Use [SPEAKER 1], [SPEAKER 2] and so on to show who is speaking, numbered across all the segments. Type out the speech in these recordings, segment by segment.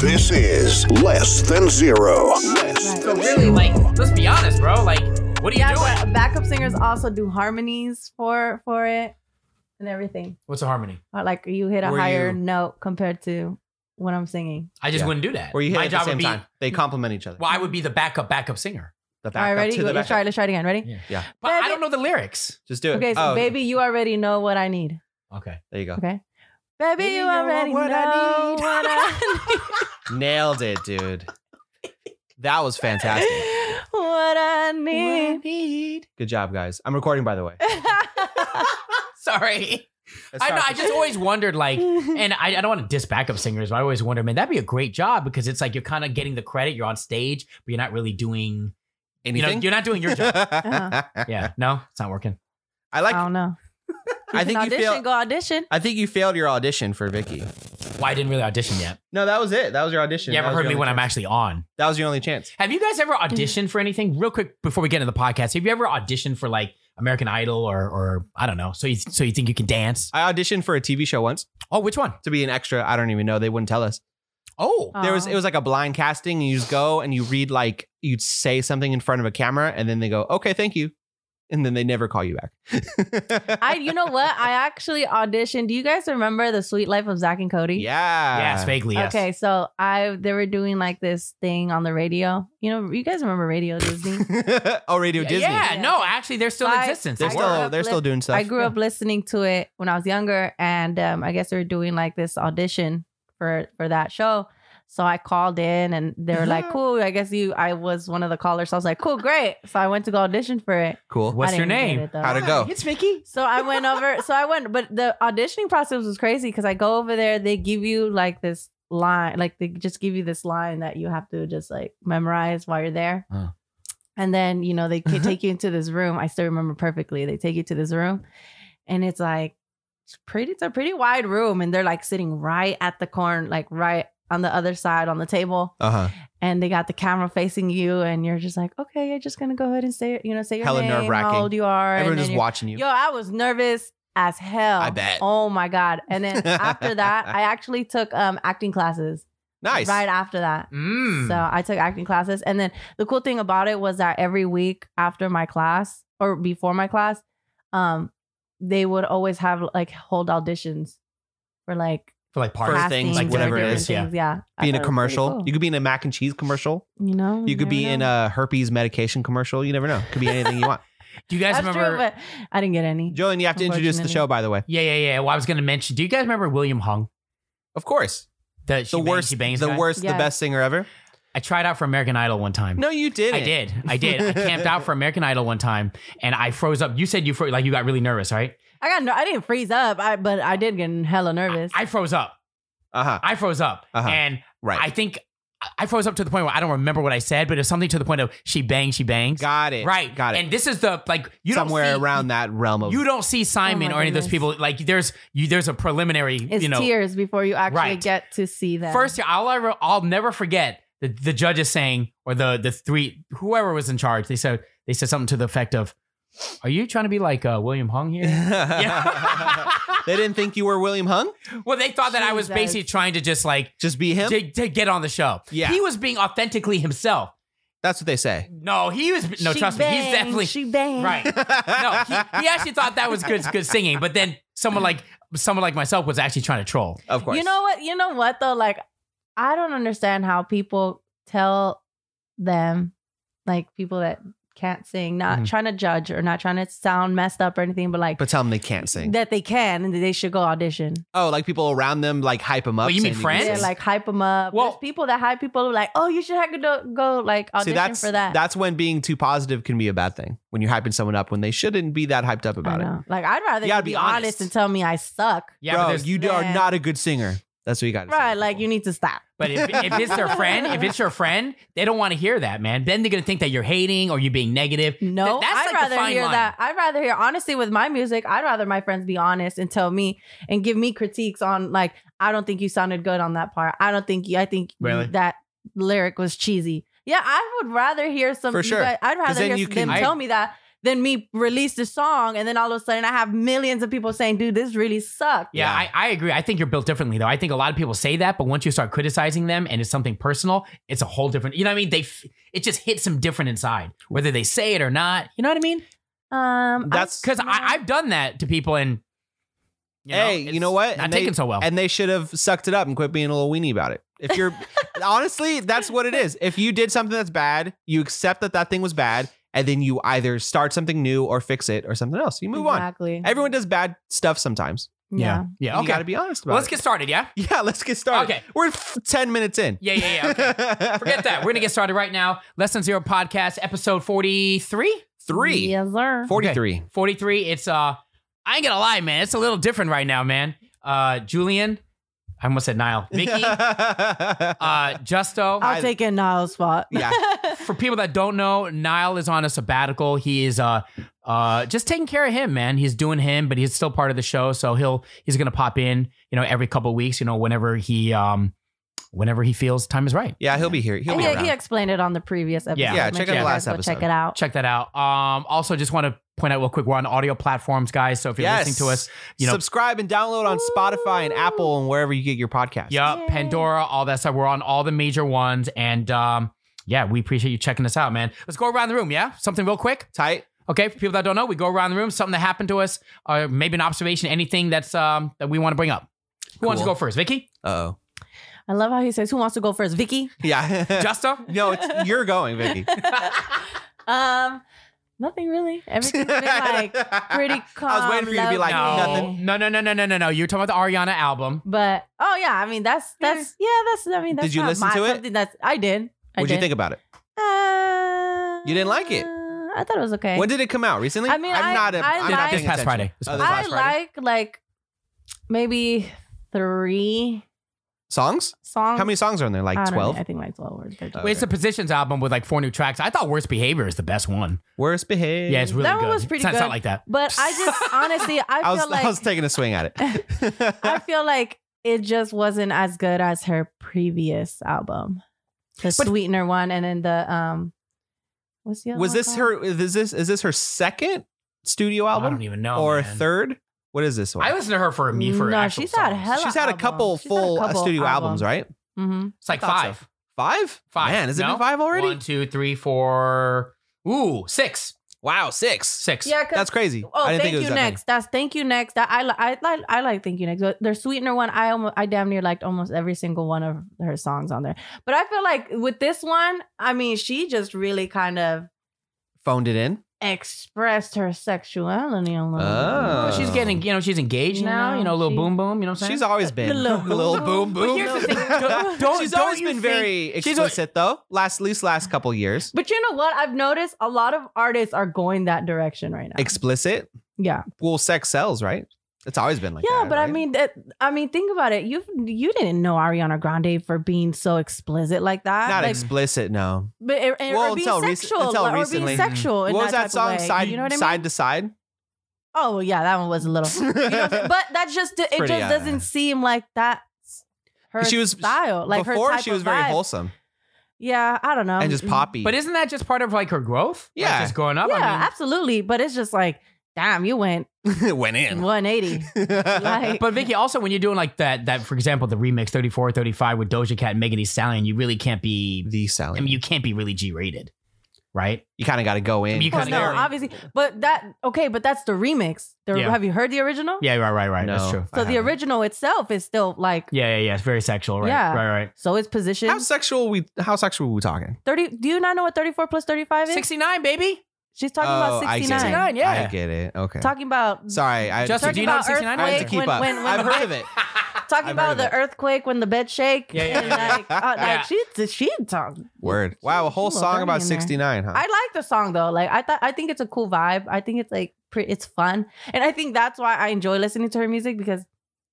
[SPEAKER 1] This is Less Than Zero. Less
[SPEAKER 2] Right.
[SPEAKER 1] than
[SPEAKER 3] really, like, let's be honest, bro. Like, what are you
[SPEAKER 2] Yeah,
[SPEAKER 3] doing?
[SPEAKER 2] but backup singers also do harmonies for for it and everything.
[SPEAKER 4] What's a harmony?
[SPEAKER 2] Or like you hit a
[SPEAKER 5] Where
[SPEAKER 2] higher
[SPEAKER 5] you-
[SPEAKER 2] note compared to what I'm singing.
[SPEAKER 3] I just
[SPEAKER 5] Yeah.
[SPEAKER 3] wouldn't do that.
[SPEAKER 5] Where you hit
[SPEAKER 3] My
[SPEAKER 5] at
[SPEAKER 3] job
[SPEAKER 5] the same
[SPEAKER 3] would be,
[SPEAKER 5] time. They complement each other.
[SPEAKER 3] Well, I would be the backup backup singer,
[SPEAKER 5] The
[SPEAKER 2] All right,
[SPEAKER 5] backup
[SPEAKER 2] ready?
[SPEAKER 5] to the
[SPEAKER 2] Let's
[SPEAKER 5] backup.
[SPEAKER 2] try. Let's try it again. Ready?
[SPEAKER 3] but I
[SPEAKER 2] Baby-
[SPEAKER 3] don't know the lyrics.
[SPEAKER 5] Just do it.
[SPEAKER 2] Okay, so
[SPEAKER 5] Oh,
[SPEAKER 2] baby, you already know what I need.
[SPEAKER 3] Okay.
[SPEAKER 5] There you go.
[SPEAKER 2] Okay. Baby,
[SPEAKER 3] Baby,
[SPEAKER 2] you
[SPEAKER 3] you know
[SPEAKER 2] already know
[SPEAKER 3] what
[SPEAKER 2] what
[SPEAKER 3] I
[SPEAKER 2] I
[SPEAKER 3] need.
[SPEAKER 2] need.
[SPEAKER 5] Nailed it, dude. That was fantastic.
[SPEAKER 2] what I need.
[SPEAKER 5] Good job, guys. I'm recording, by the way.
[SPEAKER 3] Sorry.
[SPEAKER 5] Let's
[SPEAKER 3] I know.
[SPEAKER 5] start
[SPEAKER 3] I
[SPEAKER 5] from-
[SPEAKER 3] just always wondered, like, and I, I don't want to diss backup singers, but I always wonder, man, that'd be a great job because it's like you're kind of getting the credit. You're on stage, but you're not really doing. You know,
[SPEAKER 5] anything.
[SPEAKER 3] you're not doing your job.
[SPEAKER 2] Uh-huh.
[SPEAKER 3] yeah. No, it's not working.
[SPEAKER 5] I
[SPEAKER 2] I
[SPEAKER 5] like.
[SPEAKER 2] don't know.
[SPEAKER 5] I think you
[SPEAKER 2] audition,
[SPEAKER 5] failed.
[SPEAKER 2] go audition.
[SPEAKER 5] I think you failed your audition for Vicky.
[SPEAKER 3] Why I didn't really audition yet?
[SPEAKER 5] No, that was it. That was your audition.
[SPEAKER 3] You
[SPEAKER 5] That
[SPEAKER 3] ever
[SPEAKER 5] was
[SPEAKER 3] heard
[SPEAKER 5] your
[SPEAKER 3] me
[SPEAKER 5] only
[SPEAKER 3] when I'm
[SPEAKER 5] chance.
[SPEAKER 3] actually on?
[SPEAKER 5] That was your only chance.
[SPEAKER 3] Have you guys ever
[SPEAKER 2] Mm.
[SPEAKER 3] auditioned for anything? Real quick before we get into the podcast, have you ever auditioned for like American Idol or or I don't know? So you so you think you can dance?
[SPEAKER 5] I auditioned for a TV show once
[SPEAKER 3] Oh, which one?
[SPEAKER 5] to be an extra. I don't even know. They wouldn't tell us.
[SPEAKER 3] Oh,
[SPEAKER 5] There was
[SPEAKER 2] Oh.
[SPEAKER 5] it was like a blind casting, and you just go and you read like you'd say something in front of a camera, and then they go, "Okay, thank you," and then they never call you back.
[SPEAKER 2] I, you know what? I actually auditioned. Do you guys remember the Sweet Life of Zach and Cody?
[SPEAKER 5] yeah,
[SPEAKER 3] yes, vaguely. Yes.
[SPEAKER 2] Okay, so I they were doing like this thing on the radio. You know, you guys remember Radio Disney?
[SPEAKER 5] oh, Radio
[SPEAKER 3] Yeah,
[SPEAKER 5] Disney.
[SPEAKER 3] Yeah, no, actually, they're still in
[SPEAKER 2] Like,
[SPEAKER 3] existence.
[SPEAKER 5] They're
[SPEAKER 2] I
[SPEAKER 3] They
[SPEAKER 2] grew
[SPEAKER 5] still
[SPEAKER 2] up
[SPEAKER 5] they're
[SPEAKER 2] lit-
[SPEAKER 5] still doing stuff.
[SPEAKER 2] I grew up listening to it when I was younger, and um, I guess they were doing like this audition for for that show. So I called in, and they were like, "Cool, I guess you." I was one of the callers, so I was like, "Cool, great." So I went to go audition for it.
[SPEAKER 5] Cool.
[SPEAKER 3] What's
[SPEAKER 2] I
[SPEAKER 3] your
[SPEAKER 2] didn't get
[SPEAKER 3] name?
[SPEAKER 2] it, though.
[SPEAKER 5] How'd it go?
[SPEAKER 3] It's Mickey.
[SPEAKER 2] So I went over. So I went, but the auditioning process was crazy because I go over there. They give you like this line, like they just give you this line that you have to just like memorize while you're there.
[SPEAKER 5] Huh.
[SPEAKER 2] And then you know they ca- take you into this room. I still remember perfectly. They take you to this room, and it's like it's pretty. It's a pretty wide room, and they're like sitting right at the corner, like right on the other side on the table,
[SPEAKER 5] Uh huh.
[SPEAKER 2] and they got the camera facing you, and you're just like, okay, you're just gonna go ahead and say, you know, say your
[SPEAKER 5] Hella
[SPEAKER 2] name,
[SPEAKER 5] nerve-wracking.
[SPEAKER 2] how old you are, and
[SPEAKER 5] Everyone
[SPEAKER 2] then
[SPEAKER 5] is
[SPEAKER 2] you're-
[SPEAKER 5] watching you.
[SPEAKER 2] Yo, I was nervous as hell.
[SPEAKER 5] I bet.
[SPEAKER 2] Oh my god! And then after that, I actually took um acting classes.
[SPEAKER 5] nice. Hmm.
[SPEAKER 2] Right after that.
[SPEAKER 3] Mm.
[SPEAKER 2] So I took acting classes, and then the cool thing about it was that every week after my class or before my class, um, they would always have like hold auditions for like
[SPEAKER 3] for like
[SPEAKER 5] For
[SPEAKER 3] parties.
[SPEAKER 5] First- things,
[SPEAKER 2] castings
[SPEAKER 5] like
[SPEAKER 2] or
[SPEAKER 5] whatever it
[SPEAKER 2] different
[SPEAKER 5] is,
[SPEAKER 3] yeah.
[SPEAKER 2] things. yeah. I
[SPEAKER 5] Be in
[SPEAKER 2] thought it was
[SPEAKER 5] a
[SPEAKER 2] pretty
[SPEAKER 5] commercial.
[SPEAKER 2] cool.
[SPEAKER 5] You could be in a mac and cheese commercial.
[SPEAKER 2] You know,
[SPEAKER 5] You could be in a herpes medication commercial. You never know. Could be anything you want.
[SPEAKER 3] Do you guys
[SPEAKER 2] That's
[SPEAKER 3] remember?
[SPEAKER 2] true, but I didn't get any.
[SPEAKER 5] Julian, you have to introduce the
[SPEAKER 2] Unfortunately.
[SPEAKER 5] show, by the way.
[SPEAKER 3] yeah, yeah, yeah. Well, I was gonna mention. Do you guys remember William Hung?
[SPEAKER 5] Of course.
[SPEAKER 3] The, she
[SPEAKER 5] the
[SPEAKER 3] bangs,
[SPEAKER 5] worst,
[SPEAKER 3] she bangs
[SPEAKER 5] the
[SPEAKER 3] guy?
[SPEAKER 5] worst, the
[SPEAKER 2] Yes.
[SPEAKER 5] best singer ever.
[SPEAKER 3] I tried out for American Idol one time.
[SPEAKER 5] No, you didn't.
[SPEAKER 3] I did. I did. I camped out for American Idol one time, and I froze up. You said you froze, like you got really nervous, right?
[SPEAKER 2] I got. No, I didn't freeze up. I but I did get hella nervous.
[SPEAKER 3] I froze up.
[SPEAKER 5] Uh huh.
[SPEAKER 3] I froze up,
[SPEAKER 5] Uh-huh.
[SPEAKER 3] and
[SPEAKER 5] Right.
[SPEAKER 3] I think I froze up to the point where I don't remember what I said, but it's something to the point of she bangs, she bangs.
[SPEAKER 5] Got it.
[SPEAKER 3] Right.
[SPEAKER 5] Got it.
[SPEAKER 3] And this is the like you
[SPEAKER 5] Somewhere
[SPEAKER 3] don't see,
[SPEAKER 5] around that realm of.
[SPEAKER 3] you don't see Simon
[SPEAKER 2] Oh my
[SPEAKER 3] or any of those
[SPEAKER 2] goodness.
[SPEAKER 3] people. Like there's you there's a preliminary,
[SPEAKER 2] It's
[SPEAKER 3] you know.
[SPEAKER 2] tears before you actually
[SPEAKER 3] Right.
[SPEAKER 2] get to see them.
[SPEAKER 3] First, I'll ever, I'll never forget the, the judges saying, or the the three, whoever was in charge, they said they said something to the effect of, "Are you trying to be like uh, William Hung here?" Yeah.
[SPEAKER 5] they didn't think you were William Hung.
[SPEAKER 3] well, they thought that I was
[SPEAKER 2] Jesus.
[SPEAKER 3] basically trying to just like
[SPEAKER 5] Just be him.
[SPEAKER 3] to, to get on the show.
[SPEAKER 5] Yeah.
[SPEAKER 3] he was being authentically himself.
[SPEAKER 5] That's what they say.
[SPEAKER 3] No, he was no.
[SPEAKER 2] She
[SPEAKER 3] trust me, he's
[SPEAKER 2] banged,
[SPEAKER 3] definitely
[SPEAKER 2] she banged.
[SPEAKER 3] right. No, he, he actually thought that was good good singing, but then someone like someone like myself was actually trying to troll.
[SPEAKER 5] of course.
[SPEAKER 2] You know what? You know what though? Like, I don't understand how people tell them, like people that can't sing, not
[SPEAKER 3] Mhm.
[SPEAKER 2] trying to judge or not trying to sound messed up or anything, but like
[SPEAKER 5] But tell them they can't sing.
[SPEAKER 2] that they can and that they should go audition.
[SPEAKER 5] oh, like people around them like hype them up.
[SPEAKER 3] Oh, you mean
[SPEAKER 5] saying they can
[SPEAKER 3] friends?
[SPEAKER 2] Yeah,
[SPEAKER 5] sing.
[SPEAKER 2] like hype them up.
[SPEAKER 3] Well-
[SPEAKER 2] There's people that hype people who are like, oh, you should have to go, go like
[SPEAKER 5] See,
[SPEAKER 2] audition
[SPEAKER 5] that's
[SPEAKER 2] for that.
[SPEAKER 5] that's when being too positive can be a bad thing. When you're hyping someone up when they shouldn't be that hyped up
[SPEAKER 2] I
[SPEAKER 5] about it.
[SPEAKER 2] know. Like, I'd rather
[SPEAKER 5] You gotta
[SPEAKER 2] you be
[SPEAKER 5] be
[SPEAKER 2] honest.
[SPEAKER 5] honest.
[SPEAKER 2] and tell me I suck.
[SPEAKER 3] Yeah, but
[SPEAKER 5] Bro,
[SPEAKER 3] there's
[SPEAKER 5] you are
[SPEAKER 2] Man.
[SPEAKER 5] not a good singer. That's what you got.
[SPEAKER 2] Right, like you need to stop.
[SPEAKER 3] But if, if it's their friend, if it's your friend, they don't want to hear that, man. Then they're gonna think that you're hating or you're being negative.
[SPEAKER 2] No,
[SPEAKER 3] Th- that's
[SPEAKER 2] I'd
[SPEAKER 3] like the
[SPEAKER 2] rather
[SPEAKER 3] fine
[SPEAKER 2] hear
[SPEAKER 3] line.
[SPEAKER 2] that. I'd rather hear honesty with my music. I'd rather my friends be honest and tell me and give me critiques on like I don't think you sounded good on that part. I don't think you. I think you-
[SPEAKER 3] Really?
[SPEAKER 2] that lyric was cheesy. Yeah, I would rather hear some.
[SPEAKER 5] For
[SPEAKER 2] you
[SPEAKER 5] sure.
[SPEAKER 2] guys- I'd rather
[SPEAKER 5] then
[SPEAKER 2] hear
[SPEAKER 5] you
[SPEAKER 2] them
[SPEAKER 5] can-
[SPEAKER 2] tell me that Then me release the song, and then all of a sudden I have millions of people saying, "Dude, this really sucked."
[SPEAKER 3] Yeah,
[SPEAKER 5] Yeah.
[SPEAKER 3] I, I agree. I think you're built differently, though. I think a lot of people say that, but once you start criticizing them and it's something personal, it's a whole different. You know what I mean? They f- it just hits them different inside, whether they say it or not. You know what I mean?
[SPEAKER 2] Um, I-
[SPEAKER 5] That's
[SPEAKER 3] Because I I've done that to people, and you know,
[SPEAKER 5] Hey, you
[SPEAKER 3] it's
[SPEAKER 5] know what?
[SPEAKER 3] Not
[SPEAKER 5] And they-
[SPEAKER 3] taken so well.
[SPEAKER 5] and they should have sucked it up and quit being a little weenie about it. If you're honestly, that's what it is. If you did something that's bad, you accept that that thing was bad, and then you either start something new or fix it or something else. You move on.
[SPEAKER 2] exactly.
[SPEAKER 5] Everyone does bad stuff sometimes.
[SPEAKER 3] yeah, yeah.
[SPEAKER 5] You got
[SPEAKER 3] Okay,
[SPEAKER 5] to be honest about
[SPEAKER 3] well, let's
[SPEAKER 5] it.
[SPEAKER 3] get started. Yeah,
[SPEAKER 5] yeah, let's get started.
[SPEAKER 3] Okay.
[SPEAKER 5] we're f- ten minutes in.
[SPEAKER 3] yeah, yeah, yeah. Okay. Forget that. We're gonna get started right now. Lesson Zero podcast, episode 43?
[SPEAKER 5] three.
[SPEAKER 2] Yes, sir.
[SPEAKER 5] 43.
[SPEAKER 3] 43. It's uh, I ain't gonna lie, man. It's a little different right now, man. Uh, Julian, I almost said Niall, Vicky. uh Justo.
[SPEAKER 2] I'll take it Niall's spot.
[SPEAKER 5] Yeah.
[SPEAKER 3] for people that don't know, Niall is on a sabbatical. He is uh uh just taking care of him, man. He's doing him, but he's still part of the show, so he'll he's going to pop in, you know, every couple weeks, you know, whenever he um whenever he feels time is right.
[SPEAKER 5] yeah, he'll be here. He'll
[SPEAKER 2] And
[SPEAKER 5] be
[SPEAKER 2] he,
[SPEAKER 5] around.
[SPEAKER 2] he explained it on the previous episode.
[SPEAKER 3] Yeah,
[SPEAKER 5] yeah,
[SPEAKER 2] Make
[SPEAKER 5] check
[SPEAKER 2] sure
[SPEAKER 5] out
[SPEAKER 2] you guys
[SPEAKER 5] the last
[SPEAKER 2] go
[SPEAKER 5] episode.
[SPEAKER 2] Check it out.
[SPEAKER 3] Check that out. Um also just want to point out real quick we're on audio platforms, guys, so if you're
[SPEAKER 5] Yes.
[SPEAKER 3] listening to us, you know,
[SPEAKER 5] subscribe and download on Spotify and Apple and wherever you get your podcast.
[SPEAKER 3] Yup,
[SPEAKER 2] Yay.
[SPEAKER 3] Pandora, all that stuff. We're on all the major ones and um yeah, we appreciate you checking us out, man. Let's go around the room, yeah? Something real quick.
[SPEAKER 5] Tight.
[SPEAKER 3] Okay, for people that don't know, we go around the room, something that happened to us, or maybe an observation, anything that's um that we want to bring up. Who wants to
[SPEAKER 5] Cool.
[SPEAKER 3] go first? Vicky?
[SPEAKER 5] Uh oh.
[SPEAKER 2] I love how he says, "Who wants to go first, Vicky?"
[SPEAKER 5] Yeah.
[SPEAKER 3] Justo?
[SPEAKER 5] no, it's you're going, Vicky.
[SPEAKER 2] um, nothing really. Everything's been like pretty calm.
[SPEAKER 5] I was waiting for you to be like,
[SPEAKER 2] lovely.
[SPEAKER 5] nothing.
[SPEAKER 3] no, no, no, no, no, no, no. You're talking about the Ariana album.
[SPEAKER 2] But oh yeah, I mean that's that's yeah, that's I mean that's
[SPEAKER 5] Did you
[SPEAKER 2] not
[SPEAKER 5] listen
[SPEAKER 2] my-
[SPEAKER 5] to it?
[SPEAKER 2] something That's I did. I
[SPEAKER 5] What'd you
[SPEAKER 2] did.
[SPEAKER 5] think about it?
[SPEAKER 2] Uh,
[SPEAKER 5] You didn't like it?
[SPEAKER 2] I thought it was okay.
[SPEAKER 5] When did it come out? Recently?
[SPEAKER 2] I mean,
[SPEAKER 5] I'm
[SPEAKER 2] I-
[SPEAKER 5] not. A,
[SPEAKER 2] I
[SPEAKER 5] I'm
[SPEAKER 2] like-
[SPEAKER 5] not
[SPEAKER 3] This
[SPEAKER 5] paying
[SPEAKER 3] past
[SPEAKER 5] attention.
[SPEAKER 3] Friday. This
[SPEAKER 5] Oh,
[SPEAKER 3] past
[SPEAKER 5] this
[SPEAKER 2] I
[SPEAKER 5] last Friday?
[SPEAKER 2] like like maybe three
[SPEAKER 5] songs.
[SPEAKER 2] songs.
[SPEAKER 5] How many songs are in there?
[SPEAKER 2] I
[SPEAKER 5] Like
[SPEAKER 2] don't know,
[SPEAKER 5] twelve.
[SPEAKER 2] I think like twelve or thirteen.
[SPEAKER 5] Uh,
[SPEAKER 3] Wait, It's the Positions album with like four new tracks. I thought Worst Behavior is the best one.
[SPEAKER 5] Worst behaved.
[SPEAKER 3] Yeah, it's really
[SPEAKER 2] That
[SPEAKER 3] good.
[SPEAKER 2] one was pretty
[SPEAKER 3] it's not, it's not
[SPEAKER 2] good.
[SPEAKER 3] like that.
[SPEAKER 2] But I just honestly, I,
[SPEAKER 5] I,
[SPEAKER 2] feel
[SPEAKER 5] was.
[SPEAKER 2] like
[SPEAKER 5] I was taking a swing at it.
[SPEAKER 2] I feel like it just wasn't as good as her previous album, the
[SPEAKER 3] But-
[SPEAKER 2] Sweetener one, and then the um, what's the other
[SPEAKER 5] Was
[SPEAKER 2] one
[SPEAKER 5] this
[SPEAKER 2] called?
[SPEAKER 5] her? Is this is this her second studio
[SPEAKER 3] I don't
[SPEAKER 5] album
[SPEAKER 3] even know.
[SPEAKER 5] or
[SPEAKER 3] man.
[SPEAKER 5] third? What is this one?
[SPEAKER 3] I listened to her for me for
[SPEAKER 2] No,
[SPEAKER 3] actual
[SPEAKER 2] she's had
[SPEAKER 3] songs.
[SPEAKER 2] hella
[SPEAKER 5] She's had a
[SPEAKER 2] albums.
[SPEAKER 5] couple
[SPEAKER 2] She's had a
[SPEAKER 5] full uh,
[SPEAKER 2] couple
[SPEAKER 5] studio albums,
[SPEAKER 2] albums.
[SPEAKER 5] right?
[SPEAKER 2] Mm-hmm.
[SPEAKER 3] It's like
[SPEAKER 5] I thought so.
[SPEAKER 3] five.
[SPEAKER 5] Five?
[SPEAKER 3] Five.
[SPEAKER 5] Man, has it
[SPEAKER 3] No?
[SPEAKER 5] been five already?
[SPEAKER 3] One, two, three, four. Ooh, six.
[SPEAKER 5] Wow, six.
[SPEAKER 3] Six.
[SPEAKER 2] Yeah,
[SPEAKER 5] That's crazy.
[SPEAKER 2] Oh,
[SPEAKER 5] I
[SPEAKER 2] thank
[SPEAKER 5] didn't think it was
[SPEAKER 2] you
[SPEAKER 5] that
[SPEAKER 2] next. That's thank you next. That I li- I like I like thank you next. But their sweetener one, I almost I damn near liked almost every single one of her songs on there. But I feel like with this one, I mean, she just really kind of
[SPEAKER 5] Many. Phoned it in.
[SPEAKER 2] expressed her sexuality a little. bit.
[SPEAKER 5] Oh.
[SPEAKER 3] Well, she's getting, you know, she's engaged
[SPEAKER 2] You
[SPEAKER 3] now.
[SPEAKER 2] know,
[SPEAKER 3] You know, a little
[SPEAKER 2] she-
[SPEAKER 3] boom boom. You know what I'm saying?
[SPEAKER 5] She's always been
[SPEAKER 2] The Uh, little boom,
[SPEAKER 3] But here's the thing. Don't, don't,
[SPEAKER 5] she's
[SPEAKER 3] don't
[SPEAKER 5] always
[SPEAKER 3] you
[SPEAKER 5] been
[SPEAKER 3] think-
[SPEAKER 5] very
[SPEAKER 3] she's al-
[SPEAKER 5] explicit though. Last at least last couple years.
[SPEAKER 2] But you know what? I've noticed a lot of artists are going that direction right now.
[SPEAKER 5] Explicit.
[SPEAKER 2] yeah,
[SPEAKER 5] Well, sex sells, right? It's always been like
[SPEAKER 2] yeah.
[SPEAKER 5] that.
[SPEAKER 2] but I
[SPEAKER 5] right?
[SPEAKER 2] mean, that I mean, think about it. You you didn't know Ariana Grande for being so explicit like that.
[SPEAKER 5] not
[SPEAKER 2] like,
[SPEAKER 5] explicit, no.
[SPEAKER 2] but or, or
[SPEAKER 5] Well,
[SPEAKER 2] being
[SPEAKER 5] until rec-
[SPEAKER 2] sexual,
[SPEAKER 5] until
[SPEAKER 2] or
[SPEAKER 5] recently.
[SPEAKER 2] being sexual. in
[SPEAKER 5] what was
[SPEAKER 2] that, type
[SPEAKER 5] that song?
[SPEAKER 2] of way.
[SPEAKER 5] Side
[SPEAKER 2] You know what I mean?
[SPEAKER 5] side to side?
[SPEAKER 2] oh yeah, that one was a little. you know what I'm saying? but that just it
[SPEAKER 5] Pretty,
[SPEAKER 2] just
[SPEAKER 5] uh,
[SPEAKER 2] doesn't seem like that. Her
[SPEAKER 5] She was-
[SPEAKER 2] style, like her
[SPEAKER 5] Before
[SPEAKER 2] type
[SPEAKER 5] she was
[SPEAKER 2] of
[SPEAKER 5] very
[SPEAKER 2] vibe. Um,
[SPEAKER 5] wholesome
[SPEAKER 2] Yeah, I don't know. Mm-hmm.
[SPEAKER 5] and just poppy.
[SPEAKER 3] But isn't that just part of like her growth? Like,
[SPEAKER 5] Yeah.
[SPEAKER 3] just growing up.
[SPEAKER 2] Yeah,
[SPEAKER 3] I mean,
[SPEAKER 2] absolutely. But it's just like, damn, you went
[SPEAKER 5] it went in.
[SPEAKER 2] 180. like,
[SPEAKER 3] but Vicky, also when you're doing like that, that for example, the remix 34, 35 with Doja Cat and Megan Thee Stallion, you really can't be.
[SPEAKER 5] the
[SPEAKER 3] I
[SPEAKER 5] Sally.
[SPEAKER 3] mean, you can't be really G-rated, right?
[SPEAKER 5] you kind of got to go in.
[SPEAKER 3] I mean, you
[SPEAKER 2] Well,
[SPEAKER 3] kinda
[SPEAKER 2] no,
[SPEAKER 3] got it.
[SPEAKER 2] obviously, but that okay, but that's the remix. The,
[SPEAKER 3] Yeah.
[SPEAKER 2] Have you heard the original?
[SPEAKER 3] Yeah, right, right, right. That's
[SPEAKER 5] No,
[SPEAKER 3] true.
[SPEAKER 5] I
[SPEAKER 2] So the
[SPEAKER 5] haven't.
[SPEAKER 2] original itself is still like
[SPEAKER 3] Yeah, yeah, yeah. It's very sexual, right?
[SPEAKER 2] Yeah.
[SPEAKER 3] Right, right.
[SPEAKER 2] so it's position
[SPEAKER 5] How sexual we? How sexual we talking?
[SPEAKER 2] thirty. Do you not know what thirty four plus thirty five is?
[SPEAKER 3] 69, baby.
[SPEAKER 2] She's talking
[SPEAKER 5] Oh,
[SPEAKER 2] about
[SPEAKER 5] I get
[SPEAKER 2] sixty
[SPEAKER 5] it.
[SPEAKER 2] nine.
[SPEAKER 3] 69, yeah.
[SPEAKER 5] I get it. Okay.
[SPEAKER 2] Talking about
[SPEAKER 5] Sorry, I
[SPEAKER 3] Justin,
[SPEAKER 5] I
[SPEAKER 2] talking
[SPEAKER 3] do you know
[SPEAKER 2] about
[SPEAKER 3] what 69
[SPEAKER 5] had to
[SPEAKER 2] earthquake
[SPEAKER 5] keep
[SPEAKER 2] when,
[SPEAKER 5] up.
[SPEAKER 2] when, when
[SPEAKER 5] I've
[SPEAKER 2] the-
[SPEAKER 5] heard of it.
[SPEAKER 2] Talking
[SPEAKER 5] I've heard
[SPEAKER 2] about
[SPEAKER 5] of
[SPEAKER 2] the
[SPEAKER 5] it.
[SPEAKER 2] earthquake when the bed shake.
[SPEAKER 3] Yeah, yeah,
[SPEAKER 2] and
[SPEAKER 3] yeah.
[SPEAKER 2] like, oh,
[SPEAKER 3] Yeah.
[SPEAKER 2] like she she talked.
[SPEAKER 5] Word. Wow, a whole
[SPEAKER 2] She's a
[SPEAKER 5] song
[SPEAKER 2] little
[SPEAKER 5] about
[SPEAKER 2] dirty in there.
[SPEAKER 5] 69, huh?
[SPEAKER 2] I like the song though. Like I thought, I think it's a cool vibe. I think it's like pretty, it's fun, and I think that's why I enjoy listening to her music because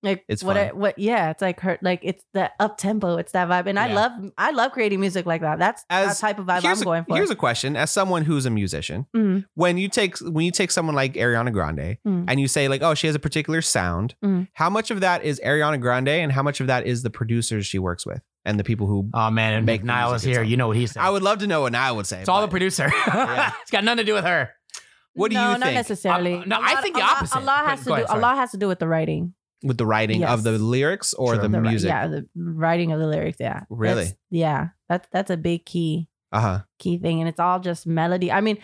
[SPEAKER 2] like
[SPEAKER 5] It's
[SPEAKER 2] what
[SPEAKER 5] fun.
[SPEAKER 2] I, what yeah, it's like her like it's the up tempo, it's that vibe, and I
[SPEAKER 3] Yeah.
[SPEAKER 2] love I love creating music like that. That's
[SPEAKER 5] As-
[SPEAKER 2] that type of vibe
[SPEAKER 5] here's
[SPEAKER 2] I'm going
[SPEAKER 5] a,
[SPEAKER 2] for.
[SPEAKER 5] Here's a question as someone who's a musician.
[SPEAKER 2] Mhm.
[SPEAKER 5] When you take when you take someone like Ariana Grande
[SPEAKER 2] Mm.
[SPEAKER 5] and you say like, "Oh, she has a particular sound."
[SPEAKER 2] Mm.
[SPEAKER 5] How much of that is Ariana Grande and how much of that is the producers she works with and the people who
[SPEAKER 3] Oh man, and Make
[SPEAKER 5] Make the
[SPEAKER 3] Niall
[SPEAKER 5] music
[SPEAKER 3] is here.
[SPEAKER 5] itself.
[SPEAKER 3] You know what he said.
[SPEAKER 5] I would love to know what I would say.
[SPEAKER 3] it's all the
[SPEAKER 5] but-
[SPEAKER 3] producer.
[SPEAKER 5] Yeah.
[SPEAKER 3] it's got nothing to do with her.
[SPEAKER 5] What do
[SPEAKER 2] no,
[SPEAKER 5] you
[SPEAKER 2] not
[SPEAKER 5] think
[SPEAKER 2] necessarily.
[SPEAKER 3] Uh, no,
[SPEAKER 2] A
[SPEAKER 3] I
[SPEAKER 2] lot-
[SPEAKER 3] think
[SPEAKER 2] a
[SPEAKER 3] the
[SPEAKER 2] lot-
[SPEAKER 3] opposite.
[SPEAKER 2] A lot has
[SPEAKER 3] Go-
[SPEAKER 2] to do.
[SPEAKER 3] go ahead,
[SPEAKER 2] a
[SPEAKER 3] sorry.
[SPEAKER 2] lot has to do with the writing,
[SPEAKER 5] with the writing of
[SPEAKER 2] Yes.
[SPEAKER 5] the lyrics or
[SPEAKER 3] Sure.
[SPEAKER 5] the,
[SPEAKER 2] The ri-
[SPEAKER 5] music?
[SPEAKER 2] yeah, the writing of the lyrics. Yeah,
[SPEAKER 5] Really?
[SPEAKER 2] That's- yeah, that's that's a big key
[SPEAKER 5] Uh huh.
[SPEAKER 2] key thing, and it's all just melody. I mean,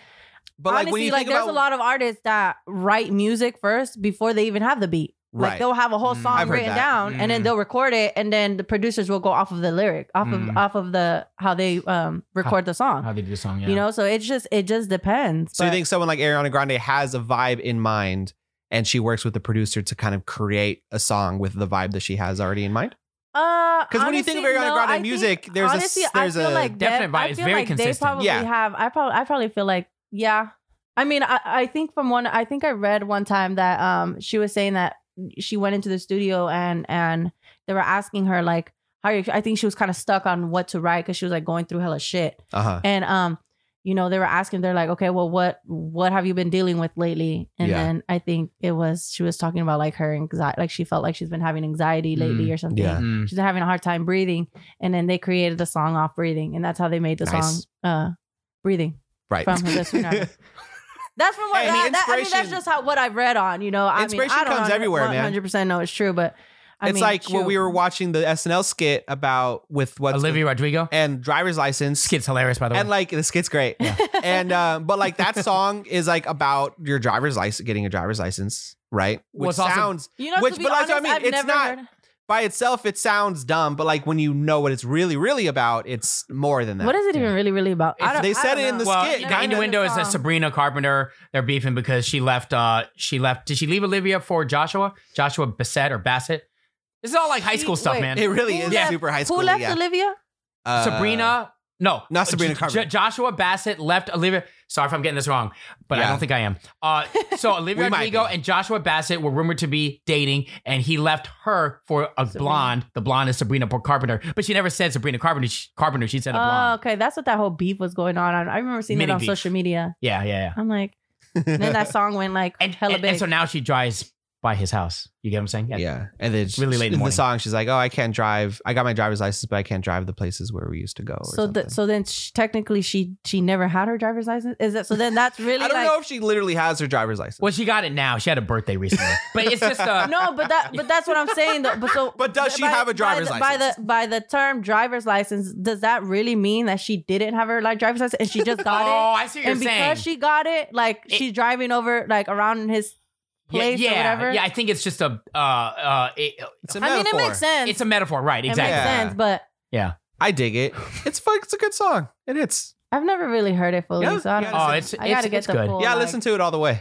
[SPEAKER 5] But
[SPEAKER 2] honestly,
[SPEAKER 5] like when you
[SPEAKER 2] like
[SPEAKER 5] think
[SPEAKER 2] there's a
[SPEAKER 5] about
[SPEAKER 2] lot of artists that write music first before they even have the beat.
[SPEAKER 5] Right.
[SPEAKER 2] Like they'll have a whole
[SPEAKER 3] Mm.
[SPEAKER 2] song
[SPEAKER 5] I've heard
[SPEAKER 2] written
[SPEAKER 5] that.
[SPEAKER 2] down, and then
[SPEAKER 3] Mm.
[SPEAKER 2] they'll record it, and then the producers will go off of the lyric, off
[SPEAKER 3] Mm.
[SPEAKER 2] of off of the how they um record the song.
[SPEAKER 3] How they do the song, yeah.
[SPEAKER 2] You know, so it's just it just depends.
[SPEAKER 5] So you
[SPEAKER 2] but-
[SPEAKER 5] think someone like Ariana Grande has a vibe in mind and she works with the producer to kind of create a song with the vibe that she has already in mind?
[SPEAKER 2] Because
[SPEAKER 5] 'Cause when you think of Ariana Grande music, there's a s- there's a
[SPEAKER 3] definite vibe. It's very
[SPEAKER 2] like
[SPEAKER 3] consistent.
[SPEAKER 2] They probably
[SPEAKER 5] Yeah.
[SPEAKER 2] have. I probably I probably feel like yeah. I mean, I, I think from one. I think I read one time that um she was saying that she went into the studio and and they were asking her like how are you, I think she was kind of stuck on what to write because she was like going through hella shit
[SPEAKER 5] Uh-huh.
[SPEAKER 2] and um you know they were asking they're like okay well what what have you been dealing with lately and
[SPEAKER 5] Yeah.
[SPEAKER 2] then I think it was she was talking about like her anxiety like she felt like she's been having anxiety lately
[SPEAKER 3] Mm.
[SPEAKER 2] or something
[SPEAKER 5] Yeah.
[SPEAKER 3] Mm.
[SPEAKER 2] she's having a hard time breathing and then they created the song off breathing and that's how they made the
[SPEAKER 5] Nice.
[SPEAKER 2] song uh breathing
[SPEAKER 5] Right.
[SPEAKER 2] From her best friend. that's from what
[SPEAKER 5] Hey,
[SPEAKER 2] that,
[SPEAKER 5] the
[SPEAKER 2] that- i mean that's
[SPEAKER 5] inspiration-
[SPEAKER 2] just how what i've read on you know i
[SPEAKER 5] Inspiration
[SPEAKER 2] mean, I don't
[SPEAKER 5] comes
[SPEAKER 2] know,
[SPEAKER 5] everywhere, man.
[SPEAKER 2] 100% know it's true but I
[SPEAKER 5] it's
[SPEAKER 2] mean,
[SPEAKER 5] like when
[SPEAKER 2] shoot.
[SPEAKER 5] we were watching the SNL skit about with what
[SPEAKER 3] Olivia Rodrigo.
[SPEAKER 5] and driver's license.
[SPEAKER 3] Skit's hilarious, by the way.
[SPEAKER 5] And like the skit's great. and um, but like that song is like about your driver's license getting a driver's license, right?
[SPEAKER 3] Well,
[SPEAKER 5] Which
[SPEAKER 3] it's also-
[SPEAKER 5] sounds
[SPEAKER 2] you know
[SPEAKER 5] which-
[SPEAKER 2] to be
[SPEAKER 5] but that's
[SPEAKER 2] honest,
[SPEAKER 5] what I mean,
[SPEAKER 2] I've never
[SPEAKER 5] it's not-
[SPEAKER 2] heard-
[SPEAKER 5] by itself it sounds dumb, but like when you know what it's really, really about, it's more than that.
[SPEAKER 2] what is it
[SPEAKER 3] Yeah.
[SPEAKER 2] even really really about I
[SPEAKER 5] It's-
[SPEAKER 2] don't-
[SPEAKER 5] they
[SPEAKER 2] I
[SPEAKER 5] said
[SPEAKER 2] don't
[SPEAKER 5] it in
[SPEAKER 2] know.
[SPEAKER 5] the
[SPEAKER 3] well,
[SPEAKER 5] skit, Uh.
[SPEAKER 3] the
[SPEAKER 2] Never heard
[SPEAKER 3] innuendo
[SPEAKER 2] the
[SPEAKER 3] is that
[SPEAKER 2] song.
[SPEAKER 3] Sabrina Carpenter they're beefing because she left. uh She left. Did she leave Olivia for Joshua? Joshua Bassett or Bassett? This is all like high
[SPEAKER 2] She-
[SPEAKER 3] school stuff,
[SPEAKER 2] wait.
[SPEAKER 3] man.
[SPEAKER 5] It really
[SPEAKER 2] Who
[SPEAKER 5] is
[SPEAKER 2] left-
[SPEAKER 5] super high
[SPEAKER 2] who
[SPEAKER 5] school.
[SPEAKER 2] left
[SPEAKER 5] yeah.
[SPEAKER 2] olivia
[SPEAKER 5] Uh,
[SPEAKER 3] Sabrina. No,
[SPEAKER 5] not Sabrina
[SPEAKER 3] J-
[SPEAKER 5] Carpenter.
[SPEAKER 3] J- Joshua Bassett left Olivia. Sorry if I'm getting this wrong, but I
[SPEAKER 5] Yeah.
[SPEAKER 3] don't think I am. Uh, so Olivia
[SPEAKER 5] We might
[SPEAKER 3] Rodrigo
[SPEAKER 5] be.
[SPEAKER 3] and Joshua Bassett were rumored to be dating, and he left her for a
[SPEAKER 2] Sabrina.
[SPEAKER 3] blonde. The blonde is Sabrina Carpenter, but she never said Sabrina Carpenter. She, Carpenter, she said a
[SPEAKER 2] oh
[SPEAKER 3] blonde.
[SPEAKER 2] okay that's what that whole beef was going on i remember seeing
[SPEAKER 3] Mini
[SPEAKER 2] it on
[SPEAKER 3] beef.
[SPEAKER 2] social media
[SPEAKER 3] yeah, yeah, yeah.
[SPEAKER 2] i'm like and then that song went like
[SPEAKER 3] And,
[SPEAKER 2] hella
[SPEAKER 3] and,
[SPEAKER 2] big
[SPEAKER 3] and so now she drives by his house. You get what I'm saying?
[SPEAKER 5] Yeah. And then
[SPEAKER 3] Really late in the
[SPEAKER 5] in the
[SPEAKER 3] morning.
[SPEAKER 5] song, she's like, Oh, I can't drive. I got my driver's license, but I can't drive the places where we used to go. Or
[SPEAKER 2] So
[SPEAKER 5] something.
[SPEAKER 2] that so then sh technically she she never had her driver's license. Is that so? Then that's really
[SPEAKER 5] I don't
[SPEAKER 2] like
[SPEAKER 5] know if she literally has her driver's license.
[SPEAKER 3] Well, she got it now. She had a birthday recently, but it's just uh,
[SPEAKER 2] no, but that but that's what I'm saying. Though. But so
[SPEAKER 5] But does she have a driver's
[SPEAKER 2] by the,
[SPEAKER 5] license?
[SPEAKER 2] By the by the term driver's license, does that really mean that she didn't have her like driver's license and she just got
[SPEAKER 3] oh,
[SPEAKER 2] it?
[SPEAKER 3] I see what
[SPEAKER 2] And
[SPEAKER 3] you're
[SPEAKER 2] because
[SPEAKER 3] saying.
[SPEAKER 2] she got it, like
[SPEAKER 3] It-
[SPEAKER 2] she's driving over like around his.
[SPEAKER 3] Yeah,
[SPEAKER 2] place or
[SPEAKER 3] yeah,
[SPEAKER 2] whatever?
[SPEAKER 3] yeah. I think it's just a uh, uh, it,
[SPEAKER 5] it's a
[SPEAKER 2] I mean,
[SPEAKER 5] metaphor.
[SPEAKER 2] it makes sense.
[SPEAKER 3] it's a metaphor, right?
[SPEAKER 2] It
[SPEAKER 3] Exactly.
[SPEAKER 2] makes
[SPEAKER 5] Yeah.
[SPEAKER 2] sense, but
[SPEAKER 5] I dig it. It's fun. It's a good song. It hits.
[SPEAKER 2] I've never really heard it fully.
[SPEAKER 5] Yeah,
[SPEAKER 2] so I
[SPEAKER 5] you
[SPEAKER 2] don't.
[SPEAKER 5] gotta
[SPEAKER 3] Oh,
[SPEAKER 2] know.
[SPEAKER 3] it's
[SPEAKER 2] I gotta
[SPEAKER 3] it's,
[SPEAKER 2] get
[SPEAKER 3] it's
[SPEAKER 2] the
[SPEAKER 3] good.
[SPEAKER 2] full.
[SPEAKER 5] Yeah,
[SPEAKER 2] like-
[SPEAKER 5] listen to it all the way.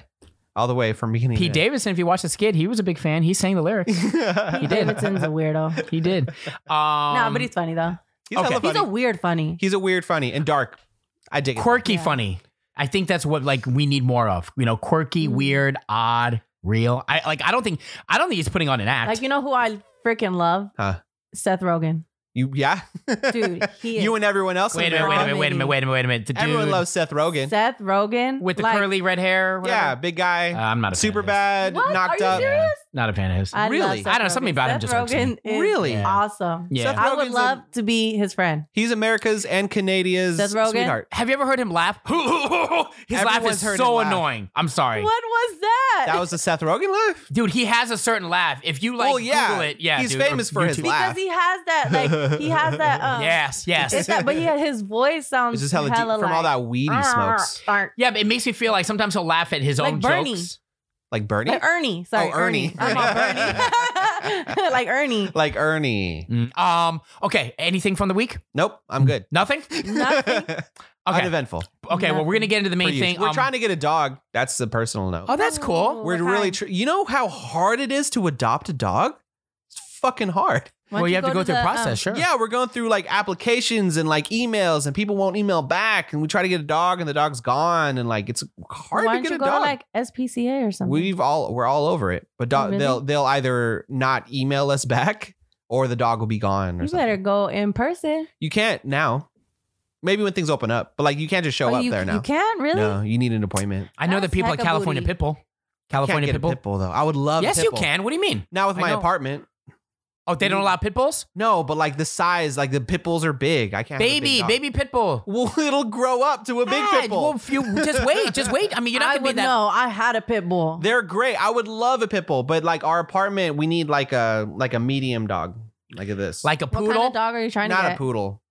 [SPEAKER 5] All the way from beginning
[SPEAKER 3] Pete
[SPEAKER 5] to
[SPEAKER 3] Davidson, if you watch the skit, he was a big fan. He sang the lyric.
[SPEAKER 5] end.
[SPEAKER 2] Pete Davidson's a weirdo.
[SPEAKER 3] He did. Um,
[SPEAKER 2] nah, but he's funny though.
[SPEAKER 5] He's, hella
[SPEAKER 3] Okay.
[SPEAKER 5] funny.
[SPEAKER 2] He's a weird funny.
[SPEAKER 5] He's a weird funny and dark. I dig it.
[SPEAKER 3] quirky,
[SPEAKER 2] Yeah.
[SPEAKER 3] funny. I think that's what like we need more of. You know, quirky,
[SPEAKER 2] Mm.
[SPEAKER 3] weird, odd, real. I like. I don't think. I don't think he's putting on an act.
[SPEAKER 2] Like you know who I freaking love?
[SPEAKER 5] Huh.
[SPEAKER 2] Seth Rogen.
[SPEAKER 5] You yeah.
[SPEAKER 2] Dude, he is
[SPEAKER 5] you and everyone else. in
[SPEAKER 3] wait a minute. Wait a
[SPEAKER 5] America.
[SPEAKER 3] minute. Wait a minute. Wait a minute. Wait a minute. The dude
[SPEAKER 5] Everyone loves Seth Rogen.
[SPEAKER 2] Seth Rogen
[SPEAKER 3] with the
[SPEAKER 2] like-
[SPEAKER 3] curly red hair. or whatever.
[SPEAKER 5] yeah, big guy.
[SPEAKER 3] Uh, I'm not a fan
[SPEAKER 5] super
[SPEAKER 3] of his.
[SPEAKER 5] bad,
[SPEAKER 2] What?
[SPEAKER 5] knocked
[SPEAKER 2] Are you
[SPEAKER 5] up.
[SPEAKER 2] serious?
[SPEAKER 3] Not a fan of his.
[SPEAKER 2] I love
[SPEAKER 5] Really?
[SPEAKER 2] Seth
[SPEAKER 3] I don't know, something
[SPEAKER 2] Rogen.
[SPEAKER 3] about him just
[SPEAKER 2] Seth
[SPEAKER 3] irks me.
[SPEAKER 2] Rogen is
[SPEAKER 5] Really?
[SPEAKER 3] Yeah.
[SPEAKER 2] awesome.
[SPEAKER 3] Yeah.
[SPEAKER 5] Seth
[SPEAKER 2] I would
[SPEAKER 5] Rogen's a-
[SPEAKER 2] love to be his friend.
[SPEAKER 5] He's America's and Canada's
[SPEAKER 2] Seth Rogen?
[SPEAKER 5] sweetheart.
[SPEAKER 3] Have you ever heard him laugh? His laugh
[SPEAKER 5] Everyone's
[SPEAKER 3] is
[SPEAKER 5] heard him
[SPEAKER 3] so
[SPEAKER 5] laugh.
[SPEAKER 3] annoying. I'm sorry,
[SPEAKER 2] What was that?
[SPEAKER 5] That was the Seth Rogen laugh.
[SPEAKER 3] dude. He has a certain laugh. If you like
[SPEAKER 5] Oh, yeah.
[SPEAKER 3] Google it, yeah,
[SPEAKER 5] He's
[SPEAKER 3] dude, or
[SPEAKER 5] famous for his
[SPEAKER 3] YouTube.
[SPEAKER 5] laugh.
[SPEAKER 2] because he has that like he has that um
[SPEAKER 3] Yes, yes.
[SPEAKER 2] it's that, but yeah, his voice sounds
[SPEAKER 5] It's just hella, deep
[SPEAKER 2] hella
[SPEAKER 5] from all
[SPEAKER 2] like,
[SPEAKER 5] that weed he
[SPEAKER 2] "Arr,
[SPEAKER 5] smokes.
[SPEAKER 2] arr."
[SPEAKER 3] Yeah, but it makes me feel like sometimes he'll laugh at his
[SPEAKER 2] Like
[SPEAKER 3] own
[SPEAKER 2] Bernie.
[SPEAKER 3] jokes.
[SPEAKER 5] Like Bernie?
[SPEAKER 2] Like Ernie, sorry,
[SPEAKER 5] Oh, Ernie.
[SPEAKER 2] Ernie. I'm on Bernie. like Ernie.
[SPEAKER 5] Like Ernie.
[SPEAKER 3] Mm, Um. Okay. Anything from the week?
[SPEAKER 5] Nope, I'm good.
[SPEAKER 3] Nothing.
[SPEAKER 2] Nothing.
[SPEAKER 3] Mm. Okay.
[SPEAKER 5] Uneventful.
[SPEAKER 3] Okay. Well, we're gonna get into the
[SPEAKER 5] for
[SPEAKER 3] main
[SPEAKER 5] you.
[SPEAKER 3] thing.
[SPEAKER 5] We're
[SPEAKER 3] Um,
[SPEAKER 5] trying to get a dog. That's the personal note.
[SPEAKER 3] Oh, that's cool.
[SPEAKER 5] We're
[SPEAKER 2] what
[SPEAKER 5] really
[SPEAKER 2] kind?
[SPEAKER 5] tr- You know how hard it is to adopt a dog? It's fucking hard.
[SPEAKER 2] Why don't
[SPEAKER 3] well, you have to go through
[SPEAKER 2] the,
[SPEAKER 3] a
[SPEAKER 2] um,
[SPEAKER 3] process. sure.
[SPEAKER 5] Yeah, we're going through like applications and like emails, and people won't email back. And we try to get a dog, and the dog's gone, and like it's hard
[SPEAKER 2] Why
[SPEAKER 5] to
[SPEAKER 2] don't
[SPEAKER 5] get
[SPEAKER 2] you
[SPEAKER 5] a
[SPEAKER 2] go
[SPEAKER 5] dog.
[SPEAKER 2] to like SPCA or something?
[SPEAKER 5] We've all we're all over it, but
[SPEAKER 2] Oh,
[SPEAKER 5] dog,
[SPEAKER 2] really?
[SPEAKER 5] they'll they'll either not email us back or the dog will be gone or
[SPEAKER 2] you
[SPEAKER 5] something.
[SPEAKER 2] better go in person.
[SPEAKER 5] You can't now. Maybe when things open up, but like you can't just show
[SPEAKER 2] Oh,
[SPEAKER 5] up
[SPEAKER 2] you,
[SPEAKER 5] there now.
[SPEAKER 2] You can't really.
[SPEAKER 5] No, you need an appointment.
[SPEAKER 3] I know
[SPEAKER 2] That's
[SPEAKER 3] the people at
[SPEAKER 2] heck of
[SPEAKER 3] California
[SPEAKER 2] booty.
[SPEAKER 3] Pitbull.
[SPEAKER 5] Can't
[SPEAKER 3] California
[SPEAKER 5] get a
[SPEAKER 3] Pitbull.
[SPEAKER 5] pit bull though. I would love. a
[SPEAKER 3] Yes,
[SPEAKER 5] pit
[SPEAKER 3] you
[SPEAKER 5] bull.
[SPEAKER 3] can. What do you mean?
[SPEAKER 5] Not with
[SPEAKER 3] I
[SPEAKER 5] my
[SPEAKER 3] know.
[SPEAKER 5] apartment.
[SPEAKER 3] Oh, they don't allow pit bulls?
[SPEAKER 5] No, but like the size, like the pit bulls are big. I can't. have a big
[SPEAKER 3] Baby,
[SPEAKER 5] dog.
[SPEAKER 3] baby pit bull.
[SPEAKER 5] Well, it'll grow up to a big
[SPEAKER 3] Yeah,
[SPEAKER 5] pit bull.
[SPEAKER 3] Well, if you, just wait, just wait. I mean, you're not
[SPEAKER 2] I
[SPEAKER 3] gonna be
[SPEAKER 2] would
[SPEAKER 3] that.
[SPEAKER 2] know. I had a pit bull.
[SPEAKER 5] They're great. I would love a pit bull, but like our apartment, we need like a like a medium dog, like this,
[SPEAKER 3] Like a
[SPEAKER 2] What
[SPEAKER 3] poodle.
[SPEAKER 2] kind of dog are you trying
[SPEAKER 5] not
[SPEAKER 2] to
[SPEAKER 5] a
[SPEAKER 2] get?
[SPEAKER 5] poodle.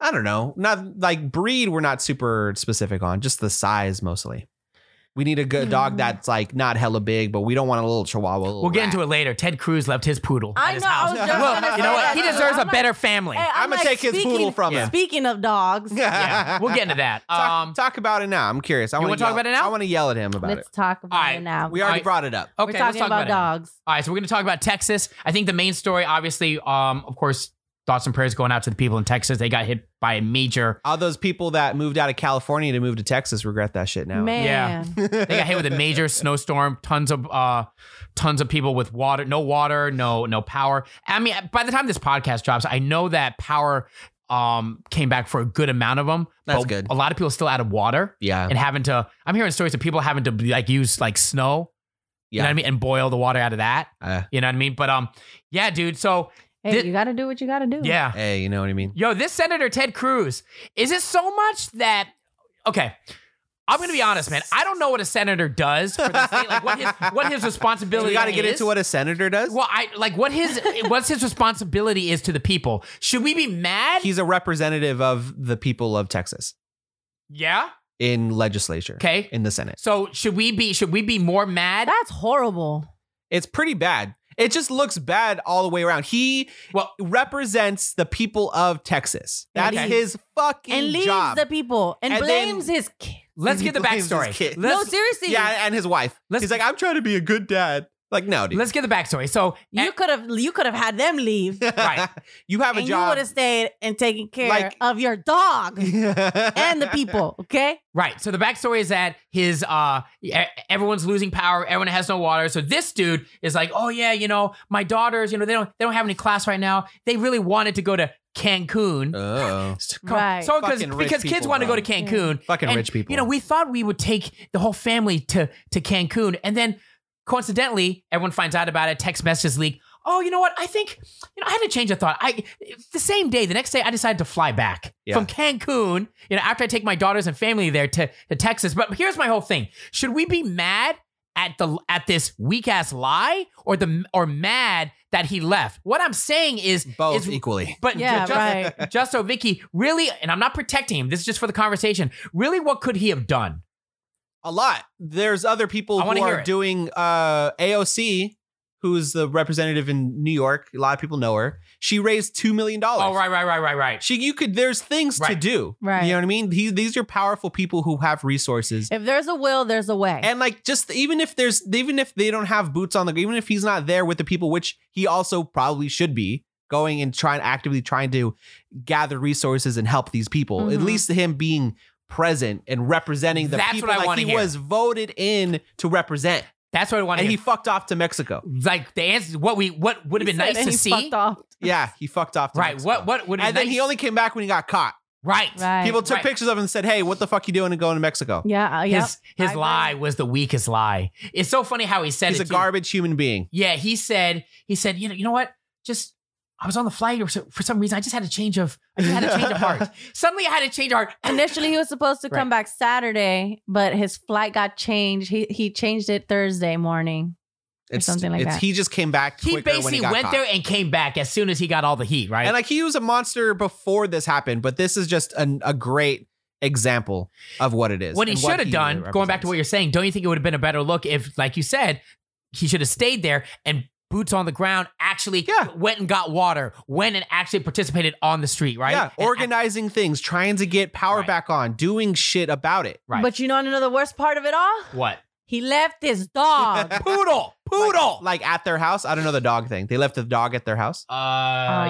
[SPEAKER 5] I don't know. Not like breed. We're not super specific on just the size mostly. We need a good dog
[SPEAKER 2] Mm.
[SPEAKER 5] that's like not hella big, but we don't want a little chihuahua.
[SPEAKER 3] We'll get into it later. Ted Cruz left his poodle.
[SPEAKER 2] I
[SPEAKER 3] at his
[SPEAKER 2] know, I
[SPEAKER 3] house.
[SPEAKER 2] was
[SPEAKER 5] just
[SPEAKER 3] Well,
[SPEAKER 5] gonna
[SPEAKER 3] you know
[SPEAKER 5] say
[SPEAKER 3] what?
[SPEAKER 5] that.
[SPEAKER 3] He deserves
[SPEAKER 2] I'm
[SPEAKER 3] a
[SPEAKER 2] like-
[SPEAKER 3] better family.
[SPEAKER 2] Hey,
[SPEAKER 5] I'm, gonna
[SPEAKER 2] like,
[SPEAKER 5] take his
[SPEAKER 2] speaking-
[SPEAKER 5] poodle from him.
[SPEAKER 2] Speaking of dogs,
[SPEAKER 3] yeah, we'll get into that.
[SPEAKER 5] Talk,
[SPEAKER 3] Um,
[SPEAKER 5] talk about it now. I'm curious. I
[SPEAKER 3] You
[SPEAKER 5] want
[SPEAKER 3] wanna
[SPEAKER 5] to
[SPEAKER 3] talk about it now?
[SPEAKER 5] I want to yell at him about
[SPEAKER 2] let's
[SPEAKER 5] it.
[SPEAKER 2] talk about
[SPEAKER 3] Alright,
[SPEAKER 2] it now.
[SPEAKER 5] We already
[SPEAKER 3] I-
[SPEAKER 5] brought it up.
[SPEAKER 2] We're
[SPEAKER 3] okay, let's
[SPEAKER 2] talking
[SPEAKER 3] talk
[SPEAKER 2] about,
[SPEAKER 3] about, it.
[SPEAKER 2] dogs.
[SPEAKER 3] All right, so we're going to talk about Texas. I think the main story, obviously, um, of course, thoughts and prayers going out to the people in Texas. They got hit by a major.
[SPEAKER 5] All those people that moved out of California to move to Texas regret that shit now.
[SPEAKER 2] Man,
[SPEAKER 3] They got hit with a major snowstorm. Tons of uh, tons of people with water, no water, no no power. I mean, by the time this podcast drops, I know that power um came back for a good amount of them.
[SPEAKER 5] That's
[SPEAKER 3] but
[SPEAKER 5] good.
[SPEAKER 3] A lot of people still out of water
[SPEAKER 5] Yeah.
[SPEAKER 3] and having to. I'm hearing stories of people having to like use like snow. You know what I
[SPEAKER 5] Yeah.
[SPEAKER 3] mean? And boil the water out of that.
[SPEAKER 5] Uh,
[SPEAKER 3] You know what I mean? But um, yeah, dude. So
[SPEAKER 2] hey,
[SPEAKER 3] Did-
[SPEAKER 2] you got to do what you got to do.
[SPEAKER 3] yeah,
[SPEAKER 5] hey, you know what I mean?
[SPEAKER 3] Yo, this Senator Ted Cruz, is it so much that okay. I'm gonna be honest, man. I don't know what a senator does for the state. Like what his what his responsibility
[SPEAKER 5] We got to get
[SPEAKER 3] is.
[SPEAKER 5] into what a senator does.
[SPEAKER 3] well, I like what his what's his responsibility is to the people. Should we be mad?
[SPEAKER 5] He's a representative of the people of Texas
[SPEAKER 3] yeah.
[SPEAKER 5] in legislature.
[SPEAKER 3] Okay.
[SPEAKER 5] In the Senate.
[SPEAKER 3] So should we be should we be more mad?
[SPEAKER 2] that's horrible.
[SPEAKER 5] It's pretty bad. It just looks bad all the way around. He
[SPEAKER 3] Well-
[SPEAKER 5] represents the people of Texas. That's
[SPEAKER 3] Okay.
[SPEAKER 5] his fucking
[SPEAKER 2] And leaves
[SPEAKER 5] job.
[SPEAKER 2] the people and,
[SPEAKER 5] And then-
[SPEAKER 2] blames his kid.
[SPEAKER 3] Let's get the
[SPEAKER 5] Please,
[SPEAKER 3] backstory.
[SPEAKER 5] this kid.
[SPEAKER 2] No,
[SPEAKER 3] Let's,
[SPEAKER 2] seriously.
[SPEAKER 5] yeah, and his wife.
[SPEAKER 3] Let's-
[SPEAKER 5] He's like, I'm trying to be a good dad. Like, no, dude.
[SPEAKER 3] let's get the backstory. So eh,
[SPEAKER 2] you could have you could have had them leave,
[SPEAKER 3] right.
[SPEAKER 5] you have a
[SPEAKER 2] and you would
[SPEAKER 5] job.
[SPEAKER 2] have stayed and taken care
[SPEAKER 5] Like-
[SPEAKER 2] of your dog and the people. Okay,
[SPEAKER 3] Right. So the backstory is that his uh e- everyone's losing power, everyone has no water. So this dude is like, "Oh yeah, you know, my daughters, you know, they don't they don't have any class right now. They really wanted to go to Cancun."
[SPEAKER 5] Oh.
[SPEAKER 3] Co-
[SPEAKER 2] Right.
[SPEAKER 3] So 'cause-
[SPEAKER 5] Fucking rich
[SPEAKER 3] because kids
[SPEAKER 5] people,
[SPEAKER 3] want to go
[SPEAKER 5] bro.
[SPEAKER 3] to Cancun.
[SPEAKER 5] Fucking
[SPEAKER 3] And,
[SPEAKER 5] rich people.
[SPEAKER 3] You know, we thought we would take the whole family to to Cancun and then coincidentally, everyone finds out about it, text messages leak. Oh, you know what? I think you know, I had to change of thought. I the same day, the next day I decided to fly back
[SPEAKER 5] Yeah.
[SPEAKER 3] from Cancun, you know, after I take my daughters and family there to, to Texas. But here's my whole thing. Should we be mad at the at this weak ass lie or the or mad that he left? What I'm saying is
[SPEAKER 5] both
[SPEAKER 3] is-
[SPEAKER 5] equally.
[SPEAKER 3] but
[SPEAKER 2] Yeah,
[SPEAKER 3] just,
[SPEAKER 2] right.
[SPEAKER 3] just so Vicky really, and I'm not protecting him. This is just for the conversation. Really, what could he have done?
[SPEAKER 5] a lot. There's other people
[SPEAKER 3] I
[SPEAKER 5] who
[SPEAKER 3] wanna hear
[SPEAKER 5] are
[SPEAKER 3] it.
[SPEAKER 5] doing uh, AOC, who's the representative in New York. A lot of people know her. She raised two million dollars.
[SPEAKER 3] Oh, right, right, right, right, right.
[SPEAKER 5] She, you could. There's things to
[SPEAKER 3] Right.
[SPEAKER 5] do.
[SPEAKER 2] Right.
[SPEAKER 5] You know what I mean? He, these are powerful people who have resources.
[SPEAKER 2] if there's a will, there's a way.
[SPEAKER 5] And like, just even if there's, even if they don't have boots on the, even if he's not there with the people, which he also probably should be going and trying actively trying to gather resources and help these people. At
[SPEAKER 2] Mhm.
[SPEAKER 5] least him being present and representing the
[SPEAKER 3] That's
[SPEAKER 5] people
[SPEAKER 3] what I
[SPEAKER 5] like
[SPEAKER 3] wanna
[SPEAKER 5] he
[SPEAKER 3] hear.
[SPEAKER 5] was voted in to represent
[SPEAKER 3] That's what I want
[SPEAKER 5] and
[SPEAKER 3] to
[SPEAKER 5] he
[SPEAKER 3] hear.
[SPEAKER 5] fucked off to Mexico.
[SPEAKER 3] Like the answer, what we what would have been
[SPEAKER 2] He said
[SPEAKER 3] nice
[SPEAKER 2] he
[SPEAKER 3] to see,
[SPEAKER 2] fucked off.
[SPEAKER 5] Yeah, he fucked off. To
[SPEAKER 3] right?
[SPEAKER 5] Mexico.
[SPEAKER 3] What what would have
[SPEAKER 5] And
[SPEAKER 3] been
[SPEAKER 5] then he
[SPEAKER 3] nice-
[SPEAKER 5] only came back when he got caught.
[SPEAKER 3] right.
[SPEAKER 2] Right.
[SPEAKER 5] People took
[SPEAKER 3] Right.
[SPEAKER 5] pictures of him and said, "Hey, what the fuck you doing to going to Mexico?"
[SPEAKER 2] yeah. Uh,
[SPEAKER 3] His
[SPEAKER 2] yep. I
[SPEAKER 3] his
[SPEAKER 2] agree.
[SPEAKER 3] lie was the weakest lie. It's so funny how he said
[SPEAKER 5] He's
[SPEAKER 3] it
[SPEAKER 5] a
[SPEAKER 3] too.
[SPEAKER 5] garbage human being.
[SPEAKER 3] Yeah, he said he said you know you know what just. I was on the flight, or so, for some reason, I just had a change of, I just had a change of heart. Suddenly, I had a change of heart.
[SPEAKER 2] Initially, he was supposed to come back Saturday, but his flight got changed. He he changed it Thursday morning.
[SPEAKER 5] It's
[SPEAKER 2] something like
[SPEAKER 5] it's-
[SPEAKER 2] that.
[SPEAKER 5] He just came back.
[SPEAKER 3] He
[SPEAKER 5] quicker when
[SPEAKER 3] basically
[SPEAKER 5] he got
[SPEAKER 3] went
[SPEAKER 5] caught.
[SPEAKER 3] there and came back as soon as he got all the heat, right?
[SPEAKER 5] and like he was a monster before this happened, but this is just an, a great example of what it is.
[SPEAKER 3] what he
[SPEAKER 5] and
[SPEAKER 3] should have done, going back to what
[SPEAKER 5] represents.
[SPEAKER 3] you're saying, don't you think it would have been a better look if, like you said, he should have stayed there and boots on the ground actually
[SPEAKER 5] Yeah.
[SPEAKER 3] went and got water, went and actually participated on the street, right?
[SPEAKER 5] Yeah,
[SPEAKER 3] And
[SPEAKER 5] organizing things, trying to get power
[SPEAKER 3] Right.
[SPEAKER 5] back on, doing shit about it.
[SPEAKER 3] act- right.
[SPEAKER 2] But you know, know the worst part of it all?
[SPEAKER 3] what?
[SPEAKER 2] He left his dog.
[SPEAKER 5] Uh,
[SPEAKER 3] Poodle, poodle.
[SPEAKER 5] Like at their house. I don't know the dog thing. They left the dog at their house.
[SPEAKER 3] uh,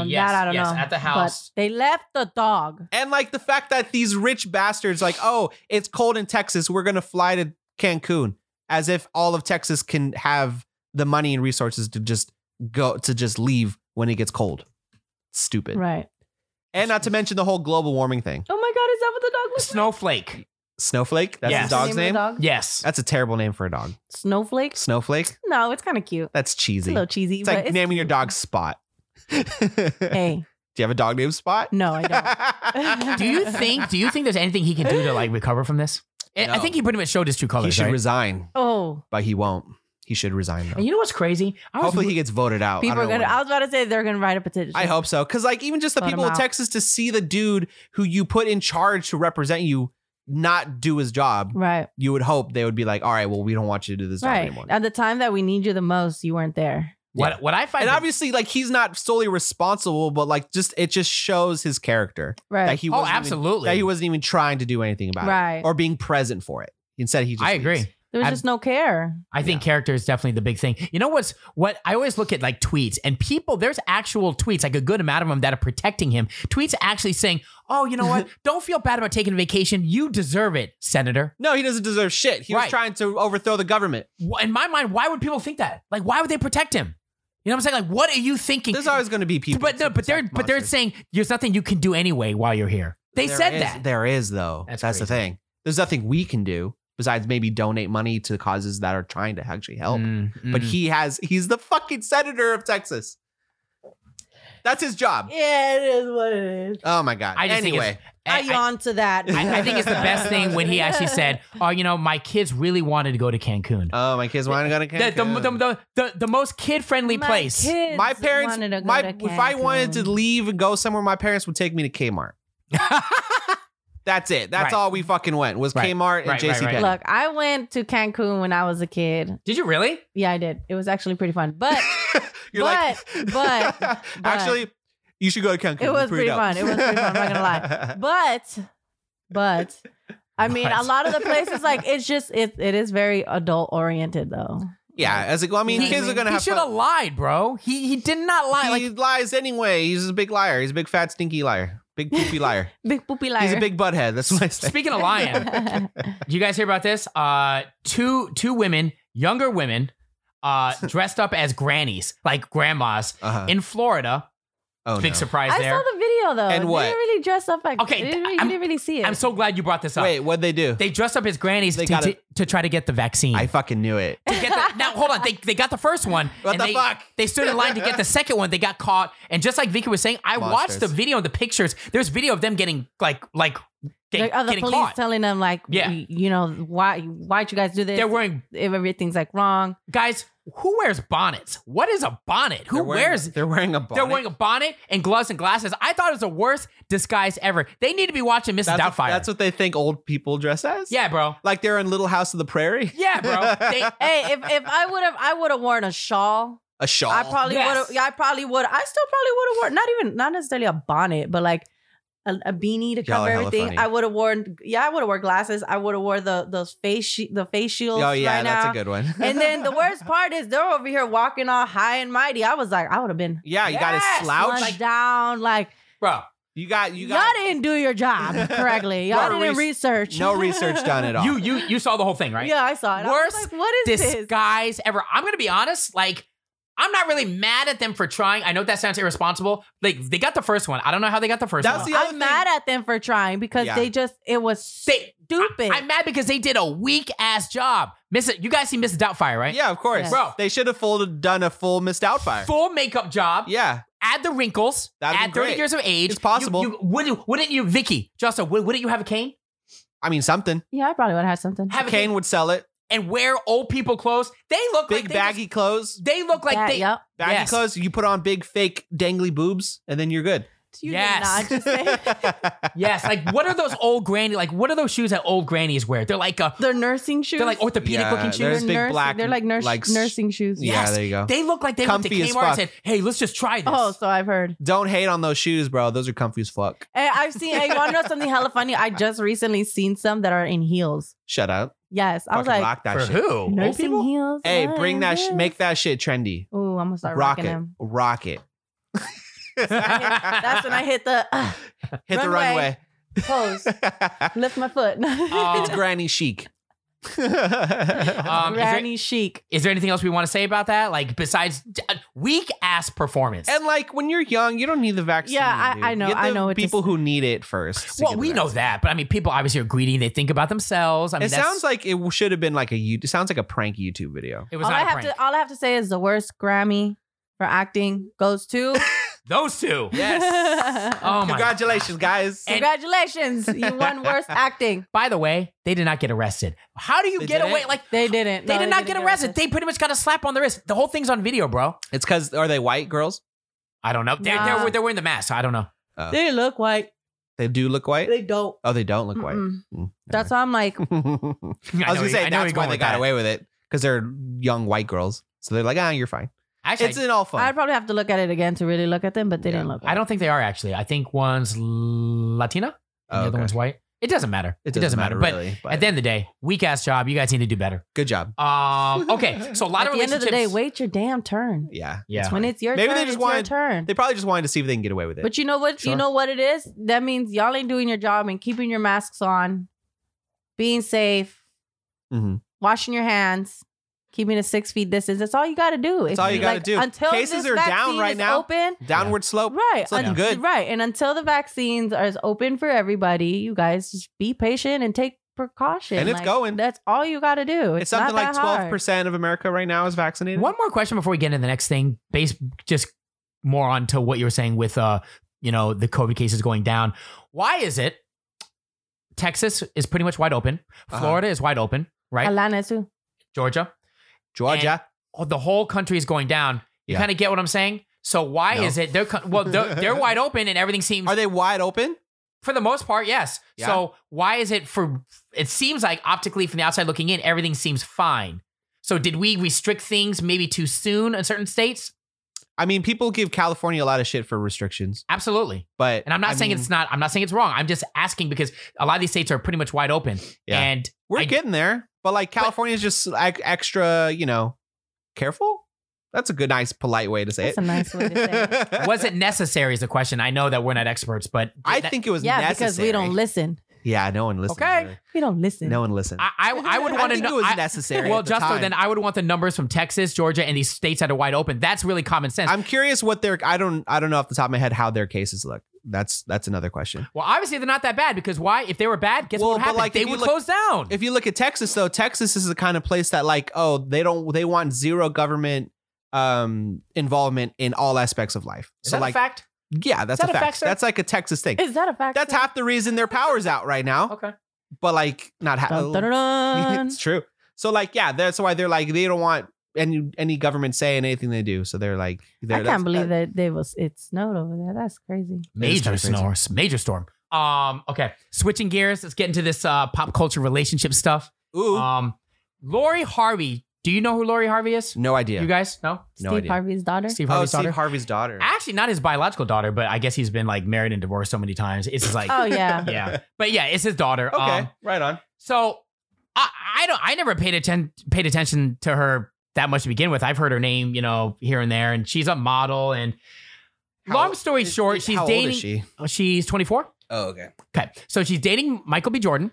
[SPEAKER 2] Um,
[SPEAKER 3] yes,
[SPEAKER 2] that I don't
[SPEAKER 3] yes,
[SPEAKER 2] know.
[SPEAKER 3] at the house.
[SPEAKER 2] But they left the dog.
[SPEAKER 5] And like the fact that these rich bastards, like, oh, it's cold in Texas. We're going to fly to Cancun as if all of Texas can have the money and resources to just go to just leave when it gets cold. Stupid.
[SPEAKER 2] Right.
[SPEAKER 5] And not to mention the whole global warming thing.
[SPEAKER 2] Oh my God, is that what the dog was?
[SPEAKER 3] Snowflake.
[SPEAKER 5] Snowflake. That's
[SPEAKER 3] Yes.
[SPEAKER 5] his dog's name.
[SPEAKER 2] Dog?
[SPEAKER 3] Yes.
[SPEAKER 5] That's a terrible name for a dog.
[SPEAKER 2] Snowflakes?
[SPEAKER 5] Snowflake.
[SPEAKER 2] No, it's kind of cute.
[SPEAKER 5] That's
[SPEAKER 2] It's a
[SPEAKER 5] cheesy.
[SPEAKER 2] little cheesy.
[SPEAKER 5] It's
[SPEAKER 2] but
[SPEAKER 5] like naming your dog Spot. Do
[SPEAKER 2] Hey,
[SPEAKER 5] you have a dog named Spot?
[SPEAKER 2] no, I don't.
[SPEAKER 3] Do
[SPEAKER 5] he
[SPEAKER 3] you think? Do you think there's anything he can do to like recover from this? I- I
[SPEAKER 5] No.
[SPEAKER 3] think he pretty much showed his true colors.
[SPEAKER 5] should
[SPEAKER 3] right?
[SPEAKER 5] resign,
[SPEAKER 2] Oh,
[SPEAKER 5] but he won't. He should resign
[SPEAKER 3] and
[SPEAKER 5] though.
[SPEAKER 3] you know what's crazy? I was
[SPEAKER 5] Hopefully, he gets voted out. Oh, I
[SPEAKER 2] people
[SPEAKER 5] don't
[SPEAKER 2] are
[SPEAKER 5] know
[SPEAKER 2] gonna.
[SPEAKER 5] when.
[SPEAKER 2] I was about to say they're gonna write a petition.
[SPEAKER 5] I hope so. Because like even just the
[SPEAKER 2] Vote him
[SPEAKER 5] people of
[SPEAKER 2] out.
[SPEAKER 5] Texas to see the dude who you put in charge to represent you not do his job,
[SPEAKER 2] Right,
[SPEAKER 5] you would hope they would be like, all right, well, we don't want you to do this job
[SPEAKER 2] right.
[SPEAKER 5] anymore.
[SPEAKER 2] At the time that we need you the most, you weren't there.
[SPEAKER 3] what what I find
[SPEAKER 5] and
[SPEAKER 3] that-
[SPEAKER 5] obviously, like he's not solely responsible, but like just it just shows his character that
[SPEAKER 2] Right.
[SPEAKER 5] he
[SPEAKER 3] oh
[SPEAKER 5] wasn't even-
[SPEAKER 3] absolutely
[SPEAKER 5] that he wasn't even trying to do anything about
[SPEAKER 2] Right.
[SPEAKER 5] it or being present for it. Instead, he just
[SPEAKER 3] I
[SPEAKER 5] leaves.
[SPEAKER 3] agree.
[SPEAKER 2] There was
[SPEAKER 3] I-
[SPEAKER 2] just no care.
[SPEAKER 3] I think
[SPEAKER 5] Yeah.
[SPEAKER 3] character is definitely the big thing. You know what's what I always look at like tweets and people. There's actual tweets, like a good amount of them that are protecting him. Tweets actually saying, "Oh, you know what? Don't feel bad about taking a vacation. You deserve it, Senator."
[SPEAKER 5] No, he doesn't deserve shit. He
[SPEAKER 3] Right.
[SPEAKER 5] was trying to overthrow the government.
[SPEAKER 3] Wh- In my mind, why would people think that? Like, why would they protect him? You know what I'm saying? Like, what are you thinking?
[SPEAKER 5] There's always going to be people.
[SPEAKER 3] but no,
[SPEAKER 5] to
[SPEAKER 3] but they're
[SPEAKER 5] protect
[SPEAKER 3] but they're
[SPEAKER 5] monsters.
[SPEAKER 3] saying there's nothing you can do anyway while you're here. They
[SPEAKER 5] There
[SPEAKER 3] said
[SPEAKER 5] is-
[SPEAKER 3] that.
[SPEAKER 5] There is though.
[SPEAKER 3] That's
[SPEAKER 5] That's, the
[SPEAKER 3] crazy.
[SPEAKER 5] thing. There's nothing we can do besides maybe donate money to causes that are trying to actually help.
[SPEAKER 3] Mm, mm.
[SPEAKER 5] But he has he's the fucking senator of Texas. That's his job.
[SPEAKER 2] Yeah, it is what it is.
[SPEAKER 5] Oh my god.
[SPEAKER 3] I just think it's-
[SPEAKER 5] anyway,
[SPEAKER 2] I, yawn to that.
[SPEAKER 3] I, I think it's the best thing when he actually said, "Oh, you know, my kids really wanted to go to Cancun."
[SPEAKER 5] oh my kids want to go to
[SPEAKER 3] the, the,
[SPEAKER 5] Cancun.
[SPEAKER 3] the, the, the, the most kid friendly
[SPEAKER 2] My
[SPEAKER 3] place.
[SPEAKER 2] kids
[SPEAKER 5] my parents
[SPEAKER 2] wanted to go
[SPEAKER 5] my
[SPEAKER 2] to
[SPEAKER 5] if I wanted to
[SPEAKER 2] Cancun.
[SPEAKER 5] leave and go somewhere, my parents would take me to Kmart. That's it. That's
[SPEAKER 3] Right.
[SPEAKER 5] all we fucking went was
[SPEAKER 3] Right.
[SPEAKER 5] Kmart and
[SPEAKER 3] Right, right,
[SPEAKER 5] JCPenney.
[SPEAKER 3] right.
[SPEAKER 2] Look, I went to Cancun when I was a kid.
[SPEAKER 3] Did you really?
[SPEAKER 2] Yeah, I did. It was actually pretty fun, but
[SPEAKER 5] You're
[SPEAKER 2] But-
[SPEAKER 5] like,
[SPEAKER 2] but-
[SPEAKER 5] actually, you should go to Cancun.
[SPEAKER 2] It was pretty
[SPEAKER 5] dope.
[SPEAKER 2] fun. It was pretty fun. I'm not gonna lie. but, but, I mean, a
[SPEAKER 3] But.
[SPEAKER 2] lot of the places like it's just it it is very adult oriented though.
[SPEAKER 5] Yeah, as a, well, I mean,
[SPEAKER 2] You know
[SPEAKER 5] kids
[SPEAKER 2] what I
[SPEAKER 5] are gonna
[SPEAKER 3] he
[SPEAKER 5] have
[SPEAKER 3] should have
[SPEAKER 5] fun.
[SPEAKER 3] lied, bro. He he did not lie.
[SPEAKER 5] he
[SPEAKER 3] Like
[SPEAKER 5] lies anyway. He's a big liar. He's a big fat stinky liar. Big poopy liar.
[SPEAKER 2] Big poopy liar.
[SPEAKER 5] He's a big butthead. That's what I say.
[SPEAKER 3] speaking of lying, do you guys hear about this? Uh, two two women, younger women, uh, dressed up as grannies, like grandmas,
[SPEAKER 5] Uh-huh.
[SPEAKER 3] in Florida.
[SPEAKER 5] Oh,
[SPEAKER 3] Big
[SPEAKER 5] no.
[SPEAKER 3] surprise
[SPEAKER 2] I
[SPEAKER 3] there.
[SPEAKER 2] saw the video though.
[SPEAKER 5] And what?
[SPEAKER 2] They didn't really dress up like.
[SPEAKER 3] Okay,
[SPEAKER 2] Okay, didn't really, you
[SPEAKER 3] I'm-
[SPEAKER 2] didn't really see it.
[SPEAKER 3] I'm so glad you brought this up.
[SPEAKER 5] Wait, what'd they do?
[SPEAKER 3] They dressed up as grannies
[SPEAKER 5] They
[SPEAKER 3] to,
[SPEAKER 5] gotta-
[SPEAKER 3] to, to try to get the vaccine.
[SPEAKER 5] I fucking knew it.
[SPEAKER 3] to get the, now hold on they, they got the first one
[SPEAKER 5] What
[SPEAKER 3] and
[SPEAKER 5] the
[SPEAKER 3] they,
[SPEAKER 5] fuck?
[SPEAKER 3] they stood in line to get the second one they got caught and just like vicky was saying i watched
[SPEAKER 5] Monsters.
[SPEAKER 3] the video and the pictures there's video of them getting like like get-
[SPEAKER 2] Like, oh, the
[SPEAKER 3] getting
[SPEAKER 2] police
[SPEAKER 3] caught
[SPEAKER 2] telling them like,
[SPEAKER 3] Yeah.
[SPEAKER 2] yeah. you know, why why'd you guys do this?
[SPEAKER 3] they're wearing
[SPEAKER 2] if everything's like wrong.
[SPEAKER 3] guys who wears bonnets what is a bonnet who
[SPEAKER 5] They're wearing-
[SPEAKER 3] wears
[SPEAKER 5] They're wearing a bonnet.
[SPEAKER 3] they're wearing a bonnet and gloves and glasses i thought it was the worst disguise ever they need to be watching mrs
[SPEAKER 5] that's
[SPEAKER 3] doubtfire
[SPEAKER 5] What, that's what they think old people dress as.
[SPEAKER 3] yeah bro
[SPEAKER 5] like they're in Little House of the Prairie.
[SPEAKER 3] yeah bro they,
[SPEAKER 2] Hey, if, if I would have I would have worn a shawl.
[SPEAKER 5] A shawl.
[SPEAKER 2] I probably
[SPEAKER 3] Yes.
[SPEAKER 2] would have yeah, I probably would I still probably would have worn not even not necessarily a bonnet, but like a, a beanie to
[SPEAKER 5] Y'all
[SPEAKER 2] cover
[SPEAKER 5] are hella
[SPEAKER 2] everything.
[SPEAKER 5] funny.
[SPEAKER 2] I would have worn yeah, I would have worn glasses. I would have wore the those face shi- the face shields.
[SPEAKER 5] oh yeah,
[SPEAKER 2] right
[SPEAKER 5] that's
[SPEAKER 2] now.
[SPEAKER 5] a good one.
[SPEAKER 2] and then the worst part is they're over here walking all high and mighty. I was like, I would have been
[SPEAKER 5] yeah, you got
[SPEAKER 3] Yes,
[SPEAKER 5] a slouch.
[SPEAKER 2] slumped down. Like
[SPEAKER 3] bro
[SPEAKER 5] you got
[SPEAKER 2] you
[SPEAKER 5] you got
[SPEAKER 2] all didn't do your job correctly. Y'all
[SPEAKER 5] Bro,
[SPEAKER 2] didn't
[SPEAKER 5] res-
[SPEAKER 2] research.
[SPEAKER 5] no research done at all.
[SPEAKER 3] you you you saw the whole thing right
[SPEAKER 2] Yeah, I saw it.
[SPEAKER 3] Worst
[SPEAKER 2] I was like, what is this?
[SPEAKER 3] disguise ever. I'm gonna be honest, like I'm not really mad at them for trying. I know that sounds irresponsible. Like they got the first one. I don't know how they got the first
[SPEAKER 5] That's
[SPEAKER 3] one.
[SPEAKER 5] the other
[SPEAKER 2] I'm
[SPEAKER 5] thing-
[SPEAKER 2] mad at them for trying because
[SPEAKER 5] Yeah.
[SPEAKER 2] they just it was
[SPEAKER 3] They-
[SPEAKER 2] stupid.
[SPEAKER 3] I, am mad because they did a weak ass job. Miss you guys see Mrs. Doubtfire, right?
[SPEAKER 5] Yeah, of course,
[SPEAKER 2] Yes.
[SPEAKER 3] Bro.
[SPEAKER 5] They should have full, done a full Miss Doubtfire.
[SPEAKER 3] Full makeup job.
[SPEAKER 5] yeah,
[SPEAKER 3] Add the wrinkles.
[SPEAKER 5] That'd
[SPEAKER 3] add
[SPEAKER 5] be
[SPEAKER 3] 30
[SPEAKER 5] great.
[SPEAKER 3] years of age.
[SPEAKER 5] It's possible.
[SPEAKER 3] You, you- would you, wouldn't you, Vicky, Justin, would, wouldn't you have a cane?
[SPEAKER 5] I mean something.
[SPEAKER 2] yeah, I probably would have had something.
[SPEAKER 3] Have a Oh, cane
[SPEAKER 5] Kane would sell it.
[SPEAKER 3] and wear old people clothes. They look
[SPEAKER 5] Big
[SPEAKER 3] like they
[SPEAKER 5] baggy clothes.
[SPEAKER 3] just- they look like
[SPEAKER 2] That-
[SPEAKER 3] they
[SPEAKER 2] Yep.
[SPEAKER 5] Baggy
[SPEAKER 3] Yes.
[SPEAKER 5] clothes. You put on big fake dangly boobs, and then you're good.
[SPEAKER 2] You
[SPEAKER 3] Yes.
[SPEAKER 2] did not just say
[SPEAKER 3] Yes. Like what are those old granny like what are those shoes that old grannies wear? They're like uh
[SPEAKER 2] they're nursing shoes.
[SPEAKER 3] they're like orthopedic
[SPEAKER 5] Yeah,
[SPEAKER 3] looking shoes.
[SPEAKER 5] "Oh, they're- There's
[SPEAKER 2] They're
[SPEAKER 5] big
[SPEAKER 2] nursing-
[SPEAKER 5] black,
[SPEAKER 2] They're like, nurse,
[SPEAKER 5] like,
[SPEAKER 2] nursing shoes.
[SPEAKER 5] Yeah,
[SPEAKER 3] Yes.
[SPEAKER 5] there you go.
[SPEAKER 3] They look like they
[SPEAKER 5] Comfy
[SPEAKER 3] went
[SPEAKER 5] as
[SPEAKER 3] to Kmart and
[SPEAKER 5] fuck.
[SPEAKER 3] said, "Hey, let's just try this."
[SPEAKER 2] Oh, so I've heard.
[SPEAKER 5] Don't hate on those shoes, bro. Those are comfy as fuck.
[SPEAKER 2] Hey, I've seen. I want to know something hella funny. I just recently seen some that are in heels.
[SPEAKER 5] Shut up.
[SPEAKER 2] Yes, I was
[SPEAKER 5] Fucking
[SPEAKER 2] like,
[SPEAKER 5] rock that
[SPEAKER 3] For
[SPEAKER 5] shit.
[SPEAKER 3] who? Old
[SPEAKER 2] nursing
[SPEAKER 3] people?
[SPEAKER 2] heels.
[SPEAKER 5] Hey,
[SPEAKER 2] what
[SPEAKER 5] bring
[SPEAKER 2] is
[SPEAKER 5] that. Sh-
[SPEAKER 2] this?
[SPEAKER 5] make that shit trendy.
[SPEAKER 2] Ooh, I'm gonna start
[SPEAKER 5] rock
[SPEAKER 2] rocking
[SPEAKER 5] it.
[SPEAKER 2] them.
[SPEAKER 5] Rock it.
[SPEAKER 2] That's when I hit the uh,
[SPEAKER 5] hit
[SPEAKER 2] Runway. pose.
[SPEAKER 5] the runway.
[SPEAKER 2] Lift my foot.
[SPEAKER 5] it's granny chic. Uh,
[SPEAKER 3] Um, is, there,
[SPEAKER 2] Granny chic.
[SPEAKER 3] is there anything else we want to say about that? Like besides uh, weak ass performance?
[SPEAKER 5] And like when you're young, you don't need the vaccine.
[SPEAKER 2] Yeah, I-
[SPEAKER 5] dude.
[SPEAKER 2] I know-
[SPEAKER 5] Get the
[SPEAKER 2] I know it's
[SPEAKER 5] people
[SPEAKER 2] just-
[SPEAKER 5] who need it first. to
[SPEAKER 3] well,
[SPEAKER 5] get the
[SPEAKER 3] we know
[SPEAKER 5] vaccine.
[SPEAKER 3] that, but I mean, people obviously are greedy. They think about themselves. I mean,
[SPEAKER 5] it
[SPEAKER 3] that's,
[SPEAKER 5] sounds like it should have been like a. you- It sounds like a prank YouTube video.
[SPEAKER 3] it was
[SPEAKER 2] All Oh, I
[SPEAKER 3] not a
[SPEAKER 2] have
[SPEAKER 3] prank.
[SPEAKER 2] to all I have to say is the worst Grammy for acting goes to
[SPEAKER 3] Those two.
[SPEAKER 5] Yes.
[SPEAKER 3] Oh my. God.
[SPEAKER 5] Congratulations, guys.
[SPEAKER 2] Congratulations, you won worst acting.
[SPEAKER 3] By the way, they did not get arrested. How do you
[SPEAKER 5] They
[SPEAKER 3] get
[SPEAKER 5] didn't?
[SPEAKER 3] away? Like
[SPEAKER 2] They didn't.
[SPEAKER 3] they
[SPEAKER 2] No,
[SPEAKER 3] did not
[SPEAKER 2] didn't
[SPEAKER 3] get arrested. They pretty much got a slap on the wrist. The whole thing's on video, bro.
[SPEAKER 5] It's because are they white girls?
[SPEAKER 3] I don't know. They're,
[SPEAKER 2] Nah.
[SPEAKER 3] they're, they're wearing the mask. I don't know.
[SPEAKER 2] They look white.
[SPEAKER 5] They do look white.
[SPEAKER 2] They don't.
[SPEAKER 5] Oh, they don't look white.
[SPEAKER 2] Mm-mm.
[SPEAKER 5] Mm,
[SPEAKER 2] That's why I'm like,
[SPEAKER 5] I,
[SPEAKER 3] I,
[SPEAKER 5] was
[SPEAKER 3] know
[SPEAKER 5] gonna
[SPEAKER 3] you-
[SPEAKER 5] say
[SPEAKER 3] I know you're
[SPEAKER 5] that's why
[SPEAKER 3] going
[SPEAKER 5] they
[SPEAKER 3] with
[SPEAKER 5] got
[SPEAKER 3] that.
[SPEAKER 5] away with it because they're young white girls. So they're like, ah, you're fine.
[SPEAKER 3] Actually,
[SPEAKER 5] It's in all fun.
[SPEAKER 2] I'd probably have to look at it again to really look at them, but they
[SPEAKER 5] Yeah.
[SPEAKER 2] didn't look.
[SPEAKER 3] I don't think they are actually. I think one's Latina, and
[SPEAKER 5] Oh,
[SPEAKER 3] the other
[SPEAKER 5] okay.
[SPEAKER 3] one's white. It doesn't matter. It doesn't, matter.
[SPEAKER 5] really,
[SPEAKER 3] But at the end of the day, weak ass job. You guys need to do better.
[SPEAKER 5] good job.
[SPEAKER 3] Um, okay, so a lot
[SPEAKER 2] at
[SPEAKER 3] of
[SPEAKER 2] the end of
[SPEAKER 3] relationships.
[SPEAKER 2] the day, wait your damn turn.
[SPEAKER 5] Yeah.
[SPEAKER 3] Yeah.
[SPEAKER 2] When it's your
[SPEAKER 5] Maybe
[SPEAKER 2] turn,
[SPEAKER 5] they just
[SPEAKER 2] it's your
[SPEAKER 5] wanted-
[SPEAKER 2] turn.
[SPEAKER 5] They probably just wanted to see if they can get away with it.
[SPEAKER 2] But you know what?
[SPEAKER 5] Sure.
[SPEAKER 2] You know what it is? That means y'all ain't doing your job and keeping your masks on, being safe,
[SPEAKER 5] Mhm.
[SPEAKER 2] washing your hands, keeping a six feet distance. That's all you got to do.
[SPEAKER 5] That's
[SPEAKER 2] If
[SPEAKER 5] all you gotta do.
[SPEAKER 2] Until
[SPEAKER 5] Cases
[SPEAKER 2] this
[SPEAKER 5] are down
[SPEAKER 2] vaccine
[SPEAKER 5] right
[SPEAKER 2] is
[SPEAKER 5] now.
[SPEAKER 2] Open.
[SPEAKER 5] Downward slope.
[SPEAKER 2] Right.
[SPEAKER 5] It's looking
[SPEAKER 2] un-
[SPEAKER 5] good.
[SPEAKER 2] Right. And until the vaccines are is open for everybody, you guys just be patient and take precaution.
[SPEAKER 5] And it's
[SPEAKER 2] Like,
[SPEAKER 5] going.
[SPEAKER 2] That's all you got to do.
[SPEAKER 5] It's,
[SPEAKER 2] It's,
[SPEAKER 5] something like
[SPEAKER 2] twelve
[SPEAKER 5] 12% of America right now is vaccinated.
[SPEAKER 3] One more question before we get into the next thing, based just more on to what you were saying with uh, you know, the COVID cases going down. Why is it Texas is pretty much wide open,
[SPEAKER 5] Uh-huh.
[SPEAKER 3] Florida is wide open, right?
[SPEAKER 2] Alana too.
[SPEAKER 3] Georgia,
[SPEAKER 5] Georgia.
[SPEAKER 3] oh, the whole country is going down. You
[SPEAKER 5] Yeah.
[SPEAKER 3] kind of get what I'm saying. So why
[SPEAKER 5] No.
[SPEAKER 3] is it they're co- well they're, they're wide open and everything seems
[SPEAKER 5] Are they wide open?
[SPEAKER 3] for the most part yes.
[SPEAKER 5] Yeah.
[SPEAKER 3] So why is it for it seems like optically from the outside looking in everything seems fine. So did we restrict things maybe too soon in certain states?
[SPEAKER 5] I mean, people give California a lot of shit for restrictions,
[SPEAKER 3] Absolutely.
[SPEAKER 5] but
[SPEAKER 3] And I'm not
[SPEAKER 5] I
[SPEAKER 3] saying
[SPEAKER 5] mean,
[SPEAKER 3] it's not. I'm not saying it's wrong. I'm just asking because a lot of these states are pretty much wide open.
[SPEAKER 5] Yeah.
[SPEAKER 3] And
[SPEAKER 5] we're
[SPEAKER 3] I-
[SPEAKER 5] getting there. But like California's just like extra, you know, careful. That's a good, nice, polite way to say
[SPEAKER 2] That's
[SPEAKER 5] it.
[SPEAKER 2] a nice way to say it.
[SPEAKER 3] was it necessary? Is the question. I know that we're not experts, but
[SPEAKER 5] I
[SPEAKER 3] that-
[SPEAKER 5] think it was
[SPEAKER 2] Yeah,
[SPEAKER 5] necessary.
[SPEAKER 2] because we don't listen.
[SPEAKER 5] Yeah, no one listens.
[SPEAKER 3] Okay.
[SPEAKER 5] really.
[SPEAKER 2] We don't listen.
[SPEAKER 5] No one listens.
[SPEAKER 3] I I, I would want to
[SPEAKER 5] think
[SPEAKER 3] know.
[SPEAKER 5] it was
[SPEAKER 3] I-
[SPEAKER 5] necessary.
[SPEAKER 3] well,
[SPEAKER 5] at the
[SPEAKER 3] just so
[SPEAKER 5] time.
[SPEAKER 3] then I would want the numbers from Texas, Georgia, and these states that are wide open. That's really common sense.
[SPEAKER 5] I'm curious what their I don't I don't know off the top of my head how their cases look. That's that's another question.
[SPEAKER 3] well, obviously they're not that bad because why? If they were bad, guess
[SPEAKER 5] Well,
[SPEAKER 3] what
[SPEAKER 5] but,
[SPEAKER 3] happened?
[SPEAKER 5] like,
[SPEAKER 3] they
[SPEAKER 5] if you
[SPEAKER 3] would
[SPEAKER 5] look-
[SPEAKER 3] close down.
[SPEAKER 5] If you look at Texas though, Texas is the kind of place that like oh they don't they want zero government um involvement in all aspects of life.
[SPEAKER 3] is
[SPEAKER 5] so
[SPEAKER 3] that
[SPEAKER 5] like
[SPEAKER 3] a fact?
[SPEAKER 5] yeah, that's
[SPEAKER 3] Is that
[SPEAKER 5] a
[SPEAKER 3] a
[SPEAKER 5] fact.
[SPEAKER 3] fact, sir?
[SPEAKER 5] that's like a Texas thing.
[SPEAKER 2] Is that a fact?
[SPEAKER 5] That's half the reason their power's out right now.
[SPEAKER 3] Okay.
[SPEAKER 5] But like not half.
[SPEAKER 2] Dun, dun, dun, dun.
[SPEAKER 5] it's true. So like yeah, that's why they're like they don't want any any government say in anything they do. So they're like they're, uh,
[SPEAKER 2] I can't believe that they was it snowed over there. That's crazy.
[SPEAKER 5] It is kinda
[SPEAKER 3] Major
[SPEAKER 5] crazy.
[SPEAKER 3] storm. Major storm. Um. Okay. Switching gears. Let's get into this uh, pop culture relationship stuff.
[SPEAKER 5] Ooh,
[SPEAKER 3] Um. Lori Harvey. Do you know who Lori Harvey is?
[SPEAKER 5] no idea.
[SPEAKER 3] You guys? No.
[SPEAKER 5] no
[SPEAKER 2] Steve
[SPEAKER 5] idea.
[SPEAKER 2] Harvey's daughter.
[SPEAKER 3] Steve
[SPEAKER 5] oh,
[SPEAKER 3] Harvey's
[SPEAKER 5] Steve
[SPEAKER 3] daughter.
[SPEAKER 5] Harvey's daughter.
[SPEAKER 3] Actually, not his biological daughter, but I guess he's been like married and divorced so many times. It's just like,
[SPEAKER 2] Oh yeah.
[SPEAKER 3] yeah, but yeah, it's his daughter.
[SPEAKER 5] Okay,
[SPEAKER 3] Um,
[SPEAKER 5] right on.
[SPEAKER 3] so I, I don't, I never paid attention paid attention to her that much to begin with. I've heard her name, you know, here and there, and she's a model. And
[SPEAKER 5] How-
[SPEAKER 3] long story
[SPEAKER 5] is-
[SPEAKER 3] short,
[SPEAKER 5] is-
[SPEAKER 3] she's
[SPEAKER 5] how old is
[SPEAKER 3] dating.
[SPEAKER 5] she?
[SPEAKER 3] oh, She's twenty four.
[SPEAKER 5] Oh, okay.
[SPEAKER 3] Okay, so she's dating Michael B. Jordan,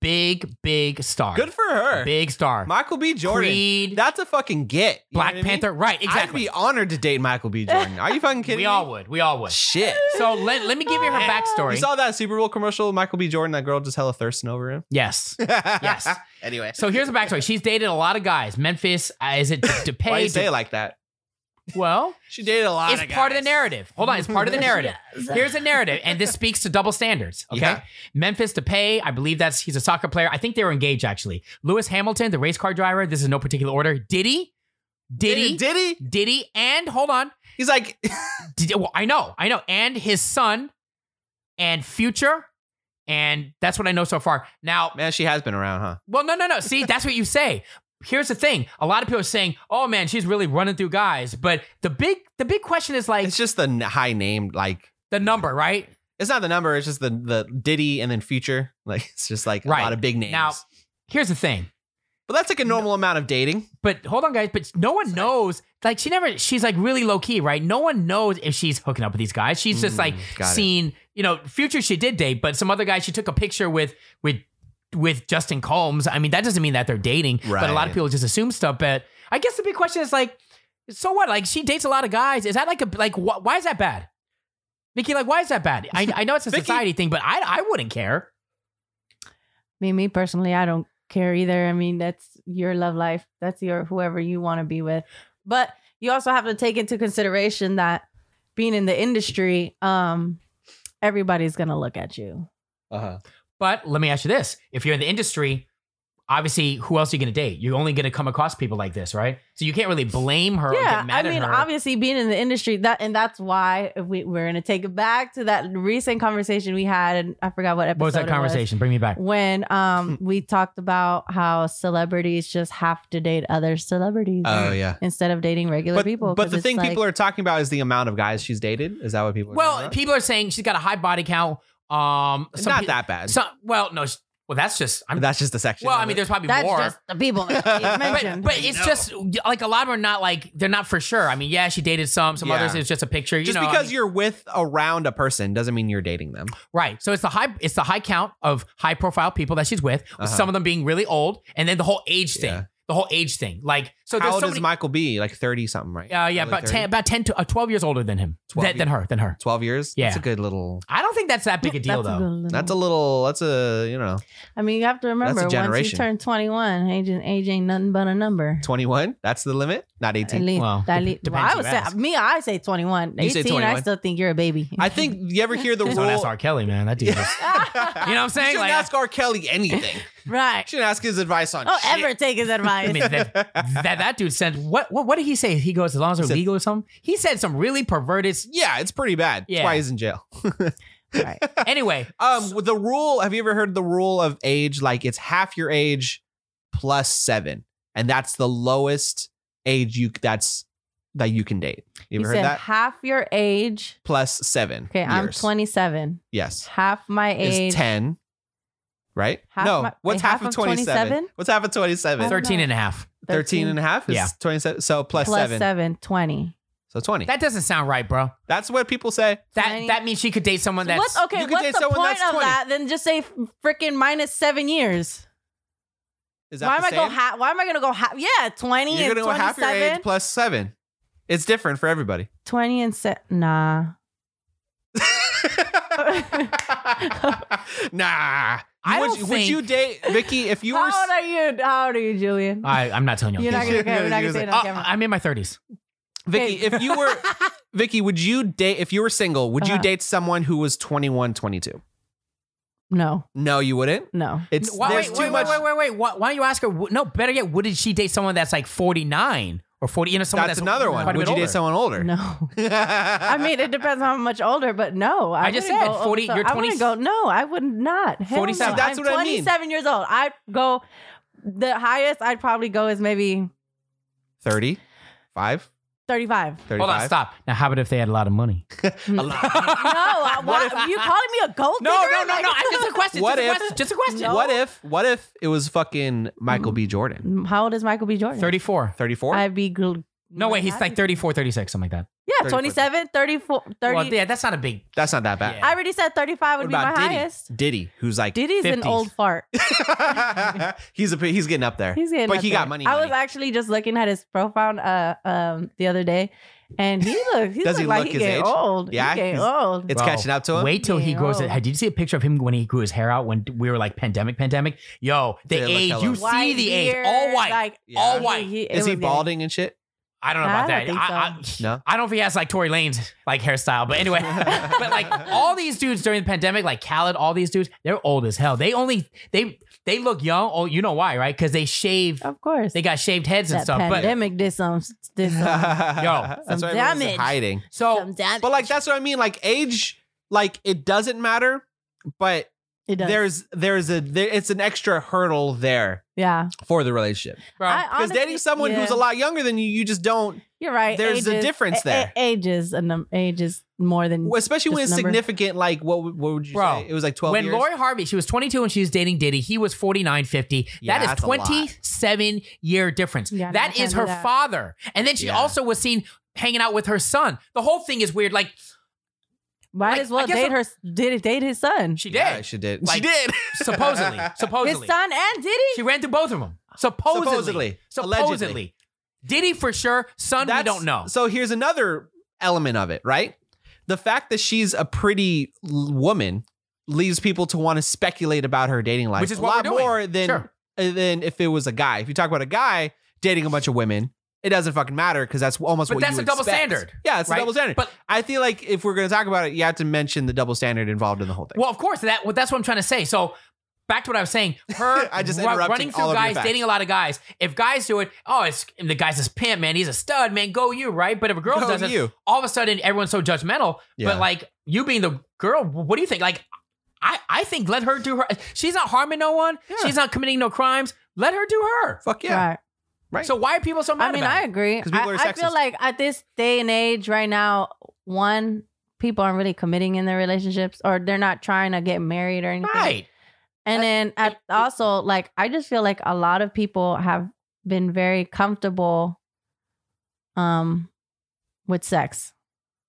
[SPEAKER 3] big big star.
[SPEAKER 5] Good for her.
[SPEAKER 3] Big star.
[SPEAKER 5] Michael B. Jordan.
[SPEAKER 3] Creed,
[SPEAKER 5] That's a fucking get. You know
[SPEAKER 3] Black
[SPEAKER 5] what I mean?
[SPEAKER 3] Panther. Right,
[SPEAKER 5] I'd
[SPEAKER 3] exactly.
[SPEAKER 5] be honored to date Michael B. Jordan. Are you fucking kidding
[SPEAKER 3] we
[SPEAKER 5] me?
[SPEAKER 3] all would. We all would.
[SPEAKER 5] Shit.
[SPEAKER 3] So let, let me give you her
[SPEAKER 5] You
[SPEAKER 3] backstory.
[SPEAKER 5] saw that Super Bowl commercial, with Michael B. Jordan, that girl just hella thirsting over him.
[SPEAKER 3] yes.
[SPEAKER 5] yes. Anyway.
[SPEAKER 3] So here's the backstory. She's dated a lot of guys. Memphis, uh, is it Depay?
[SPEAKER 5] Why you say it like that?
[SPEAKER 3] well,
[SPEAKER 5] She dated a lot
[SPEAKER 3] it's part of the narrative. Hold on, it's part of the narrative. Here's the narrative, and this speaks to double standards. Okay,
[SPEAKER 5] Yeah.
[SPEAKER 3] Memphis Depay, I believe that's he's a soccer player. I think they were engaged actually. Lewis Hamilton, the race car driver. This is no particular order. Diddy, Diddy, Diddy,
[SPEAKER 5] Did he?
[SPEAKER 3] and hold on.
[SPEAKER 5] He's like,
[SPEAKER 3] Diddy, well, I know, I know, and his son, and future, and that's what I know so far. Now,
[SPEAKER 5] man, she has been around, huh?
[SPEAKER 3] Well, no, no, no. See, that's what you say. Here's the thing: a lot of people are saying, "Oh man, she's really running through guys." But the big, the big question is like
[SPEAKER 5] It's just the n- high name. Like,
[SPEAKER 3] the number, right?
[SPEAKER 5] it's not the number. It's just the the Diddy and then Future. Like, it's just like
[SPEAKER 3] Right.
[SPEAKER 5] a lot of big names.
[SPEAKER 3] Now- Here's the thing.
[SPEAKER 5] but that's like a normal amount of dating.
[SPEAKER 3] But hold on, guys. But no one knows. Like she never. She's like really low key, right? No one knows if she's hooking up with these guys. She's just
[SPEAKER 5] Mm,
[SPEAKER 3] like
[SPEAKER 5] got it.
[SPEAKER 3] seen. You know, future she did date, but some other guy she took a picture with with with Justin Combs. I mean, that doesn't mean that they're dating. But a lot
[SPEAKER 5] Right.
[SPEAKER 3] of people just assume stuff. But I guess the big question is like, so what? Like she dates a lot of guys. Is that like a like wh- why is that bad? Vicky, like why is that bad? I, I know it's a
[SPEAKER 5] Vicky-
[SPEAKER 3] society thing, but I I wouldn't care.
[SPEAKER 2] Me, me personally, I don't care either. I mean, that's your love life. That's your whoever you want to be with. But you also have to take into consideration that being in the industry, um, everybody's gonna look at you.
[SPEAKER 5] Uh-huh.
[SPEAKER 3] But let me ask you this: If you're in the industry, obviously, who else are you going to date? You're only going to come across people like this, right? So you can't really blame her. or
[SPEAKER 2] yeah,
[SPEAKER 3] get
[SPEAKER 2] I
[SPEAKER 3] mad
[SPEAKER 2] mean,
[SPEAKER 3] at her.
[SPEAKER 2] obviously, being in the industry that, and that's why we we're gonna take it back to that recent conversation we had, and I forgot what episode.
[SPEAKER 3] What was that
[SPEAKER 2] it
[SPEAKER 3] conversation? Bring me back.
[SPEAKER 2] When um we talked about how celebrities just have to date other celebrities
[SPEAKER 5] Oh yeah.
[SPEAKER 2] instead of dating regular
[SPEAKER 5] But,
[SPEAKER 2] people.
[SPEAKER 5] but
[SPEAKER 2] 'cause
[SPEAKER 5] the
[SPEAKER 2] it's
[SPEAKER 5] thing
[SPEAKER 2] like-
[SPEAKER 5] people are talking about is the amount of guys she's dated. Is that what people? Are
[SPEAKER 3] Well,
[SPEAKER 5] talking
[SPEAKER 3] people are saying she's got a high body count. Um,
[SPEAKER 5] about?
[SPEAKER 3] some
[SPEAKER 5] not
[SPEAKER 3] pe-
[SPEAKER 5] that bad.
[SPEAKER 3] Some, well, no. sh- Well, that's just. I'm.
[SPEAKER 5] That's just the section.
[SPEAKER 3] well,
[SPEAKER 5] of
[SPEAKER 3] I mean,
[SPEAKER 5] it.
[SPEAKER 3] there's probably
[SPEAKER 2] that's
[SPEAKER 3] more.
[SPEAKER 2] just the people that
[SPEAKER 5] But-
[SPEAKER 2] you
[SPEAKER 3] but,
[SPEAKER 2] mentioned.
[SPEAKER 3] but it's just like a lot of them are not like they're not for sure. I mean, yeah, she dated some, some
[SPEAKER 5] Yeah.
[SPEAKER 3] others. It's just a picture. You
[SPEAKER 5] just
[SPEAKER 3] know, I
[SPEAKER 5] because
[SPEAKER 3] mean-
[SPEAKER 5] you're with around a person doesn't mean you're dating them.
[SPEAKER 3] Right. So it's the high it's the high count of high profile people that she's with,
[SPEAKER 5] Uh-huh.
[SPEAKER 3] with some of them being really old, and then the whole age thing.
[SPEAKER 5] Yeah.
[SPEAKER 3] The whole age thing. Like so
[SPEAKER 5] How
[SPEAKER 3] there's
[SPEAKER 5] old
[SPEAKER 3] so
[SPEAKER 5] is
[SPEAKER 3] many,
[SPEAKER 5] Michael B? Like thirty something, right?
[SPEAKER 3] uh, yeah,
[SPEAKER 5] Early
[SPEAKER 3] about
[SPEAKER 5] 30s?
[SPEAKER 3] ten about ten to uh, twelve years older than him.
[SPEAKER 5] 12
[SPEAKER 3] Th- than her, than her.
[SPEAKER 5] Twelve years.
[SPEAKER 3] Yeah.
[SPEAKER 5] that's a good little.
[SPEAKER 3] I don't think that's that big a deal
[SPEAKER 2] That's
[SPEAKER 3] though.
[SPEAKER 2] good little-
[SPEAKER 5] That's a little. That's a you know
[SPEAKER 2] I mean, you have to remember once you
[SPEAKER 5] generation.
[SPEAKER 2] turn 21, age, ain't- age ain't nothing but a number.
[SPEAKER 5] twenty one. That's the limit, not
[SPEAKER 2] At
[SPEAKER 5] eighteen.
[SPEAKER 2] least,
[SPEAKER 3] Well,
[SPEAKER 2] at
[SPEAKER 3] dep-
[SPEAKER 2] least, well,
[SPEAKER 3] depends
[SPEAKER 2] I would
[SPEAKER 3] who
[SPEAKER 2] say
[SPEAKER 3] asks.
[SPEAKER 2] me. I say 21.
[SPEAKER 5] You say
[SPEAKER 2] 18, I
[SPEAKER 5] 21.
[SPEAKER 2] still think you're a baby.
[SPEAKER 5] I think you ever hear the
[SPEAKER 3] Please don't ask
[SPEAKER 5] rule.
[SPEAKER 3] R. Kelly, man. That dude is, You know what I'm
[SPEAKER 5] You
[SPEAKER 3] saying?
[SPEAKER 5] shouldn't
[SPEAKER 3] Like
[SPEAKER 5] ask R. Kelly anything.
[SPEAKER 2] right.
[SPEAKER 5] shouldn't ask his advice on.
[SPEAKER 2] Oh,
[SPEAKER 5] shit.
[SPEAKER 2] ever take his advice?
[SPEAKER 3] I mean, that, that that dude sent what what what did he say? He goes, as long as they're
[SPEAKER 5] He said-
[SPEAKER 3] legal or something? He said some really perverted s-
[SPEAKER 5] Yeah, it's pretty bad.
[SPEAKER 3] Yeah.
[SPEAKER 5] That's why he's in jail.
[SPEAKER 2] right.
[SPEAKER 3] anyway.
[SPEAKER 5] Um, with the rule. Have you ever heard the rule of age? Like it's half your age plus seven, and that's the lowest age you that's that you can date. You
[SPEAKER 2] You
[SPEAKER 5] ever
[SPEAKER 2] said
[SPEAKER 5] heard that?
[SPEAKER 2] half your age.
[SPEAKER 5] Plus seven.
[SPEAKER 2] Okay, I'm
[SPEAKER 5] years.
[SPEAKER 2] 27.
[SPEAKER 5] Yes,
[SPEAKER 2] Half my age.
[SPEAKER 5] is ten. Right?
[SPEAKER 2] Half
[SPEAKER 5] no.
[SPEAKER 2] my-
[SPEAKER 5] what's
[SPEAKER 2] wait,
[SPEAKER 5] half,
[SPEAKER 2] half
[SPEAKER 5] of
[SPEAKER 2] of
[SPEAKER 5] 27?
[SPEAKER 2] 27?
[SPEAKER 5] What's half of 27?
[SPEAKER 2] I don't
[SPEAKER 3] 13
[SPEAKER 2] know.
[SPEAKER 3] and a half.
[SPEAKER 5] 13 and a half is
[SPEAKER 3] Yeah.
[SPEAKER 5] 27. So plus,
[SPEAKER 2] plus
[SPEAKER 5] seven.
[SPEAKER 2] 7, 20.
[SPEAKER 5] So 20.
[SPEAKER 3] That doesn't sound right, bro.
[SPEAKER 5] That's what people say.
[SPEAKER 3] That
[SPEAKER 2] Twenty-
[SPEAKER 3] that means she could date someone that's
[SPEAKER 2] What's okay?
[SPEAKER 5] you could
[SPEAKER 2] What's
[SPEAKER 5] date
[SPEAKER 2] the
[SPEAKER 5] someone
[SPEAKER 2] point
[SPEAKER 5] that's
[SPEAKER 2] of
[SPEAKER 5] 20.
[SPEAKER 2] that? Then just say freaking minus seven years.
[SPEAKER 5] Is that
[SPEAKER 2] Why am
[SPEAKER 5] the
[SPEAKER 2] I go
[SPEAKER 5] same?
[SPEAKER 2] half? Why am I gonna go half? Yeah, 20
[SPEAKER 5] You're
[SPEAKER 2] and
[SPEAKER 5] gonna go half your age
[SPEAKER 2] 27.
[SPEAKER 5] plus seven. It's different for everybody.
[SPEAKER 2] 20 and se- nah.
[SPEAKER 5] nah.
[SPEAKER 3] I
[SPEAKER 5] would,
[SPEAKER 3] don't
[SPEAKER 5] would
[SPEAKER 3] think-
[SPEAKER 5] you date Vicky if you
[SPEAKER 2] how
[SPEAKER 5] were? s- Ah,
[SPEAKER 2] old are you? How old are you, Julian?
[SPEAKER 3] I, I'm not telling you.
[SPEAKER 2] You're not gonna,
[SPEAKER 5] You're
[SPEAKER 2] okay, we're not gonna
[SPEAKER 5] gonna
[SPEAKER 2] say it
[SPEAKER 3] Uh,
[SPEAKER 2] on
[SPEAKER 5] ah,
[SPEAKER 2] camera.
[SPEAKER 3] I'm in my 30s.
[SPEAKER 5] Vicky, if you were Vicky, would you date if you were single? Would you
[SPEAKER 2] Uh-huh.
[SPEAKER 5] date someone who was 21, 22?
[SPEAKER 2] no,
[SPEAKER 5] No, you wouldn't.
[SPEAKER 2] no.
[SPEAKER 5] It's
[SPEAKER 3] Why,
[SPEAKER 5] there's
[SPEAKER 3] wait,
[SPEAKER 5] too
[SPEAKER 3] wait,
[SPEAKER 5] much.
[SPEAKER 3] wait, wait, wait, wait. Why, why don't you ask her? wh- No, better yet, would did she date someone that's like 49 or 40? You know, someone that's,
[SPEAKER 5] that's, another one.
[SPEAKER 3] quite a
[SPEAKER 5] Would
[SPEAKER 3] bit
[SPEAKER 5] you
[SPEAKER 3] older.
[SPEAKER 5] date someone older?
[SPEAKER 2] No, I
[SPEAKER 5] I
[SPEAKER 2] mean it depends on how much older, but no. I,
[SPEAKER 3] I just
[SPEAKER 2] wouldn't
[SPEAKER 3] said
[SPEAKER 2] go
[SPEAKER 3] 40
[SPEAKER 2] over-
[SPEAKER 3] you're
[SPEAKER 2] I wouldn't
[SPEAKER 3] 20
[SPEAKER 2] go. No, I would not. Hell
[SPEAKER 3] 47.
[SPEAKER 2] No.
[SPEAKER 5] That's
[SPEAKER 2] I'm
[SPEAKER 5] what I mean.
[SPEAKER 2] 27 years old. I'd go. The highest I'd probably go is maybe
[SPEAKER 5] 30, 5,
[SPEAKER 2] 35.
[SPEAKER 5] 35.
[SPEAKER 3] Hold on, stop. Now, how about if they had a lot of money?
[SPEAKER 5] A lot.
[SPEAKER 2] no, I,
[SPEAKER 3] What
[SPEAKER 2] why,
[SPEAKER 3] if-
[SPEAKER 2] you calling me a gold
[SPEAKER 3] No,
[SPEAKER 2] digger?
[SPEAKER 3] no, no, no.
[SPEAKER 2] Like-
[SPEAKER 3] I, just a question.
[SPEAKER 5] What
[SPEAKER 3] just a
[SPEAKER 5] if-
[SPEAKER 3] question. Just a question.
[SPEAKER 2] No.
[SPEAKER 5] What if what if it was fucking Michael B. Jordan?
[SPEAKER 2] Mm, How old is Michael B. Jordan?
[SPEAKER 3] 34.
[SPEAKER 5] 34?
[SPEAKER 2] I'd be. gl-
[SPEAKER 3] No, wait, he's like 34, 36, something like that.
[SPEAKER 2] Yeah,
[SPEAKER 5] 34.
[SPEAKER 2] 27, 34, 30.
[SPEAKER 3] Well, yeah, that's not a big.
[SPEAKER 5] That's not that bad.
[SPEAKER 3] Yeah.
[SPEAKER 2] I already said 35 would
[SPEAKER 5] What
[SPEAKER 2] be my
[SPEAKER 5] about Diddy?
[SPEAKER 2] highest.
[SPEAKER 5] Diddy, who's like
[SPEAKER 2] Diddy's an
[SPEAKER 3] 50s.
[SPEAKER 2] old fart.
[SPEAKER 5] he's a he's getting up there.
[SPEAKER 2] He's getting
[SPEAKER 5] but
[SPEAKER 2] up
[SPEAKER 5] he
[SPEAKER 2] there.
[SPEAKER 5] got money.
[SPEAKER 2] I was
[SPEAKER 5] money.
[SPEAKER 2] actually just looking at his profile uh, um, the other day, and he looks. He
[SPEAKER 5] Does
[SPEAKER 2] looks
[SPEAKER 5] he
[SPEAKER 2] like
[SPEAKER 5] look
[SPEAKER 2] he
[SPEAKER 5] his
[SPEAKER 2] getting
[SPEAKER 5] age?
[SPEAKER 2] old.
[SPEAKER 5] Yeah,
[SPEAKER 2] he getting
[SPEAKER 5] he's-
[SPEAKER 2] old.
[SPEAKER 5] it's
[SPEAKER 3] Bro,
[SPEAKER 5] catching up to him.
[SPEAKER 3] Wait till he
[SPEAKER 2] Yeah.
[SPEAKER 3] grows it. Did you see a picture of him when he grew his hair out when we were like pandemic, pandemic? Yo, the
[SPEAKER 5] Did it look
[SPEAKER 3] age,
[SPEAKER 5] hella-
[SPEAKER 3] you see
[SPEAKER 2] White
[SPEAKER 3] the
[SPEAKER 2] beard,
[SPEAKER 3] age, all white.
[SPEAKER 2] Like
[SPEAKER 5] Yeah.
[SPEAKER 3] all white.
[SPEAKER 2] he- it
[SPEAKER 5] Is he
[SPEAKER 2] was getting-
[SPEAKER 5] balding and shit?
[SPEAKER 3] I don't know
[SPEAKER 2] I
[SPEAKER 3] about that.
[SPEAKER 2] don't
[SPEAKER 3] I,
[SPEAKER 2] think
[SPEAKER 3] I,
[SPEAKER 5] No.
[SPEAKER 3] I don't know if he has like Tory Lane's like hairstyle, but anyway, but like all these dudes during the pandemic, like Khaled, all these dudes, they're old as hell. They only they they look young. Oh, you know why, right? Because they shave,
[SPEAKER 2] Of course.
[SPEAKER 3] they got shaved heads and
[SPEAKER 2] that
[SPEAKER 3] stuff. But
[SPEAKER 2] pandemic did some. Did some,
[SPEAKER 5] that's
[SPEAKER 2] some
[SPEAKER 5] why everyone's
[SPEAKER 2] damage.
[SPEAKER 5] hiding.
[SPEAKER 3] so
[SPEAKER 2] some damage.
[SPEAKER 5] But like that's what I mean. Like age, like it doesn't matter, but
[SPEAKER 2] it does.
[SPEAKER 5] there's there's a there, it's an extra hurdle there
[SPEAKER 2] yeah.
[SPEAKER 5] for the relationship.
[SPEAKER 3] bro,
[SPEAKER 2] I
[SPEAKER 5] Because
[SPEAKER 2] honestly-
[SPEAKER 5] dating someone who's
[SPEAKER 2] yeah.
[SPEAKER 5] a lot younger than you, you just don't
[SPEAKER 2] You're right.
[SPEAKER 5] there's a
[SPEAKER 2] ages-
[SPEAKER 5] difference there.
[SPEAKER 2] A, a, ages and um, ages more than
[SPEAKER 5] especially when
[SPEAKER 2] Just
[SPEAKER 5] it's
[SPEAKER 2] number.
[SPEAKER 5] significant like what would- what would you
[SPEAKER 3] Bro,
[SPEAKER 5] say? It was like 12
[SPEAKER 3] when
[SPEAKER 5] years.
[SPEAKER 3] Lori Harvey, she was 22 and she was dating Diddy. He was 49, 50.
[SPEAKER 5] Yeah,
[SPEAKER 3] that
[SPEAKER 5] that's
[SPEAKER 3] is
[SPEAKER 5] a lot.
[SPEAKER 3] 27 year difference.
[SPEAKER 2] Yeah, no, I
[SPEAKER 3] that
[SPEAKER 2] can't
[SPEAKER 3] is
[SPEAKER 2] do
[SPEAKER 3] her
[SPEAKER 2] that.
[SPEAKER 3] father. And then she
[SPEAKER 5] Yeah.
[SPEAKER 3] also was seen hanging out with her son. The whole thing is weird. Like
[SPEAKER 2] might
[SPEAKER 3] like,
[SPEAKER 2] as well
[SPEAKER 3] I guess
[SPEAKER 2] date her. Did date his son?
[SPEAKER 3] she did,
[SPEAKER 5] Yeah, she did.
[SPEAKER 3] Like-
[SPEAKER 5] she did.
[SPEAKER 3] supposedly,
[SPEAKER 2] His
[SPEAKER 3] supposedly.
[SPEAKER 2] son and Diddy.
[SPEAKER 3] She ran through both of them. Supposedly.
[SPEAKER 5] Supposedly.
[SPEAKER 3] Supposedly.
[SPEAKER 5] Allegedly.
[SPEAKER 3] Diddy for sure. Son, we
[SPEAKER 5] That's-
[SPEAKER 3] don't know.
[SPEAKER 5] So here's another element of it, right? The fact that she's a pretty l- woman leaves people to want to speculate about her dating life,
[SPEAKER 3] Which is
[SPEAKER 5] a
[SPEAKER 3] what
[SPEAKER 5] lot
[SPEAKER 3] we're doing.
[SPEAKER 5] more than
[SPEAKER 3] Sure.
[SPEAKER 5] than if it was a guy. If you talk about a guy dating a bunch of women, It doesn't fucking matter because that's almost
[SPEAKER 3] But
[SPEAKER 5] what
[SPEAKER 3] that's
[SPEAKER 5] you
[SPEAKER 3] a double
[SPEAKER 5] expect.
[SPEAKER 3] standard,
[SPEAKER 5] Yeah, it's
[SPEAKER 3] right?
[SPEAKER 5] a double standard.
[SPEAKER 3] But-
[SPEAKER 5] But I feel like if we're going to talk about it, you have to mention the double standard involved in the whole thing.
[SPEAKER 3] Well, of course, that well, that's what I'm trying to say. So back to what I was saying. Her
[SPEAKER 5] I just
[SPEAKER 3] ru-
[SPEAKER 5] interrupted
[SPEAKER 3] running through
[SPEAKER 5] all of your
[SPEAKER 3] guys,
[SPEAKER 5] facts.
[SPEAKER 3] dating a lot of guys. If guys do it, oh, it's and the guy's this pimp, man. He's a stud, man. Go you, right? But if a girl
[SPEAKER 5] Go
[SPEAKER 3] does it,
[SPEAKER 5] you.
[SPEAKER 3] all of a sudden everyone's so judgmental.
[SPEAKER 5] Yeah.
[SPEAKER 3] But like you being the girl, what do you think? Like I, I think let her do her. She's not harming no one.
[SPEAKER 5] Yeah.
[SPEAKER 3] She's not committing no crimes. Let her do her.
[SPEAKER 5] Fuck yeah.
[SPEAKER 2] Right.
[SPEAKER 5] Right.
[SPEAKER 3] So why are people so mad?
[SPEAKER 2] I mean,
[SPEAKER 3] about
[SPEAKER 2] I
[SPEAKER 3] it?
[SPEAKER 2] agree.
[SPEAKER 5] 'Cause people
[SPEAKER 2] I,
[SPEAKER 5] are
[SPEAKER 2] I feel
[SPEAKER 5] sexist.
[SPEAKER 2] like at this day and age right now, one, people aren't really committing in their relationships or they're not trying to get married or anything.
[SPEAKER 3] right.
[SPEAKER 2] And then at also, like, I just feel like a lot of people have been very comfortable um with sex.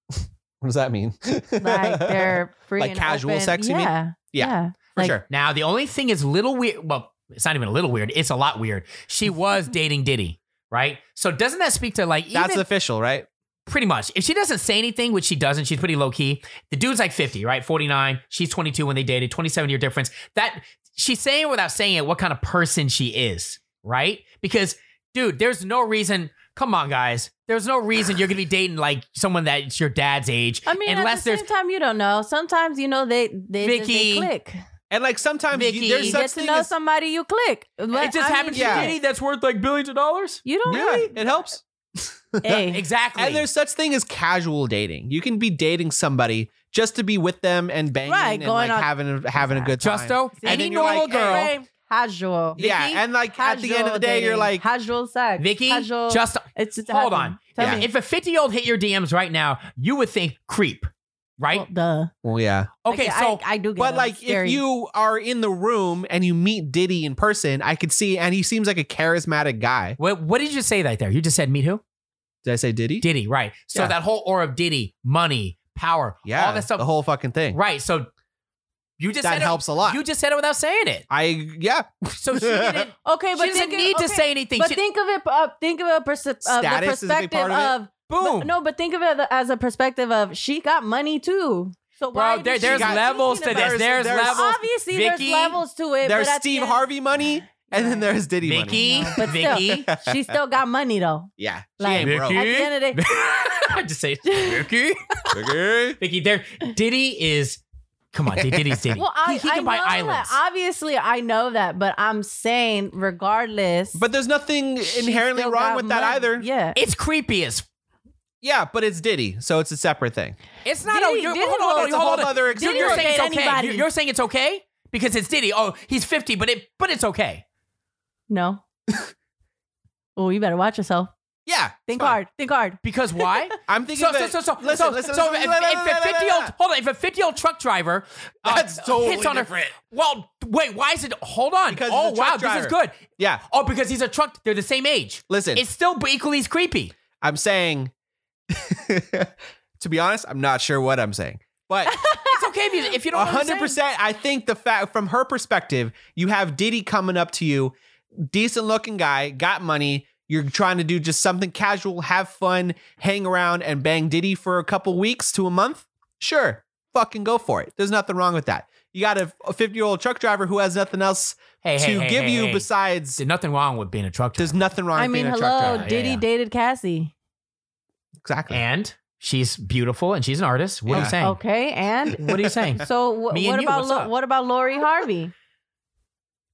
[SPEAKER 5] What does that mean?
[SPEAKER 2] Like they're free
[SPEAKER 5] Like
[SPEAKER 2] and
[SPEAKER 5] casual
[SPEAKER 2] open.
[SPEAKER 5] sex, you
[SPEAKER 2] Yeah.
[SPEAKER 5] mean?
[SPEAKER 2] Yeah.
[SPEAKER 5] Yeah,
[SPEAKER 3] For
[SPEAKER 2] Like,
[SPEAKER 3] sure. Now the only thing is little weird. Well, it's not even a little weird. It's a lot weird. She was dating Diddy, right? So doesn't that speak to like
[SPEAKER 5] That's
[SPEAKER 3] even
[SPEAKER 5] official, right?
[SPEAKER 3] pretty much if she doesn't say anything, which she doesn't, she's pretty low key. The dude's like fifty, right? Forty nine. She's twenty two when they dated. Twenty seven year difference. That she's saying without saying it what kind of person she is, right? Because dude, there's no reason. Come on, guys. There's no reason you're gonna be dating like someone that's your dad's age,
[SPEAKER 2] I mean,
[SPEAKER 3] unless
[SPEAKER 2] at the
[SPEAKER 3] there's
[SPEAKER 2] same time, you don't know. Sometimes you know they they, they-
[SPEAKER 3] Vicky,
[SPEAKER 2] they click.
[SPEAKER 5] And like sometimes you-
[SPEAKER 3] Vicky.
[SPEAKER 5] there's
[SPEAKER 2] You
[SPEAKER 5] such
[SPEAKER 2] get to
[SPEAKER 5] thing
[SPEAKER 2] know
[SPEAKER 5] as-
[SPEAKER 2] somebody, you click. But,
[SPEAKER 3] it just
[SPEAKER 2] I
[SPEAKER 3] happens
[SPEAKER 2] mean,
[SPEAKER 5] yeah.
[SPEAKER 3] to Diddy that's worth like billions of dollars.
[SPEAKER 2] You don't
[SPEAKER 5] yeah,
[SPEAKER 2] really.
[SPEAKER 5] it helps.
[SPEAKER 2] Hey.
[SPEAKER 3] Exactly.
[SPEAKER 5] And there's such thing as casual dating. You can be dating somebody just to be with them and banging
[SPEAKER 2] Right,
[SPEAKER 5] and
[SPEAKER 2] going
[SPEAKER 5] like
[SPEAKER 2] on-
[SPEAKER 5] having a, having a good time.
[SPEAKER 3] Justo,
[SPEAKER 5] And
[SPEAKER 3] any
[SPEAKER 5] then you're
[SPEAKER 3] normal
[SPEAKER 5] like,
[SPEAKER 3] girl,
[SPEAKER 5] hey,
[SPEAKER 2] casual.
[SPEAKER 5] yeah, and like at the end of the day, you're
[SPEAKER 2] dating,
[SPEAKER 5] like,
[SPEAKER 2] casual sex.
[SPEAKER 3] Vicky,
[SPEAKER 2] casual.
[SPEAKER 3] just
[SPEAKER 2] it's, it's
[SPEAKER 3] hold
[SPEAKER 2] happening.
[SPEAKER 3] on.
[SPEAKER 2] Tell
[SPEAKER 5] Yeah.
[SPEAKER 2] me.
[SPEAKER 3] If a 50 year old hit your DMs right now, you would think creep, right?
[SPEAKER 2] Well, duh.
[SPEAKER 5] well, yeah.
[SPEAKER 3] okay,
[SPEAKER 2] Like,
[SPEAKER 3] so
[SPEAKER 2] I, I do get.
[SPEAKER 5] But
[SPEAKER 2] it.
[SPEAKER 5] like,
[SPEAKER 2] It's scary.
[SPEAKER 5] if you are in the room and you meet Diddy in person, I could see, and he seems like a charismatic guy.
[SPEAKER 3] what, what did you say right there? You just said meet who?
[SPEAKER 5] Did I say Diddy?
[SPEAKER 3] Diddy, right? So
[SPEAKER 5] Yeah.
[SPEAKER 3] that whole aura of Diddy, money, power,
[SPEAKER 5] Yeah,
[SPEAKER 3] all that stuff,
[SPEAKER 5] the whole fucking thing.
[SPEAKER 3] right? So you just
[SPEAKER 5] That
[SPEAKER 3] said
[SPEAKER 5] helps
[SPEAKER 3] it,
[SPEAKER 5] a lot.
[SPEAKER 3] You just said it without saying it.
[SPEAKER 5] I yeah.
[SPEAKER 3] So she didn't.
[SPEAKER 2] okay,
[SPEAKER 3] she
[SPEAKER 2] but
[SPEAKER 3] doesn't
[SPEAKER 2] think of-
[SPEAKER 3] need to
[SPEAKER 2] okay,
[SPEAKER 3] say anything.
[SPEAKER 2] But
[SPEAKER 3] She-
[SPEAKER 2] think of it. Uh, think of a perse- uh, the
[SPEAKER 5] Status is a big
[SPEAKER 2] perspective
[SPEAKER 5] part of
[SPEAKER 2] of
[SPEAKER 3] boom.
[SPEAKER 2] no, but think of it as a perspective of she got money too. So why
[SPEAKER 3] Bro, there,
[SPEAKER 2] did she
[SPEAKER 3] there's
[SPEAKER 2] keep
[SPEAKER 5] got-
[SPEAKER 3] levels to
[SPEAKER 2] thinking
[SPEAKER 3] this.
[SPEAKER 2] about it?
[SPEAKER 3] There's,
[SPEAKER 5] There's- there's-
[SPEAKER 3] levels.
[SPEAKER 2] Obviously,
[SPEAKER 3] Vicky-
[SPEAKER 2] there's levels to it.
[SPEAKER 5] There's
[SPEAKER 2] but at the
[SPEAKER 5] Steve
[SPEAKER 2] end-
[SPEAKER 5] Harvey money, and then there's Diddy money.
[SPEAKER 3] Vicky,
[SPEAKER 2] No, but still.
[SPEAKER 3] Vicky.
[SPEAKER 2] She still got money though.
[SPEAKER 5] Yeah,
[SPEAKER 2] Like,
[SPEAKER 5] ain't broke.
[SPEAKER 2] At the end of the day,
[SPEAKER 3] I just say Vicky.
[SPEAKER 5] Vicky.
[SPEAKER 3] Vicky, there. Diddy is. Come on, Diddy's Diddy.
[SPEAKER 2] Well, I,
[SPEAKER 3] he, he
[SPEAKER 2] I
[SPEAKER 3] can buy
[SPEAKER 2] know
[SPEAKER 3] islands.
[SPEAKER 2] That. Obviously, I know that, but I'm saying, regardless,
[SPEAKER 5] But there's nothing
[SPEAKER 2] she
[SPEAKER 5] inherently
[SPEAKER 2] still
[SPEAKER 5] wrong
[SPEAKER 2] got
[SPEAKER 5] with that
[SPEAKER 2] money.
[SPEAKER 5] either.
[SPEAKER 2] Yeah,
[SPEAKER 3] it's creepy as.
[SPEAKER 5] Yeah, but it's Diddy, so it's a separate thing.
[SPEAKER 3] It's not
[SPEAKER 2] Diddy-
[SPEAKER 3] a. You're,
[SPEAKER 2] Diddy
[SPEAKER 3] hold
[SPEAKER 2] will-
[SPEAKER 3] on, hold
[SPEAKER 5] It's a
[SPEAKER 3] on, hold
[SPEAKER 5] whole
[SPEAKER 3] on.
[SPEAKER 5] other.
[SPEAKER 2] Diddy
[SPEAKER 3] You're
[SPEAKER 2] will
[SPEAKER 3] saying
[SPEAKER 2] date
[SPEAKER 3] it's okay.
[SPEAKER 2] anybody.
[SPEAKER 3] You're, you're saying it's okay because it's Diddy. Oh, he's 50, but it, but it's okay.
[SPEAKER 2] no. oh, you better watch yourself.
[SPEAKER 5] Yeah,
[SPEAKER 2] Think
[SPEAKER 5] it's fine.
[SPEAKER 2] hard. Think hard.
[SPEAKER 3] Because why?
[SPEAKER 5] I'm thinking.
[SPEAKER 3] So,
[SPEAKER 5] of
[SPEAKER 3] so,
[SPEAKER 5] it-
[SPEAKER 3] so, so,
[SPEAKER 5] listen,
[SPEAKER 3] so,
[SPEAKER 5] listen,
[SPEAKER 3] so
[SPEAKER 5] listen,
[SPEAKER 3] if,
[SPEAKER 5] listen,
[SPEAKER 3] if,
[SPEAKER 5] listen,
[SPEAKER 3] if a 50 year old, hold on, if a 50 year old truck driver uh,
[SPEAKER 5] That's totally
[SPEAKER 3] hits on
[SPEAKER 5] different.
[SPEAKER 3] her, well, wait, why is it, hold on.
[SPEAKER 5] Because
[SPEAKER 3] oh,
[SPEAKER 5] he's a
[SPEAKER 3] wow,
[SPEAKER 5] truck
[SPEAKER 3] this is
[SPEAKER 5] driver.
[SPEAKER 3] good.
[SPEAKER 5] Yeah,
[SPEAKER 3] Oh, because he's a truck, they're the same age.
[SPEAKER 5] listen.
[SPEAKER 3] It's still equally as creepy.
[SPEAKER 5] I'm saying. to be honest, I'm not sure what I'm saying, but
[SPEAKER 3] It's okay if you, if you don't
[SPEAKER 5] hundred
[SPEAKER 3] understand.
[SPEAKER 5] percent. I think the fact from her perspective, you have Diddy coming up to you, decent looking guy, got money. You're trying to do just something casual, have fun, hang around, and bang Diddy for a couple weeks to a month. Sure, fucking go for it. There's nothing wrong with that. You got a 50 year old truck driver who has nothing else
[SPEAKER 3] Hey, hey,
[SPEAKER 5] to
[SPEAKER 3] hey,
[SPEAKER 5] give
[SPEAKER 3] hey,
[SPEAKER 5] you
[SPEAKER 3] hey.
[SPEAKER 5] besides.
[SPEAKER 3] There's nothing wrong with being a truck driver.
[SPEAKER 5] There's nothing wrong.
[SPEAKER 2] I
[SPEAKER 5] with
[SPEAKER 2] mean,
[SPEAKER 5] being a truck
[SPEAKER 2] hello.
[SPEAKER 5] driver.
[SPEAKER 2] Diddy
[SPEAKER 3] yeah.
[SPEAKER 2] dated Cassie.
[SPEAKER 5] Exactly.
[SPEAKER 3] And she's beautiful and she's an artist. What are you
[SPEAKER 5] Yeah.
[SPEAKER 3] saying?
[SPEAKER 2] Okay, and
[SPEAKER 3] What are you saying?
[SPEAKER 2] so wh-
[SPEAKER 3] Me and
[SPEAKER 2] what
[SPEAKER 3] you,
[SPEAKER 2] about
[SPEAKER 3] what's
[SPEAKER 2] Lo-
[SPEAKER 3] up?
[SPEAKER 2] what about Lori Harvey?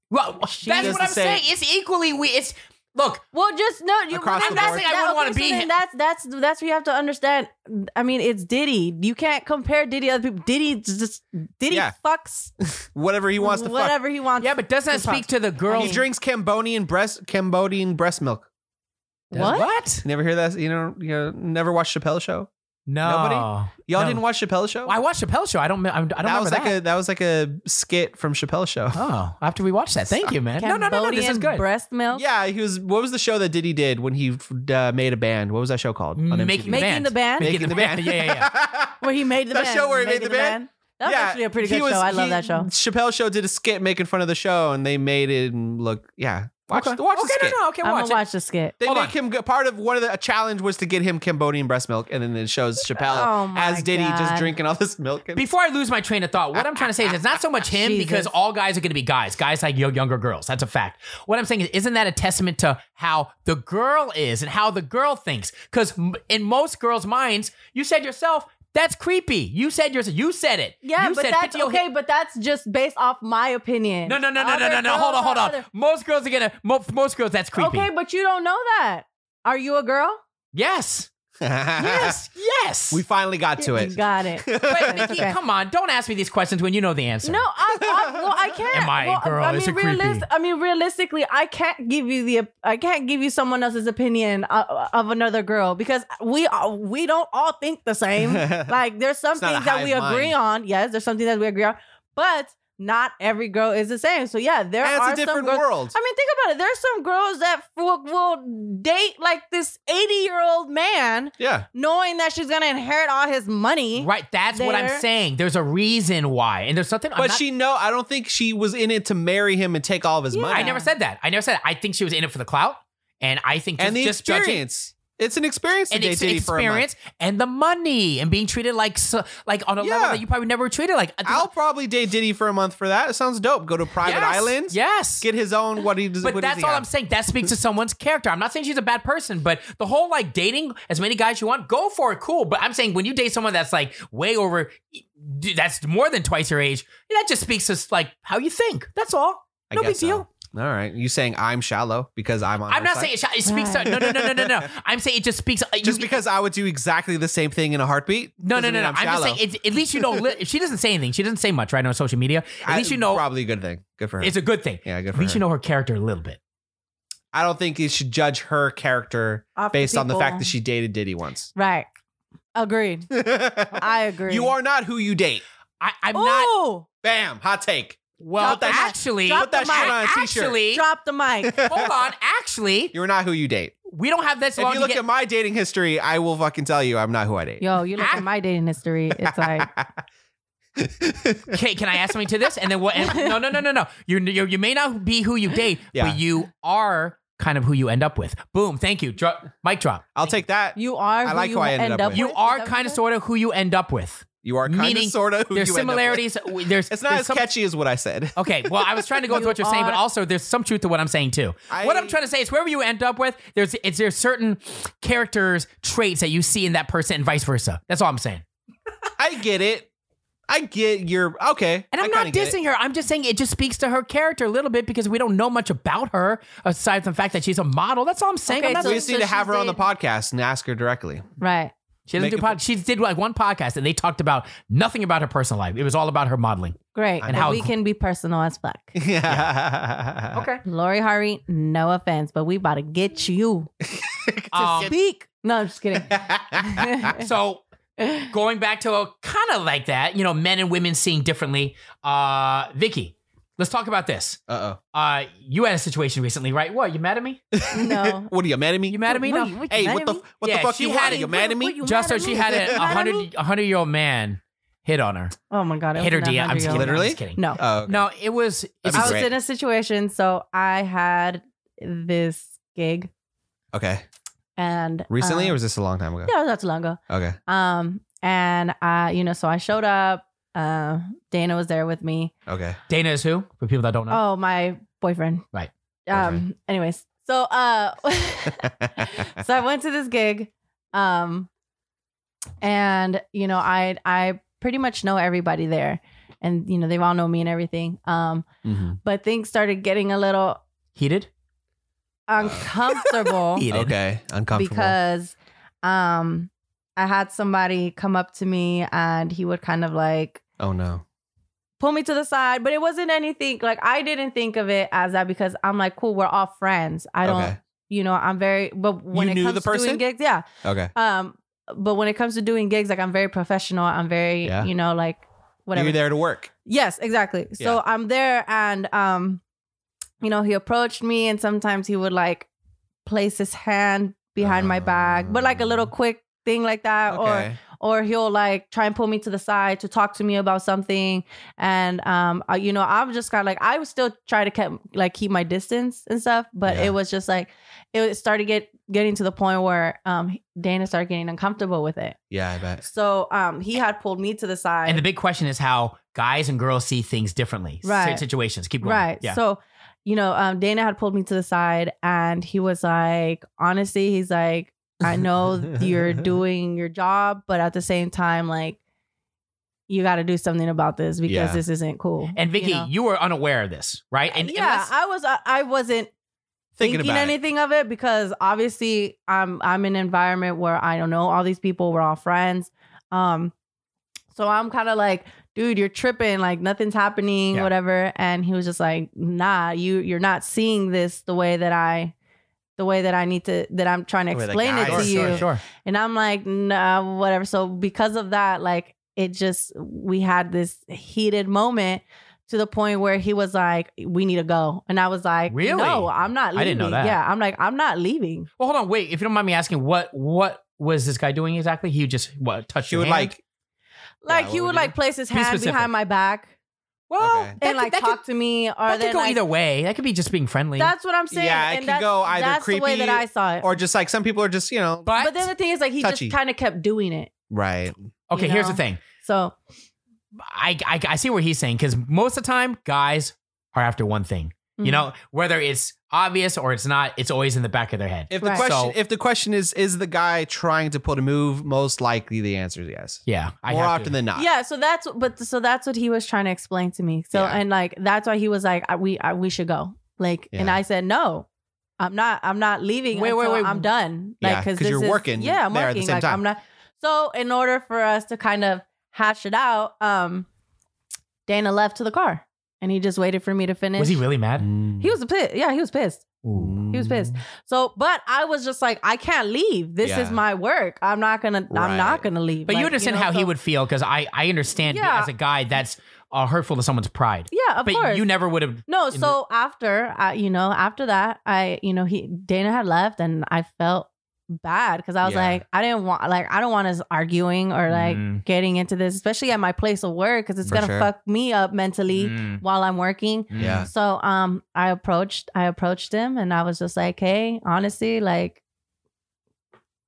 [SPEAKER 3] well,
[SPEAKER 2] She
[SPEAKER 3] that's
[SPEAKER 5] does
[SPEAKER 3] what
[SPEAKER 5] the
[SPEAKER 3] I'm
[SPEAKER 5] same.
[SPEAKER 3] saying. It's equally we. It's look.
[SPEAKER 2] Well, just no. You
[SPEAKER 5] Across
[SPEAKER 2] I'm
[SPEAKER 5] the
[SPEAKER 2] not
[SPEAKER 5] board.
[SPEAKER 2] saying
[SPEAKER 3] I wouldn't wanna
[SPEAKER 2] okay, so
[SPEAKER 3] be
[SPEAKER 2] then
[SPEAKER 3] him.
[SPEAKER 2] That's that's that's what you have to understand. I mean, it's Diddy. You can't compare Diddy to other people. Diddy just Diddy
[SPEAKER 5] Yeah.
[SPEAKER 2] fucks
[SPEAKER 5] Whatever he wants to fuck.
[SPEAKER 2] whatever he wants.
[SPEAKER 3] Yeah, but doesn't that
[SPEAKER 2] Tupac.
[SPEAKER 3] speak to the girl?
[SPEAKER 5] He drinks Cambodian breast Cambodian breast milk.
[SPEAKER 2] what?
[SPEAKER 5] You never hear that? You know, you know, never watched Chappelle show.
[SPEAKER 3] No.
[SPEAKER 5] Nobody? Y'all
[SPEAKER 3] No.
[SPEAKER 5] didn't watch Chappelle show?
[SPEAKER 3] I watched Chappelle show. I don't. I don't
[SPEAKER 5] that
[SPEAKER 3] remember
[SPEAKER 5] was
[SPEAKER 3] that.
[SPEAKER 5] like a that was like a skit from Chappelle show.
[SPEAKER 3] oh, after we watched that. Thank you, man. No, no,
[SPEAKER 2] Cambodian
[SPEAKER 3] no, no. This is good.
[SPEAKER 2] Breast milk.
[SPEAKER 5] Yeah, he was. What was the show that Diddy did when he uh, made a band? What was that show called? on MTV?
[SPEAKER 3] Making,
[SPEAKER 2] Making the Band?
[SPEAKER 3] Making the band. Yeah, yeah, yeah.
[SPEAKER 2] where he made the
[SPEAKER 5] That
[SPEAKER 2] band.
[SPEAKER 5] show where he made
[SPEAKER 2] Making
[SPEAKER 5] the band?
[SPEAKER 2] That was
[SPEAKER 5] Yeah,
[SPEAKER 2] actually a pretty
[SPEAKER 5] he
[SPEAKER 2] good
[SPEAKER 5] was-
[SPEAKER 2] show. I love
[SPEAKER 5] he-
[SPEAKER 2] that show.
[SPEAKER 5] Chappelle show did a skit making fun of the show, and they made it look. Yeah, Watch,
[SPEAKER 3] Okay.
[SPEAKER 5] watch
[SPEAKER 3] okay,
[SPEAKER 5] the skit.
[SPEAKER 3] no, no, okay,
[SPEAKER 2] I'm
[SPEAKER 3] watch
[SPEAKER 2] gonna
[SPEAKER 3] it.
[SPEAKER 2] watch the skit.
[SPEAKER 5] They
[SPEAKER 3] Hold
[SPEAKER 5] make
[SPEAKER 3] on.
[SPEAKER 5] him go- part of one of the a challenge was to get him Cambodian breast milk, and then it shows
[SPEAKER 2] Oh
[SPEAKER 5] Chappelle
[SPEAKER 2] my
[SPEAKER 5] as Diddy just
[SPEAKER 2] God.
[SPEAKER 5] drinking all this milk. And-
[SPEAKER 3] Before I lose my train of thought, what I'm trying to say is it's not so much him
[SPEAKER 2] Jesus.
[SPEAKER 3] because all guys are going to be guys. Guys like yo- younger girls. That's a fact. What I'm saying is, isn't that a testament to how the girl is and how the girl thinks? Because in most girls' minds, you said yourself, that's creepy. You said yourself. You said it.
[SPEAKER 2] Yeah,
[SPEAKER 3] you
[SPEAKER 2] but
[SPEAKER 3] said
[SPEAKER 2] that's
[SPEAKER 3] 50
[SPEAKER 2] okay. But that's just based off my opinion.
[SPEAKER 3] No, no, no, no, no,
[SPEAKER 2] Other
[SPEAKER 3] no, no. Hold on,
[SPEAKER 2] girls
[SPEAKER 3] hold
[SPEAKER 2] are
[SPEAKER 3] on.
[SPEAKER 2] other-
[SPEAKER 3] Most girls are gonna. Mo- most girls, that's creepy.
[SPEAKER 2] Okay, but you don't know that. Are you a girl?
[SPEAKER 3] Yes. Yes. yes.
[SPEAKER 5] we finally got to
[SPEAKER 2] You
[SPEAKER 5] it.
[SPEAKER 2] got it.
[SPEAKER 3] But Nikki,
[SPEAKER 2] Okay.
[SPEAKER 3] come on, don't ask me these questions when you know the answer.
[SPEAKER 2] No, I, I, well, I can't.
[SPEAKER 3] Am I a
[SPEAKER 2] well,
[SPEAKER 3] girl?
[SPEAKER 2] I
[SPEAKER 3] Is
[SPEAKER 2] mean,
[SPEAKER 3] it creepy?
[SPEAKER 2] realis- I mean, realistically, I can't give you the. I can't give you someone else's opinion uh, of another girl because we uh, we don't all think the same. like, there's some
[SPEAKER 5] It's not a
[SPEAKER 2] things that we
[SPEAKER 5] hive
[SPEAKER 2] agree
[SPEAKER 5] mind.
[SPEAKER 2] on. Yes, there's something that we agree on, but not every girl is the same. So yeah, there
[SPEAKER 5] and
[SPEAKER 2] are
[SPEAKER 5] it's
[SPEAKER 2] some
[SPEAKER 5] a different
[SPEAKER 2] girls.
[SPEAKER 5] world.
[SPEAKER 2] I mean, think about it. There's some girls that will, will date like this 80 year old man,
[SPEAKER 5] yeah.
[SPEAKER 2] knowing that she's gonna inherit all his money.
[SPEAKER 3] Right, that's what I'm
[SPEAKER 2] There.
[SPEAKER 3] saying. There's a reason why, and there's something. I'm
[SPEAKER 5] But
[SPEAKER 3] not-
[SPEAKER 5] she no, I don't think she was in it to marry him and take all of his
[SPEAKER 2] Yeah.
[SPEAKER 5] money.
[SPEAKER 3] I never said that. I never said. That. I think she was in it for the clout, and I think just,
[SPEAKER 5] and the
[SPEAKER 3] just judging-
[SPEAKER 5] experience. It's an experience to
[SPEAKER 3] and
[SPEAKER 5] date
[SPEAKER 3] ex-
[SPEAKER 5] Diddy for a month.
[SPEAKER 3] experience, and the money, and being treated like so, like on a level
[SPEAKER 5] Yeah.
[SPEAKER 3] that you probably never were treated like. I think-
[SPEAKER 5] I'll probably date Diddy for a month for that. It sounds dope. Go to private
[SPEAKER 3] Yes,
[SPEAKER 5] islands.
[SPEAKER 3] Yes.
[SPEAKER 5] Get his own. What he does.
[SPEAKER 3] but
[SPEAKER 5] what does
[SPEAKER 3] that's
[SPEAKER 5] he
[SPEAKER 3] all
[SPEAKER 5] have?
[SPEAKER 3] I'm saying. That speaks to someone's character. I'm not saying she's a bad person, but the whole like dating as many guys you want, go for it, cool. But I'm saying when you date someone that's like way over, dude, that's more than twice your age. That just speaks to like how you think. That's all.
[SPEAKER 5] I
[SPEAKER 3] no
[SPEAKER 5] guess
[SPEAKER 3] big
[SPEAKER 5] so.
[SPEAKER 3] deal.
[SPEAKER 5] All right. You saying I'm shallow because I'm on.
[SPEAKER 3] I'm
[SPEAKER 5] her
[SPEAKER 3] not
[SPEAKER 5] side?
[SPEAKER 3] saying it, sh- it speaks to no no no no no no. I'm saying it just speaks. uh,
[SPEAKER 5] just because I would do exactly the same thing in a heartbeat.
[SPEAKER 3] No, no,
[SPEAKER 5] doesn't
[SPEAKER 3] no,
[SPEAKER 5] mean
[SPEAKER 3] no. I'm, just
[SPEAKER 5] shallow.
[SPEAKER 3] saying, it's, at least you don't. Li- if she doesn't say anything, she doesn't say much right on social media. At
[SPEAKER 5] I-
[SPEAKER 3] least you know
[SPEAKER 5] probably a good thing. Good for her.
[SPEAKER 3] it's a good thing.
[SPEAKER 5] yeah, good
[SPEAKER 3] At
[SPEAKER 5] for her.
[SPEAKER 3] least you know her character a little bit.
[SPEAKER 5] I don't think you should judge her character
[SPEAKER 2] Off
[SPEAKER 5] based on the fact that
[SPEAKER 2] people.
[SPEAKER 5] she dated Diddy once.
[SPEAKER 2] Right. Agreed. I agree.
[SPEAKER 5] you are not who you date.
[SPEAKER 3] I, I'm not.
[SPEAKER 2] Ooh,
[SPEAKER 5] Bam, hot take.
[SPEAKER 3] Well,
[SPEAKER 2] Drop the mic.
[SPEAKER 3] actually,
[SPEAKER 2] Drop Put that the shit mic.
[SPEAKER 5] on a t-shirt.
[SPEAKER 3] actually,
[SPEAKER 2] drop the mic.
[SPEAKER 3] hold on. Actually,
[SPEAKER 5] You're not who you date.
[SPEAKER 3] we don't have this
[SPEAKER 5] if
[SPEAKER 3] long.
[SPEAKER 5] you
[SPEAKER 3] to
[SPEAKER 5] look
[SPEAKER 3] get-
[SPEAKER 5] at my dating history, I will fucking tell you I'm not who I date.
[SPEAKER 2] Yo, you look
[SPEAKER 3] Ah.
[SPEAKER 2] at my dating history. It's like
[SPEAKER 3] Okay, can I ask something to this? And then what? And, no, no, no, no, no. You you you may not be who you date,
[SPEAKER 5] Yeah.
[SPEAKER 3] but you are kind of who you end up with. Boom. Thank you. Drop mic drop.
[SPEAKER 5] I'll take that.
[SPEAKER 2] you are.
[SPEAKER 5] I
[SPEAKER 2] who
[SPEAKER 5] like
[SPEAKER 2] you
[SPEAKER 5] who I
[SPEAKER 2] end
[SPEAKER 5] ended up
[SPEAKER 2] up. with.
[SPEAKER 5] with.
[SPEAKER 3] You
[SPEAKER 2] Is
[SPEAKER 3] are
[SPEAKER 2] that
[SPEAKER 3] kind of
[SPEAKER 2] what
[SPEAKER 3] sort of who you end up with.
[SPEAKER 5] You are kind of
[SPEAKER 3] Meaning,
[SPEAKER 5] sort of who
[SPEAKER 3] There's
[SPEAKER 5] you end up with.
[SPEAKER 3] similarities. There's
[SPEAKER 5] It's not
[SPEAKER 3] there's
[SPEAKER 5] as
[SPEAKER 3] some-
[SPEAKER 5] catchy as what I said.
[SPEAKER 3] Okay, well, I was trying to go with
[SPEAKER 2] You
[SPEAKER 3] what you're saying, but
[SPEAKER 2] are-
[SPEAKER 3] also there's some truth to what I'm saying too. what I'm
[SPEAKER 5] I-
[SPEAKER 3] trying to say is wherever you end up with, there's it's there's certain characters, traits that you see in that person, and vice versa. That's all I'm saying.
[SPEAKER 5] I get it. I get your okay.
[SPEAKER 3] And
[SPEAKER 5] I
[SPEAKER 3] I'm not
[SPEAKER 5] kinda get it.
[SPEAKER 3] dissing her. I'm just saying it just speaks to her character a little bit because we don't know much about her aside from the fact that she's a model. That's all I'm saying.
[SPEAKER 2] Okay,
[SPEAKER 3] I'm not-
[SPEAKER 2] so-
[SPEAKER 5] We just need to
[SPEAKER 2] she's
[SPEAKER 5] have her on the
[SPEAKER 2] dating-
[SPEAKER 5] podcast and ask her directly.
[SPEAKER 2] Right.
[SPEAKER 3] she doesn't do
[SPEAKER 5] make it-
[SPEAKER 3] pod- She did like one podcast and they talked about nothing about her personal life. It was all about her modeling.
[SPEAKER 2] Great.
[SPEAKER 5] And
[SPEAKER 2] But
[SPEAKER 3] how-
[SPEAKER 2] we can be personal as fuck.
[SPEAKER 5] Yeah.
[SPEAKER 2] Lori Hari, no offense, but we about to get you.
[SPEAKER 3] Um,
[SPEAKER 2] Speak. No, I'm just kidding.
[SPEAKER 3] so going back to a kind of like that, you know, men and women seeing differently. Uh, Vicky, let's talk about this.
[SPEAKER 5] Uh
[SPEAKER 3] Uh, you had a situation recently, right? What? You mad at me?
[SPEAKER 5] oh.
[SPEAKER 2] no.
[SPEAKER 5] What are you mad at me?
[SPEAKER 3] You mad at me?
[SPEAKER 2] What
[SPEAKER 3] No.
[SPEAKER 2] are you- what you
[SPEAKER 5] Hey,
[SPEAKER 2] mad
[SPEAKER 5] what
[SPEAKER 2] at
[SPEAKER 5] the
[SPEAKER 2] me?
[SPEAKER 5] what
[SPEAKER 3] Yeah,
[SPEAKER 5] the fuck
[SPEAKER 3] she
[SPEAKER 5] you want?
[SPEAKER 3] had
[SPEAKER 5] Are
[SPEAKER 3] it.
[SPEAKER 5] you mad at
[SPEAKER 2] What-
[SPEAKER 5] me?
[SPEAKER 2] what you mad
[SPEAKER 3] Just so
[SPEAKER 2] at
[SPEAKER 3] she
[SPEAKER 2] me?
[SPEAKER 3] had a
[SPEAKER 2] You
[SPEAKER 3] a
[SPEAKER 2] mad at me?
[SPEAKER 3] hundred a hundred year old man hit on her.
[SPEAKER 2] Oh my god. it
[SPEAKER 3] hit her
[SPEAKER 2] was not
[SPEAKER 3] DM. I'm just
[SPEAKER 2] 100-year-old.
[SPEAKER 3] kidding.
[SPEAKER 5] Literally?
[SPEAKER 3] I'm just kidding.
[SPEAKER 2] No.
[SPEAKER 5] Oh, okay.
[SPEAKER 3] No, it was.
[SPEAKER 5] That'd
[SPEAKER 3] It's,
[SPEAKER 5] be
[SPEAKER 2] I was
[SPEAKER 5] great.
[SPEAKER 2] in a situation, so I had this gig
[SPEAKER 5] Okay.
[SPEAKER 2] and
[SPEAKER 5] Recently,
[SPEAKER 2] um,
[SPEAKER 3] Uh.
[SPEAKER 5] or was this a long time ago?
[SPEAKER 2] yeah, it was not too long ago.
[SPEAKER 5] Okay.
[SPEAKER 2] Um, and I, you know, so I showed up. Uh, Dana was there with me.
[SPEAKER 5] Okay.
[SPEAKER 3] Dana is who? For people that don't know.
[SPEAKER 2] Oh, my boyfriend.
[SPEAKER 3] Right.
[SPEAKER 2] Um.
[SPEAKER 5] Boyfriend.
[SPEAKER 2] Anyways, so uh, so I went to this gig, um, and you know, I I pretty much know everybody there, and you know, they've all know me and everything. Um,
[SPEAKER 5] Mhm.
[SPEAKER 2] but things started getting a little
[SPEAKER 3] Heated.
[SPEAKER 2] uncomfortable.
[SPEAKER 3] Heated.
[SPEAKER 5] Okay. Uncomfortable.
[SPEAKER 2] because um I had somebody come up to me and he would kind of like
[SPEAKER 5] oh no.
[SPEAKER 2] pull me to the side, but it wasn't anything like I didn't think of it as that because I'm like, cool, we're all friends. I don't,
[SPEAKER 5] Okay.
[SPEAKER 2] you know, I'm very but when
[SPEAKER 5] You
[SPEAKER 2] it
[SPEAKER 5] knew
[SPEAKER 2] comes
[SPEAKER 5] the
[SPEAKER 2] to
[SPEAKER 5] person?
[SPEAKER 2] doing gigs, yeah.
[SPEAKER 5] Okay.
[SPEAKER 2] Um, but when it comes to doing gigs, like I'm very professional. I'm very,
[SPEAKER 5] Yeah.
[SPEAKER 2] you know, like whatever.
[SPEAKER 5] You're there to work.
[SPEAKER 2] Yes, exactly. So
[SPEAKER 5] Yeah.
[SPEAKER 2] I'm there and um you know, he approached me and sometimes he would like place his hand behind my back, but like a little
[SPEAKER 5] Um,
[SPEAKER 2] quick thing like that Uh, or
[SPEAKER 5] okay.
[SPEAKER 2] or he'll like try and pull me to the side to talk to me about something and um I, you know i'm just kind of like i would still try to keep like keep my distance and stuff but
[SPEAKER 3] Yeah.
[SPEAKER 2] it was just like it started get getting to the point where um dana started getting uncomfortable with it
[SPEAKER 5] Yeah, I bet.
[SPEAKER 2] so um he had pulled me to the side
[SPEAKER 3] And the big question is how guys and girls see things differently. Si-
[SPEAKER 2] Right.
[SPEAKER 3] Situations. Keep going.
[SPEAKER 2] Right.
[SPEAKER 3] Yeah.
[SPEAKER 2] So, you know, um, Dana had pulled me to the side and he was like, honestly, he's like, I know you're doing your job, but at the same time, like, you got to do something about this because
[SPEAKER 5] Yeah.
[SPEAKER 2] this isn't cool.
[SPEAKER 3] and Vicky, you,
[SPEAKER 2] you know?
[SPEAKER 3] were unaware of this, right? And
[SPEAKER 2] yeah,
[SPEAKER 3] unless-
[SPEAKER 2] I was, I, I wasn't
[SPEAKER 5] Thinking,
[SPEAKER 2] thinking,
[SPEAKER 5] about it.
[SPEAKER 2] anything of it because obviously I'm I'm in an environment where I don't know all these people. We're all friends. Um, so I'm kind of like, dude, you're tripping. Like nothing's happening,
[SPEAKER 3] Yeah.
[SPEAKER 2] whatever. And he was just like, nah, you you're not seeing this the way that I, the way that I need to that I'm trying to
[SPEAKER 5] The way the
[SPEAKER 2] explain it
[SPEAKER 5] guys
[SPEAKER 2] to
[SPEAKER 5] see
[SPEAKER 2] you.
[SPEAKER 3] sure, sure.
[SPEAKER 2] And I'm like, nah, whatever. So because of that, like it just we had this heated moment to the point where he was like, We need to go. And I was like,
[SPEAKER 3] Really?
[SPEAKER 2] No, I'm not leaving.
[SPEAKER 3] I didn't know that.
[SPEAKER 2] Yeah. I'm like, I'm not leaving.
[SPEAKER 3] Well, hold on, wait. If you don't mind me asking, what what was this guy doing exactly? He just what touched
[SPEAKER 5] She
[SPEAKER 3] your
[SPEAKER 5] would
[SPEAKER 3] hand?
[SPEAKER 5] like.
[SPEAKER 2] Like
[SPEAKER 5] what
[SPEAKER 2] he
[SPEAKER 5] would
[SPEAKER 2] would
[SPEAKER 5] you
[SPEAKER 2] like place his
[SPEAKER 3] Be
[SPEAKER 2] hand
[SPEAKER 3] specific.
[SPEAKER 2] behind my back
[SPEAKER 3] well,
[SPEAKER 5] Okay.
[SPEAKER 3] that
[SPEAKER 2] and
[SPEAKER 3] could-
[SPEAKER 2] like
[SPEAKER 3] that
[SPEAKER 2] talk to
[SPEAKER 3] could,
[SPEAKER 2] me or
[SPEAKER 3] that
[SPEAKER 2] then
[SPEAKER 3] could go
[SPEAKER 2] like,
[SPEAKER 3] either way. That could be just being friendly.
[SPEAKER 2] that's what I'm saying.
[SPEAKER 5] Yeah, it
[SPEAKER 2] and
[SPEAKER 5] could
[SPEAKER 2] that's,
[SPEAKER 5] go either
[SPEAKER 2] that's the way
[SPEAKER 5] creepy
[SPEAKER 2] that I saw it.
[SPEAKER 5] Or just like some people are just, you know.
[SPEAKER 3] but,
[SPEAKER 2] but then the thing is like he
[SPEAKER 5] touchy.
[SPEAKER 2] just kind of kept doing it.
[SPEAKER 5] Right.
[SPEAKER 3] okay,
[SPEAKER 2] you
[SPEAKER 3] here's
[SPEAKER 2] know.
[SPEAKER 3] the thing.
[SPEAKER 2] So
[SPEAKER 3] I, I I see where he's saying because most of the time guys are after one thing. You
[SPEAKER 2] mhm.
[SPEAKER 3] know, whether it's obvious or it's not, it's always in the back of their head.
[SPEAKER 5] If the
[SPEAKER 2] Right.
[SPEAKER 3] So-
[SPEAKER 5] question if the question is is the guy trying to pull the move, most likely the answer is yes.
[SPEAKER 3] yeah, I
[SPEAKER 5] More
[SPEAKER 3] have
[SPEAKER 5] often
[SPEAKER 3] to.
[SPEAKER 5] than not.
[SPEAKER 2] yeah so that's but so that's what he was trying to explain to me so
[SPEAKER 5] Yeah.
[SPEAKER 2] and like that's why he was like I, we I, we should go like and
[SPEAKER 5] Yeah.
[SPEAKER 2] i said no i'm not i'm not leaving
[SPEAKER 3] Wait,
[SPEAKER 2] wait
[SPEAKER 3] wait, wait.
[SPEAKER 2] i'm done like
[SPEAKER 5] Yeah, 'cause
[SPEAKER 2] this
[SPEAKER 5] you're
[SPEAKER 2] is-
[SPEAKER 5] working
[SPEAKER 2] yeah i'm
[SPEAKER 5] there at the
[SPEAKER 2] working
[SPEAKER 5] same
[SPEAKER 2] like
[SPEAKER 5] time.
[SPEAKER 2] i'm not so in order for us to kind of hash it out um dana left to the car and he just waited for me to finish
[SPEAKER 3] was he really mad?
[SPEAKER 5] Mm.
[SPEAKER 2] he was pissed yeah he was pissed he was pissed so but i was just like i can't leave this
[SPEAKER 5] Yeah.
[SPEAKER 2] is my work i'm not gonna i'm
[SPEAKER 5] Right.
[SPEAKER 2] not gonna leave
[SPEAKER 3] But
[SPEAKER 2] Like,
[SPEAKER 3] you understand
[SPEAKER 2] know,
[SPEAKER 3] how he
[SPEAKER 2] so-
[SPEAKER 3] would feel because I I understand
[SPEAKER 2] Yeah.
[SPEAKER 3] as a guy that's uh, hurtful to someone's pride.
[SPEAKER 2] yeah of
[SPEAKER 3] but
[SPEAKER 2] course
[SPEAKER 3] you never would have.
[SPEAKER 2] No,
[SPEAKER 3] in
[SPEAKER 2] so after I, you know, after that, I, you know, he Dana had left, and I felt bad because I was
[SPEAKER 5] Yeah.
[SPEAKER 2] like, I didn't want, like, I don't want us arguing or like
[SPEAKER 3] Mm.
[SPEAKER 2] getting into this, especially at my place of work, because it's
[SPEAKER 5] For
[SPEAKER 2] gonna
[SPEAKER 5] sure.
[SPEAKER 2] fuck me up mentally
[SPEAKER 5] Mm.
[SPEAKER 2] while I'm working.
[SPEAKER 5] Yeah.
[SPEAKER 2] So, um, I approached, I approached him, and I was just like, hey, honestly, like.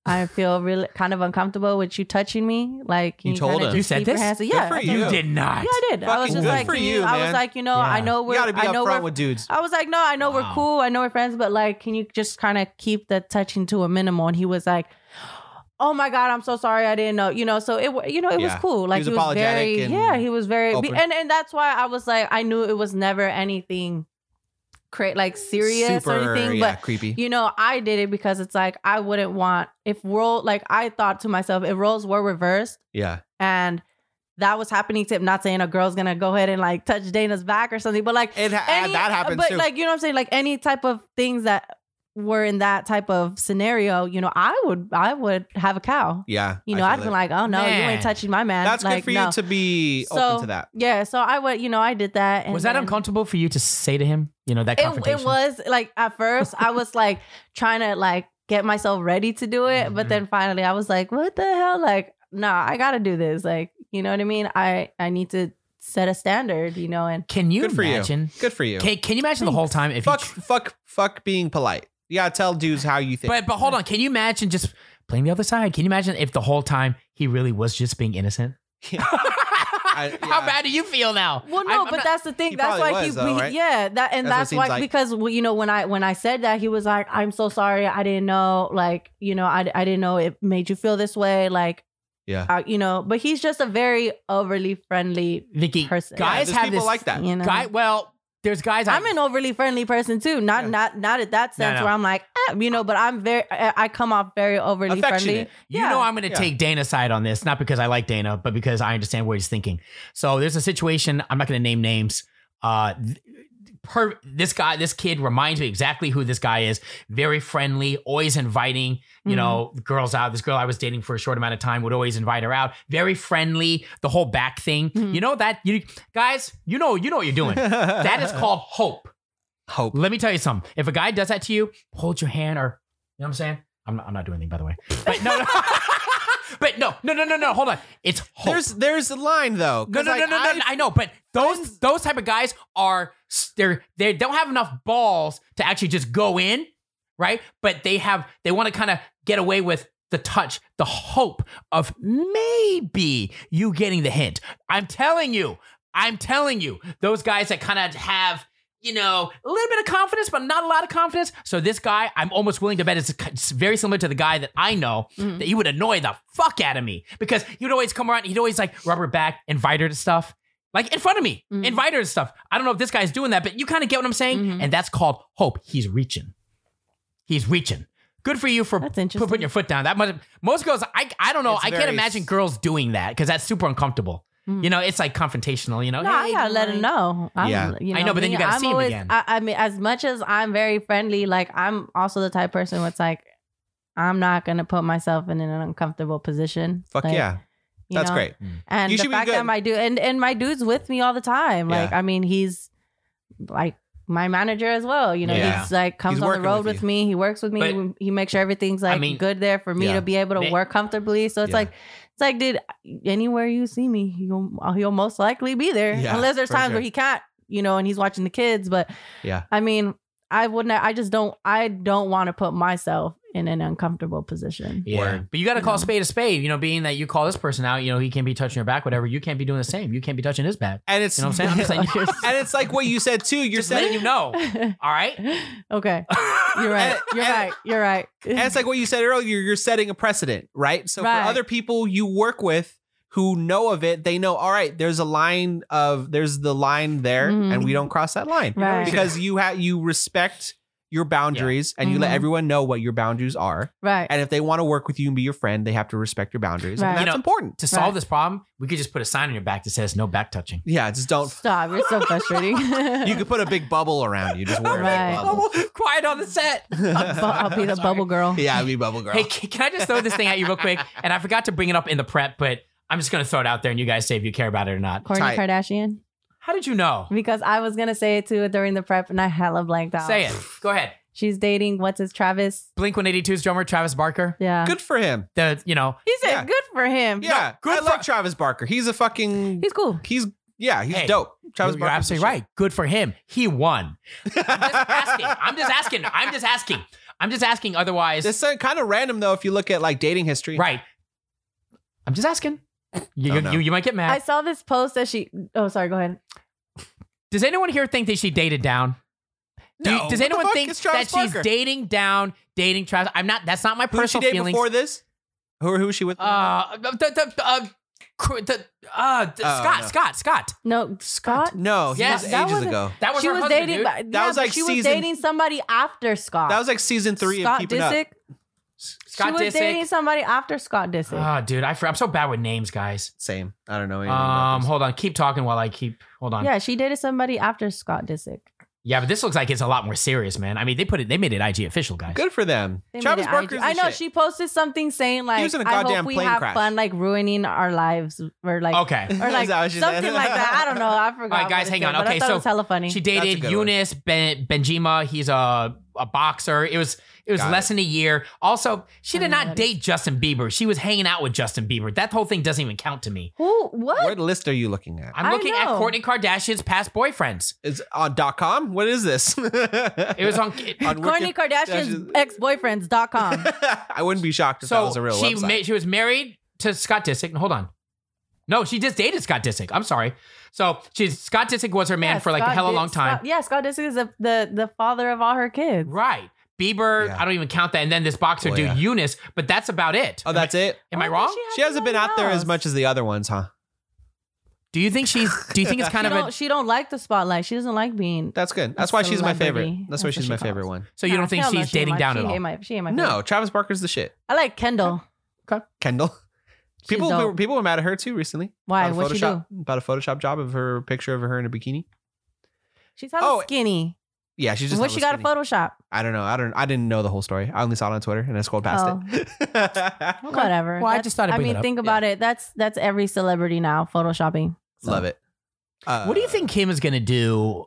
[SPEAKER 2] I feel really kind of uncomfortable with you touching me. Like can
[SPEAKER 5] You told
[SPEAKER 2] kinda
[SPEAKER 5] him.
[SPEAKER 2] just
[SPEAKER 3] You said
[SPEAKER 2] keep your
[SPEAKER 3] this?
[SPEAKER 2] hands-
[SPEAKER 5] Good
[SPEAKER 2] Yeah,
[SPEAKER 5] for
[SPEAKER 2] I told
[SPEAKER 5] you.
[SPEAKER 3] You did not.
[SPEAKER 2] yeah, I did. I was
[SPEAKER 5] Fucking
[SPEAKER 2] just
[SPEAKER 5] good
[SPEAKER 2] like,
[SPEAKER 5] for
[SPEAKER 2] can
[SPEAKER 5] you,
[SPEAKER 2] I
[SPEAKER 5] man.
[SPEAKER 2] was like, you know,
[SPEAKER 3] Yeah.
[SPEAKER 2] I know
[SPEAKER 5] You
[SPEAKER 2] we're,
[SPEAKER 5] gotta be
[SPEAKER 2] I know
[SPEAKER 5] upfront
[SPEAKER 2] we're,
[SPEAKER 5] with dudes.
[SPEAKER 2] I was like, no, I know
[SPEAKER 3] Wow.
[SPEAKER 2] we're cool, I know we're friends, but like, can you just kind of keep the touching to a minimal? And he was like, oh my god, I'm so sorry, I didn't know, you know. So it, wa- you know, it
[SPEAKER 5] Yeah.
[SPEAKER 2] was cool. Like
[SPEAKER 5] was
[SPEAKER 2] he was,
[SPEAKER 5] apologetic
[SPEAKER 2] very,
[SPEAKER 5] and
[SPEAKER 2] yeah, he was very,
[SPEAKER 5] open.
[SPEAKER 2] and and that's why I was like, I knew it was never anything, cra- like serious or anything,
[SPEAKER 5] yeah,
[SPEAKER 2] but
[SPEAKER 5] creepy.
[SPEAKER 2] you know, I did it because it's like I wouldn't want if role like I thought to myself, if roles were reversed
[SPEAKER 5] yeah.
[SPEAKER 2] and that was happening to him. Not saying a girl's gonna go ahead and like touch Dana's back or something, but like
[SPEAKER 5] It ha-
[SPEAKER 2] any-
[SPEAKER 5] that happens
[SPEAKER 2] But
[SPEAKER 5] too.
[SPEAKER 2] like you know what I'm saying, like any type of things that were in that type of scenario, you know, I would I would have a cow.
[SPEAKER 5] yeah.
[SPEAKER 2] You know,
[SPEAKER 5] I
[SPEAKER 2] I'd
[SPEAKER 5] feel
[SPEAKER 2] be
[SPEAKER 5] it.
[SPEAKER 2] like, oh no, you
[SPEAKER 3] Man.
[SPEAKER 2] ain't touching my man.
[SPEAKER 5] That's
[SPEAKER 2] like,
[SPEAKER 5] good for you
[SPEAKER 2] no.
[SPEAKER 5] to be
[SPEAKER 2] So,
[SPEAKER 5] open to that.
[SPEAKER 2] Yeah, so I would, you know, I did that. And
[SPEAKER 3] was that
[SPEAKER 2] then-
[SPEAKER 3] uncomfortable for you to say to him? You know that
[SPEAKER 2] It,
[SPEAKER 3] confrontation.
[SPEAKER 2] it was like at first I was like trying to like get myself ready to do it,
[SPEAKER 3] Mhm.
[SPEAKER 5] Mm-hmm.
[SPEAKER 2] but then finally I was like, what the hell? Like, nah, I gotta do this. Like, you know what I mean? I I need to set a standard, you know, and
[SPEAKER 3] Can you
[SPEAKER 5] Good for you.
[SPEAKER 3] imagine?
[SPEAKER 5] Good for you.
[SPEAKER 3] Can, can you imagine the whole time if
[SPEAKER 5] Fuck,
[SPEAKER 3] you tr-
[SPEAKER 5] fuck, fuck being polite. You gotta tell dudes how you think.
[SPEAKER 3] but but hold on, can you imagine just playing the other side? Can you imagine if the whole time he really was just being innocent?
[SPEAKER 5] Yeah.
[SPEAKER 3] How
[SPEAKER 5] yeah.
[SPEAKER 3] bad do you feel now?
[SPEAKER 2] well,
[SPEAKER 3] I'm-
[SPEAKER 2] no,
[SPEAKER 3] I'm
[SPEAKER 2] but
[SPEAKER 3] not-
[SPEAKER 2] that's the thing.
[SPEAKER 5] He
[SPEAKER 2] that's
[SPEAKER 5] probably
[SPEAKER 2] why he,
[SPEAKER 5] was, though,
[SPEAKER 2] he-
[SPEAKER 5] right?
[SPEAKER 2] yeah, that and
[SPEAKER 5] That's what it
[SPEAKER 2] that's,
[SPEAKER 5] seems
[SPEAKER 2] why
[SPEAKER 5] like.
[SPEAKER 2] because well, you know when I when I said that he was like, I'm so sorry, I didn't know, like you know, I I didn't know it made you feel this way, like
[SPEAKER 5] Yeah.
[SPEAKER 2] uh, you know, but he's just a very overly friendly.
[SPEAKER 3] Vicky,
[SPEAKER 2] Person.
[SPEAKER 5] Yeah,
[SPEAKER 3] guys
[SPEAKER 5] there's
[SPEAKER 3] have
[SPEAKER 5] people
[SPEAKER 3] this
[SPEAKER 5] like that.
[SPEAKER 2] You know?
[SPEAKER 3] guy. Well, there's guys. I-
[SPEAKER 2] I'm an overly friendly person too. Not
[SPEAKER 5] Yeah.
[SPEAKER 2] not not at that
[SPEAKER 3] No,
[SPEAKER 2] sense
[SPEAKER 3] no.
[SPEAKER 2] where I'm like, eh, you know, but I'm very I I come off very overly friendly.
[SPEAKER 5] Affectionate.
[SPEAKER 3] You
[SPEAKER 2] Yeah.
[SPEAKER 3] know I'm going to
[SPEAKER 5] Yeah.
[SPEAKER 3] take Dana's side on this, not because I like Dana, but because I understand what he's thinking. So there's a situation. I'm not going to name names. Uh, th- per, this guy, this kid reminds me exactly who this guy is. Very friendly, always inviting. You
[SPEAKER 2] Mhm.
[SPEAKER 3] know, girls out. This girl I was dating for a short amount of time would always invite her out. Very friendly. The whole back thing.
[SPEAKER 2] Mhm.
[SPEAKER 3] You know that you guys. You know you know what you're doing. that is called hope.
[SPEAKER 5] hope.
[SPEAKER 3] Let me tell you something. If a guy does that to you, hold your hand or you know what I'm saying? I'm not, I'm not doing anything by the way. But no, no. But no, no, no, no, no. Hold on. It's hope.
[SPEAKER 5] There's there's a line
[SPEAKER 3] no,
[SPEAKER 5] though. 'cause,
[SPEAKER 3] no,
[SPEAKER 5] like,
[SPEAKER 3] no, no, no,
[SPEAKER 5] I-
[SPEAKER 3] I know, but those those type of guys are s- they're they don't have enough balls to actually just go in, right? But they have they want to kind of get away with the touch, the hope of maybe you getting the hint. I'm telling you, I'm telling you, those guys that kind of have you know a little bit of confidence, but not a lot of confidence. So this guy, I'm almost willing to bet is it's very similar to the guy that I know
[SPEAKER 2] Mhm.
[SPEAKER 3] that he would annoy the fuck out of me because he would always come around. He'd always like rubber back, invite her to stuff, like in front of me,
[SPEAKER 2] Mhm.
[SPEAKER 3] invite her to stuff. I don't know if this guy's doing that, but you kind of get what I'm saying.
[SPEAKER 2] Mhm.
[SPEAKER 3] And that's called hope. He's reaching. He's reaching. Good for you for
[SPEAKER 2] That's
[SPEAKER 3] pu-
[SPEAKER 2] interesting.
[SPEAKER 3] putting your foot down. That much. Most girls, I I don't know.
[SPEAKER 5] It's
[SPEAKER 3] I can't
[SPEAKER 5] very
[SPEAKER 3] imagine
[SPEAKER 5] s-
[SPEAKER 3] girls doing that because that's super uncomfortable.
[SPEAKER 2] Mhm.
[SPEAKER 3] You know, it's like confrontational. You know,
[SPEAKER 2] No, I
[SPEAKER 3] Hey,
[SPEAKER 2] gotta
[SPEAKER 3] do
[SPEAKER 2] let
[SPEAKER 3] you
[SPEAKER 2] him
[SPEAKER 3] like-
[SPEAKER 2] know. I'm,
[SPEAKER 5] Yeah.
[SPEAKER 2] you
[SPEAKER 3] I know, but then you
[SPEAKER 2] me,
[SPEAKER 3] gotta
[SPEAKER 2] I'm
[SPEAKER 3] see him
[SPEAKER 2] always,
[SPEAKER 3] again.
[SPEAKER 2] I, I mean, as much as I'm very friendly, like I'm also the type of person where it's like, I'm not gonna put myself in an uncomfortable position.
[SPEAKER 5] Fuck
[SPEAKER 2] Like,
[SPEAKER 5] yeah.
[SPEAKER 2] you
[SPEAKER 5] That's
[SPEAKER 2] know?
[SPEAKER 5] great.
[SPEAKER 2] And
[SPEAKER 5] You
[SPEAKER 2] the
[SPEAKER 5] should be
[SPEAKER 2] fact
[SPEAKER 5] good.
[SPEAKER 2] that my dude and, and my dude's with me all the time. Like,
[SPEAKER 5] Yeah.
[SPEAKER 2] I mean, he's like my manager as well. You know,
[SPEAKER 5] Yeah.
[SPEAKER 2] he's like comes
[SPEAKER 5] He's
[SPEAKER 2] on the
[SPEAKER 5] working
[SPEAKER 2] road
[SPEAKER 5] with
[SPEAKER 2] with, me. He works with me.
[SPEAKER 3] But-
[SPEAKER 2] he, he makes sure everything's
[SPEAKER 3] I
[SPEAKER 2] like
[SPEAKER 3] mean,
[SPEAKER 2] good there for me
[SPEAKER 5] yeah.
[SPEAKER 2] to be able to
[SPEAKER 3] They-
[SPEAKER 2] work comfortably. So it's
[SPEAKER 5] Yeah.
[SPEAKER 2] like it's like, dude, anywhere you see me, he'll he'll most likely be there.
[SPEAKER 5] Yeah,
[SPEAKER 2] Unless there's
[SPEAKER 5] for
[SPEAKER 2] times
[SPEAKER 5] sure.
[SPEAKER 2] where he can't, you know, and he's watching the kids. But
[SPEAKER 5] Yeah.
[SPEAKER 2] I mean, I wouldn't I just don't I don't want to put myself in an uncomfortable position.
[SPEAKER 3] Yeah.
[SPEAKER 5] Word.
[SPEAKER 3] But you got to
[SPEAKER 2] You
[SPEAKER 3] call
[SPEAKER 2] know.
[SPEAKER 3] a spade a spade. You know, being that you call this person out, you know, he can't be touching your back, whatever. You can't be doing the same. You can't be touching his back.
[SPEAKER 5] And it's
[SPEAKER 3] You know what I'm saying? I'm just saying, you're just
[SPEAKER 5] and it's like what you said too. You're saying
[SPEAKER 3] letting you know. All right.
[SPEAKER 2] okay. You're right. You're
[SPEAKER 5] And-
[SPEAKER 2] right. You're right.
[SPEAKER 5] And it's like what you said earlier, you're setting a precedent, right? So
[SPEAKER 2] Right.
[SPEAKER 5] for other people you work with who know of it, they know, all right, there's a line of there's the line there
[SPEAKER 2] Mhm.
[SPEAKER 5] and we don't cross that line.
[SPEAKER 2] Right.
[SPEAKER 5] Because you have you respect your boundaries and you let
[SPEAKER 3] Mm-hmm.
[SPEAKER 2] Mhm.
[SPEAKER 5] everyone know what your boundaries are.
[SPEAKER 2] right.
[SPEAKER 5] And if they want to work with you and be your friend, they have to respect your boundaries.
[SPEAKER 2] Right.
[SPEAKER 5] And that's
[SPEAKER 3] You know-
[SPEAKER 5] important.
[SPEAKER 3] to solve
[SPEAKER 2] Right.
[SPEAKER 3] this problem, we could just put a sign on your back that says no back touching.
[SPEAKER 5] Yeah, just don't
[SPEAKER 2] Stop. You're so frustrating.
[SPEAKER 5] you could put a big bubble around you. Just wear
[SPEAKER 2] Right.
[SPEAKER 5] a big bubble.
[SPEAKER 3] Oh, Quiet on the set.
[SPEAKER 2] Bu- I'll be the bubble girl.
[SPEAKER 5] yeah, I'd be bubble girl.
[SPEAKER 3] Hey, c- can I just throw this thing at you real quick? And I forgot to bring it up in the prep, but I'm just gonna throw it out there, and you guys say if you care about it or not.
[SPEAKER 2] Kourtney
[SPEAKER 5] Tight.
[SPEAKER 2] Kardashian.
[SPEAKER 3] How did you know?
[SPEAKER 2] Because I was gonna say it too during the prep, and I hella blanked out.
[SPEAKER 3] Say it. Go ahead.
[SPEAKER 2] She's dating what's his Travis?
[SPEAKER 3] Blink 182's drummer Travis Barker.
[SPEAKER 2] Yeah.
[SPEAKER 5] Good for him.
[SPEAKER 3] The you know
[SPEAKER 2] He said
[SPEAKER 5] Yeah.
[SPEAKER 2] good for him.
[SPEAKER 5] Yeah,
[SPEAKER 3] good
[SPEAKER 5] I
[SPEAKER 3] for-
[SPEAKER 5] like Travis Barker. He's a fucking
[SPEAKER 2] He's cool.
[SPEAKER 5] He's yeah, he's
[SPEAKER 3] Hey,
[SPEAKER 5] dope. Travis
[SPEAKER 3] you're,
[SPEAKER 5] Barker's
[SPEAKER 3] absolutely
[SPEAKER 5] the
[SPEAKER 3] right. Good for him. He won.
[SPEAKER 5] shit.
[SPEAKER 3] I'm just asking. I'm just asking. I'm just asking. I'm just asking. Otherwise,
[SPEAKER 5] It's kind of random though if you look at like dating history.
[SPEAKER 3] right? I'm just asking. You,
[SPEAKER 5] Oh,
[SPEAKER 3] you,
[SPEAKER 5] no.
[SPEAKER 3] you, you might get mad.
[SPEAKER 2] I saw this post that she. Oh, sorry. Go ahead.
[SPEAKER 3] Does anyone here think that she dated down? Do you-
[SPEAKER 5] No,
[SPEAKER 3] does
[SPEAKER 5] what the
[SPEAKER 3] anyone
[SPEAKER 5] fuck?
[SPEAKER 3] think
[SPEAKER 5] It's
[SPEAKER 3] that
[SPEAKER 5] Travis
[SPEAKER 3] she's
[SPEAKER 5] Barker.
[SPEAKER 3] dating down, dating Travis? I'm not. That's not my
[SPEAKER 5] Who did she
[SPEAKER 3] personal
[SPEAKER 5] date
[SPEAKER 3] feelings.
[SPEAKER 5] before this? Who who was she with?
[SPEAKER 3] uh, the, the, uh, cr- the, uh, the-
[SPEAKER 5] Oh,
[SPEAKER 3] Scott,
[SPEAKER 5] no.
[SPEAKER 3] Scott, Scott.
[SPEAKER 2] No, Scott.
[SPEAKER 5] no, he
[SPEAKER 3] yes,
[SPEAKER 5] was
[SPEAKER 2] that
[SPEAKER 5] ages
[SPEAKER 2] was a-
[SPEAKER 5] ago.
[SPEAKER 3] That was
[SPEAKER 2] she
[SPEAKER 3] her
[SPEAKER 2] was
[SPEAKER 3] husband,
[SPEAKER 2] dating.
[SPEAKER 3] dude.
[SPEAKER 2] but-
[SPEAKER 5] That
[SPEAKER 2] yeah,
[SPEAKER 5] was
[SPEAKER 2] but
[SPEAKER 5] like
[SPEAKER 2] she was
[SPEAKER 5] season-
[SPEAKER 2] dating somebody after Scott.
[SPEAKER 5] That was like season three
[SPEAKER 2] Scott
[SPEAKER 5] of Keeping
[SPEAKER 2] Disick.
[SPEAKER 5] Up.
[SPEAKER 2] She
[SPEAKER 3] Scott
[SPEAKER 2] was dating
[SPEAKER 3] Disick.
[SPEAKER 2] somebody after Scott Disick.
[SPEAKER 3] Oh, dude, I, for- I'm so bad with names, guys.
[SPEAKER 5] Same. I don't know. anything about
[SPEAKER 3] Um,
[SPEAKER 5] this.
[SPEAKER 3] hold on. Keep talking while I keep. Hold
[SPEAKER 5] Ah.
[SPEAKER 3] on. Yeah.
[SPEAKER 2] yeah, she dated somebody after Scott Disick.
[SPEAKER 3] but this looks like it's a lot more serious, man. I mean, they put it. They made it IG official, guys.
[SPEAKER 5] Good for them.
[SPEAKER 2] They
[SPEAKER 5] Travis
[SPEAKER 2] made it
[SPEAKER 5] Barker's.
[SPEAKER 2] IG.
[SPEAKER 5] the
[SPEAKER 2] I know
[SPEAKER 5] shit.
[SPEAKER 2] she posted something saying like,
[SPEAKER 5] was in a
[SPEAKER 2] "I
[SPEAKER 5] goddamn
[SPEAKER 2] hope we
[SPEAKER 5] plane
[SPEAKER 2] have
[SPEAKER 5] crash.
[SPEAKER 2] fun, like ruining our lives or like
[SPEAKER 3] Okay.
[SPEAKER 2] or like
[SPEAKER 5] Is that what she
[SPEAKER 2] something
[SPEAKER 5] said?
[SPEAKER 2] like that." I don't know. I forgot.
[SPEAKER 3] Alright, guys,
[SPEAKER 2] what it
[SPEAKER 3] hang
[SPEAKER 2] said,
[SPEAKER 3] on.
[SPEAKER 2] but I
[SPEAKER 3] Okay,
[SPEAKER 2] thought
[SPEAKER 3] so
[SPEAKER 2] it was hella funny.
[SPEAKER 3] She
[SPEAKER 5] That's a
[SPEAKER 3] dated
[SPEAKER 5] good
[SPEAKER 3] Eunice ben, Benjima. He's a a boxer. It was it was
[SPEAKER 5] Got
[SPEAKER 3] less than a year. Also, she
[SPEAKER 2] I
[SPEAKER 3] did
[SPEAKER 2] know
[SPEAKER 3] not
[SPEAKER 2] that
[SPEAKER 3] date Justin Bieber. She was hanging out with Justin Bieber. That whole thing doesn't even count to me.
[SPEAKER 2] Who? What?
[SPEAKER 5] What list are you looking at?
[SPEAKER 3] I'm
[SPEAKER 2] I
[SPEAKER 3] looking at
[SPEAKER 2] know.
[SPEAKER 3] Kourtney Kardashian's past boyfriends.
[SPEAKER 5] Is on dot com? What is this?
[SPEAKER 3] It
[SPEAKER 5] it
[SPEAKER 3] was on.
[SPEAKER 5] on
[SPEAKER 2] Kourtney
[SPEAKER 5] Wiki-
[SPEAKER 2] Kardashian's ex-boyfriends.com.
[SPEAKER 5] I wouldn't be shocked if that
[SPEAKER 3] so
[SPEAKER 5] was a real
[SPEAKER 3] she
[SPEAKER 5] website.
[SPEAKER 3] ma- she was married to Scott Disick. Hold on. No, she just dated Scott Disick. I'm sorry. So she's Scott Disick was her man
[SPEAKER 2] Yeah,
[SPEAKER 3] for like a
[SPEAKER 2] Scott
[SPEAKER 3] hell of a
[SPEAKER 2] Dis-
[SPEAKER 3] long time.
[SPEAKER 2] Scott, yeah, Scott Disick is the, the the father of all her kids.
[SPEAKER 3] Right. Bieber,
[SPEAKER 5] Yeah.
[SPEAKER 3] I don't even count that. And then this boxer
[SPEAKER 5] Oh,
[SPEAKER 3] dude,
[SPEAKER 5] yeah.
[SPEAKER 3] Eunice, but that's about it.
[SPEAKER 5] oh, that's it.
[SPEAKER 3] Am I
[SPEAKER 2] Why
[SPEAKER 3] wrong?
[SPEAKER 2] does have
[SPEAKER 5] She hasn't been
[SPEAKER 2] someone
[SPEAKER 5] out there as
[SPEAKER 2] else?
[SPEAKER 5] much as the other ones, huh?
[SPEAKER 3] Do you think she's do you think it's kind
[SPEAKER 2] She
[SPEAKER 3] of a
[SPEAKER 2] don't, she don't like the spotlight. She doesn't like being.
[SPEAKER 5] That's good. That's
[SPEAKER 2] A
[SPEAKER 5] why she's my
[SPEAKER 2] celebrity.
[SPEAKER 5] favorite. That's why
[SPEAKER 2] That's what
[SPEAKER 5] she's
[SPEAKER 2] she
[SPEAKER 5] my
[SPEAKER 2] calls
[SPEAKER 5] favorite one.
[SPEAKER 3] So you
[SPEAKER 2] Nah,
[SPEAKER 3] don't think
[SPEAKER 2] hell no,
[SPEAKER 3] she's
[SPEAKER 2] she ain't
[SPEAKER 3] dating
[SPEAKER 2] my-
[SPEAKER 3] down
[SPEAKER 2] she
[SPEAKER 3] at all?
[SPEAKER 2] ain't my- she ain't my
[SPEAKER 5] No,
[SPEAKER 2] favorite.
[SPEAKER 5] Travis Barker's the shit.
[SPEAKER 2] I like Kendall.
[SPEAKER 5] Kendall.
[SPEAKER 2] She's
[SPEAKER 5] People
[SPEAKER 2] dope.
[SPEAKER 5] were, people were mad at her too recently.
[SPEAKER 2] Why?
[SPEAKER 5] About a
[SPEAKER 2] What she
[SPEAKER 5] Photoshop,
[SPEAKER 2] do?
[SPEAKER 5] About a Photoshop job of her picture of her in a bikini.
[SPEAKER 2] She's hella
[SPEAKER 5] Oh,
[SPEAKER 2] skinny.
[SPEAKER 5] Yeah, she's just.
[SPEAKER 2] What
[SPEAKER 5] hella
[SPEAKER 2] she got a
[SPEAKER 5] skinny.
[SPEAKER 2] Photoshop?
[SPEAKER 5] I don't know. I don't. I didn't know the whole story. I only saw it on Twitter and I scrolled past
[SPEAKER 2] Oh.
[SPEAKER 5] it.
[SPEAKER 2] Whatever.
[SPEAKER 3] Well, I
[SPEAKER 2] That's-
[SPEAKER 3] just thought I'd
[SPEAKER 2] I
[SPEAKER 3] bring
[SPEAKER 2] mean,
[SPEAKER 3] it up.
[SPEAKER 2] think about it. That's that's every celebrity now photoshopping. So.
[SPEAKER 5] Love it. Uh,
[SPEAKER 3] What do you think Kim is gonna do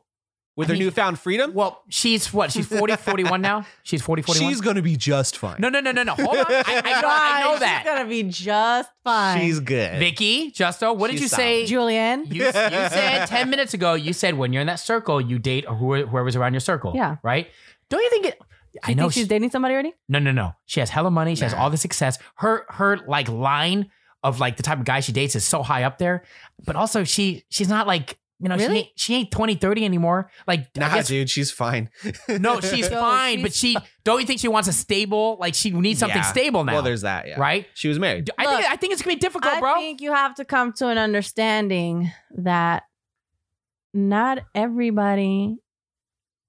[SPEAKER 5] with
[SPEAKER 3] I
[SPEAKER 5] her
[SPEAKER 3] mean-
[SPEAKER 5] newfound freedom,
[SPEAKER 3] Well, she's what? She's 40, 41 now? She's 40, 41?
[SPEAKER 5] she's gonna be just fine.
[SPEAKER 3] no, no, no, no, no. Hold on. I, I, know, I know
[SPEAKER 2] She's
[SPEAKER 3] that.
[SPEAKER 2] gonna be just fine.
[SPEAKER 5] she's good.
[SPEAKER 3] Vicky, Justo, what did
[SPEAKER 5] She's
[SPEAKER 3] you say?
[SPEAKER 2] Julianne.
[SPEAKER 3] You, you said 10 minutes ago, you said when you're in that circle, you date who- whoever's around your circle.
[SPEAKER 2] Yeah.
[SPEAKER 3] Right? Don't you think it. I
[SPEAKER 2] you
[SPEAKER 3] know
[SPEAKER 2] think she's
[SPEAKER 3] she-
[SPEAKER 2] dating somebody already?
[SPEAKER 3] No, no, no. She has hella money. She has all the success. Her her like line of like the type of guy she dates is so high up there. But also she she's not like you know
[SPEAKER 2] Really?
[SPEAKER 3] she ain't, she ain't 20, 30 anymore. Like I
[SPEAKER 5] Nah,
[SPEAKER 3] guess-
[SPEAKER 5] dude, she's fine.
[SPEAKER 3] no, she's
[SPEAKER 2] No,
[SPEAKER 3] fine.
[SPEAKER 2] she's
[SPEAKER 3] but she don't you think she wants a stable? Like she needs something
[SPEAKER 5] Yeah.
[SPEAKER 3] stable now,
[SPEAKER 5] Well, there's that. Yeah,
[SPEAKER 3] right?
[SPEAKER 5] She was married.
[SPEAKER 3] I
[SPEAKER 2] Look,
[SPEAKER 3] think I think it's gonna be difficult,
[SPEAKER 2] I
[SPEAKER 3] bro.
[SPEAKER 2] think you have to come to an understanding that not everybody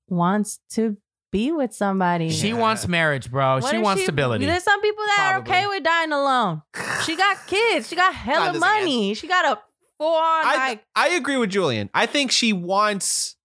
[SPEAKER 2] wants to be with somebody.
[SPEAKER 3] she
[SPEAKER 5] Yeah.
[SPEAKER 3] wants marriage, bro.
[SPEAKER 2] What
[SPEAKER 3] she
[SPEAKER 2] if
[SPEAKER 3] wants stability.
[SPEAKER 2] There's some people that
[SPEAKER 5] Probably.
[SPEAKER 2] are okay with dying alone. She got kids. She got hella
[SPEAKER 5] God, this
[SPEAKER 2] money. She got a full on
[SPEAKER 5] I
[SPEAKER 2] like.
[SPEAKER 5] I agree with Julian. I think she wants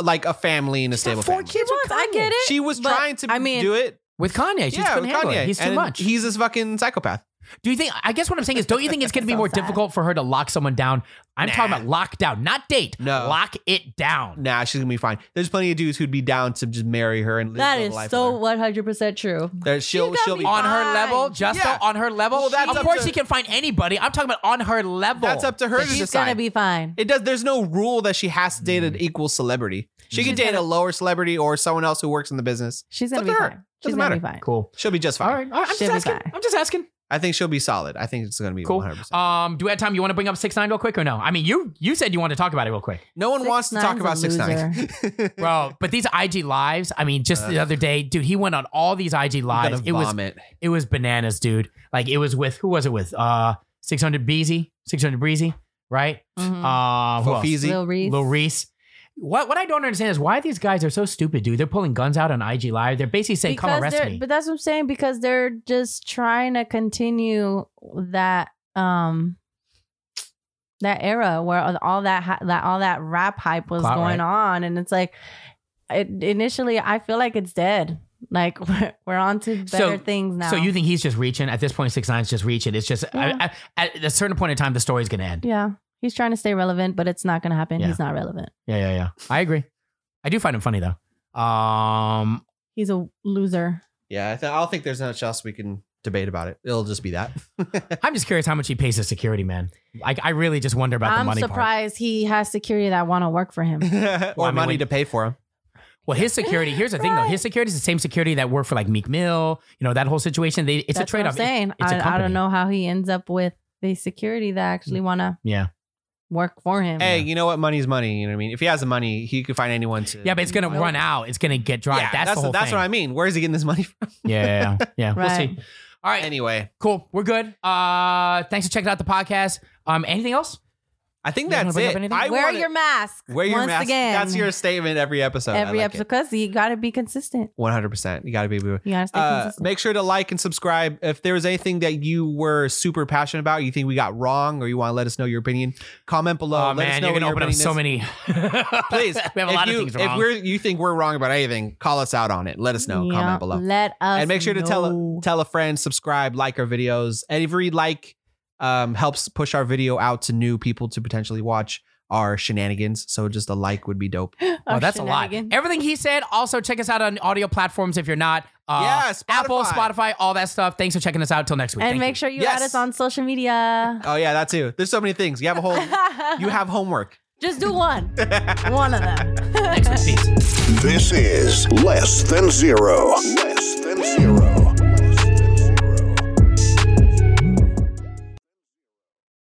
[SPEAKER 5] like a family and a
[SPEAKER 3] She's got
[SPEAKER 5] stable
[SPEAKER 3] four
[SPEAKER 5] family.
[SPEAKER 3] kids.
[SPEAKER 2] She wants. I
[SPEAKER 3] Kanye.
[SPEAKER 2] get it.
[SPEAKER 5] She was
[SPEAKER 2] but,
[SPEAKER 5] trying to
[SPEAKER 2] I mean-
[SPEAKER 5] do it.
[SPEAKER 3] with Kanye, she just
[SPEAKER 5] yeah,
[SPEAKER 3] couldn't
[SPEAKER 5] with
[SPEAKER 3] handle
[SPEAKER 5] Kanye.
[SPEAKER 3] it. He's too
[SPEAKER 5] and
[SPEAKER 3] much.
[SPEAKER 5] He's this fucking psychopath.
[SPEAKER 3] Do you think? I guess what I'm saying is, don't you think it's going to be
[SPEAKER 2] So
[SPEAKER 3] more
[SPEAKER 2] sad.
[SPEAKER 3] difficult for her to lock someone down? I'm
[SPEAKER 5] Nah.
[SPEAKER 3] talking about lock down, not date.
[SPEAKER 5] No.
[SPEAKER 3] lock it down.
[SPEAKER 5] Nah, she's gonna be fine. There's plenty of dudes who'd be down to just marry her and live
[SPEAKER 2] That
[SPEAKER 5] the
[SPEAKER 2] is
[SPEAKER 5] life
[SPEAKER 2] so
[SPEAKER 5] with her.
[SPEAKER 2] 100 percent true.
[SPEAKER 5] There- she'll
[SPEAKER 2] gotta
[SPEAKER 5] she'll
[SPEAKER 2] be
[SPEAKER 5] be
[SPEAKER 3] On her
[SPEAKER 2] Fine.
[SPEAKER 3] level, just
[SPEAKER 5] Yeah.
[SPEAKER 3] on her level.
[SPEAKER 5] Well, that's
[SPEAKER 3] of
[SPEAKER 5] up
[SPEAKER 3] course,
[SPEAKER 5] to-
[SPEAKER 3] she can find anybody. I'm talking about on her level.
[SPEAKER 5] That's up to her to
[SPEAKER 2] She's
[SPEAKER 5] decide.
[SPEAKER 2] gonna be fine.
[SPEAKER 5] it does. There's no rule that she has to date
[SPEAKER 3] Mm.
[SPEAKER 5] an equal celebrity. She
[SPEAKER 3] Mm-hmm.
[SPEAKER 5] can
[SPEAKER 2] She's
[SPEAKER 5] date
[SPEAKER 2] gonna-
[SPEAKER 5] a lower celebrity or someone else who works in the business.
[SPEAKER 2] She's gonna
[SPEAKER 5] Up
[SPEAKER 2] be
[SPEAKER 5] to her.
[SPEAKER 2] fine. She's
[SPEAKER 5] Doesn't
[SPEAKER 2] gonna be fine.
[SPEAKER 3] Cool.
[SPEAKER 5] She'll be just fine.
[SPEAKER 3] All right. All right. I'm
[SPEAKER 2] She'll
[SPEAKER 3] just
[SPEAKER 2] be
[SPEAKER 3] asking.
[SPEAKER 2] fine.
[SPEAKER 3] I'm just asking.
[SPEAKER 5] I think she'll be solid. I think it's gonna be
[SPEAKER 3] Cool.
[SPEAKER 5] 100%.
[SPEAKER 3] Um, do we have time? You want to bring up six nine real quick or no? I mean, you you said you wanted to talk about it real quick,
[SPEAKER 5] no one wants to talk
[SPEAKER 2] 6ix9ine's
[SPEAKER 5] about
[SPEAKER 2] a
[SPEAKER 5] six nine.
[SPEAKER 3] bro. But these IG lives. I mean, just the other day, dude, he went on all these IG lives. It was
[SPEAKER 5] vomit.
[SPEAKER 3] it was bananas, dude. Like it was with who was it with? Uh, six hundred breezy, six hundred breezy, right?
[SPEAKER 2] Mhm.
[SPEAKER 3] Uh, who else?
[SPEAKER 5] Fofizi.
[SPEAKER 2] Lil Reese.
[SPEAKER 3] Lil Reese. What what I don't understand is why these guys are so stupid, dude. They're pulling guns out on IG Live. They're basically saying, "Come arrest
[SPEAKER 2] they're-
[SPEAKER 3] me."
[SPEAKER 2] But that's what I'm saying because they're just trying to continue that um that era where all that hy- that all that rap hype was
[SPEAKER 3] Clout,
[SPEAKER 2] going
[SPEAKER 3] right?
[SPEAKER 2] on, and it's like it, initially I feel like it's dead. Like we're, we're on to better
[SPEAKER 3] So-
[SPEAKER 2] things now.
[SPEAKER 3] So you think he's just reaching? At this point, six nine's just reaching. It's just
[SPEAKER 2] Yeah.
[SPEAKER 3] I, I, at a certain point in time, the story's gonna end.
[SPEAKER 2] yeah, he's trying to stay relevant, but it's not going to happen.
[SPEAKER 3] Yeah.
[SPEAKER 2] He's not relevant.
[SPEAKER 3] Yeah, yeah, yeah. I agree. I do find him funny though. Um,
[SPEAKER 2] He's a loser.
[SPEAKER 5] Yeah, I, th- I don't think there's much else we can debate about it. It'll just be that.
[SPEAKER 3] I'm just curious how much he pays the security man. Like, I really just wonder about the
[SPEAKER 2] I'm
[SPEAKER 3] money part.
[SPEAKER 2] surprised he has security that want to work for him.
[SPEAKER 5] or
[SPEAKER 3] mean,
[SPEAKER 5] money
[SPEAKER 3] when-
[SPEAKER 5] to pay for him.
[SPEAKER 3] Well, his security. Here's the thing though. His security is the same security that worked for like Meek Mill. You know that whole situation. They it's
[SPEAKER 2] That's
[SPEAKER 3] a
[SPEAKER 2] what
[SPEAKER 3] trade
[SPEAKER 2] I'm
[SPEAKER 3] off.
[SPEAKER 2] Saying
[SPEAKER 3] it's a
[SPEAKER 2] I, I
[SPEAKER 3] company.
[SPEAKER 2] don't know how he ends up with the security that actually want to
[SPEAKER 3] yeah.
[SPEAKER 2] work for him.
[SPEAKER 5] Mm. Hey, you know what? Money's money. You know what I mean? If he has the money, he could find anyone to.
[SPEAKER 3] Yeah, but it's gonna
[SPEAKER 2] Well-
[SPEAKER 3] run out. It's gonna get dry.
[SPEAKER 5] Yeah,
[SPEAKER 3] that's, the whole
[SPEAKER 5] that's
[SPEAKER 3] thing.
[SPEAKER 5] what I mean. Where is he getting this money from?
[SPEAKER 3] Yeah, yeah, yeah.
[SPEAKER 2] Right.
[SPEAKER 3] We'll see. All right,
[SPEAKER 5] Anyway,
[SPEAKER 3] cool. We're good. Uh, thanks for checking out the podcast. Um, anything else?
[SPEAKER 5] I think
[SPEAKER 3] You wanna
[SPEAKER 5] that's
[SPEAKER 3] bring up
[SPEAKER 5] it.
[SPEAKER 3] anything?
[SPEAKER 5] I
[SPEAKER 2] wear
[SPEAKER 5] wanna-
[SPEAKER 2] your mask.
[SPEAKER 5] wear your
[SPEAKER 2] once
[SPEAKER 5] mask.
[SPEAKER 2] again.
[SPEAKER 5] That's your statement every episode.
[SPEAKER 2] every episode because you got to be consistent.
[SPEAKER 5] One hundred percent. You got to be.
[SPEAKER 2] You got to stay
[SPEAKER 5] Uh,
[SPEAKER 2] consistent.
[SPEAKER 5] make sure to like and subscribe. If there was anything that you were super passionate about, you think we got wrong, or you want to let us know your opinion, comment below.
[SPEAKER 3] oh
[SPEAKER 5] let us
[SPEAKER 3] man,
[SPEAKER 5] know
[SPEAKER 3] you're
[SPEAKER 5] what
[SPEAKER 3] gonna
[SPEAKER 5] your
[SPEAKER 3] open up
[SPEAKER 5] opinion
[SPEAKER 3] so
[SPEAKER 5] is.
[SPEAKER 3] many.
[SPEAKER 5] Please,
[SPEAKER 3] we have a
[SPEAKER 5] if
[SPEAKER 3] lot
[SPEAKER 5] you,
[SPEAKER 3] of things
[SPEAKER 5] If
[SPEAKER 3] wrong.
[SPEAKER 5] we're, you think we're wrong about anything, call us out on it. Let us know.
[SPEAKER 2] Yeah,
[SPEAKER 5] Comment below.
[SPEAKER 2] Let us
[SPEAKER 5] and make sure to tell
[SPEAKER 2] know.
[SPEAKER 5] a, tell a friend, subscribe, like our videos. Every like um, helps push our video out to new people to potentially watch our shenanigans. So just a like would be dope.
[SPEAKER 3] Oh,
[SPEAKER 2] Our
[SPEAKER 3] that's a lot.
[SPEAKER 2] shenanigan.
[SPEAKER 3] Everything he said. Also, check us out on audio platforms if you're not.
[SPEAKER 5] Yeah,
[SPEAKER 3] Uh,
[SPEAKER 5] Spotify.
[SPEAKER 3] Apple, Spotify, all that stuff. Thanks for checking us out. Till next week.
[SPEAKER 2] And
[SPEAKER 3] Thank
[SPEAKER 2] make
[SPEAKER 3] you.
[SPEAKER 2] sure you
[SPEAKER 5] Yes.
[SPEAKER 2] add us on social media.
[SPEAKER 5] Oh yeah, that too. There's so many things. You have a whole you have homework.
[SPEAKER 2] Just do one. one of them.
[SPEAKER 3] Thanks for peace.
[SPEAKER 1] This is Less Than Zero. Less Than Zero.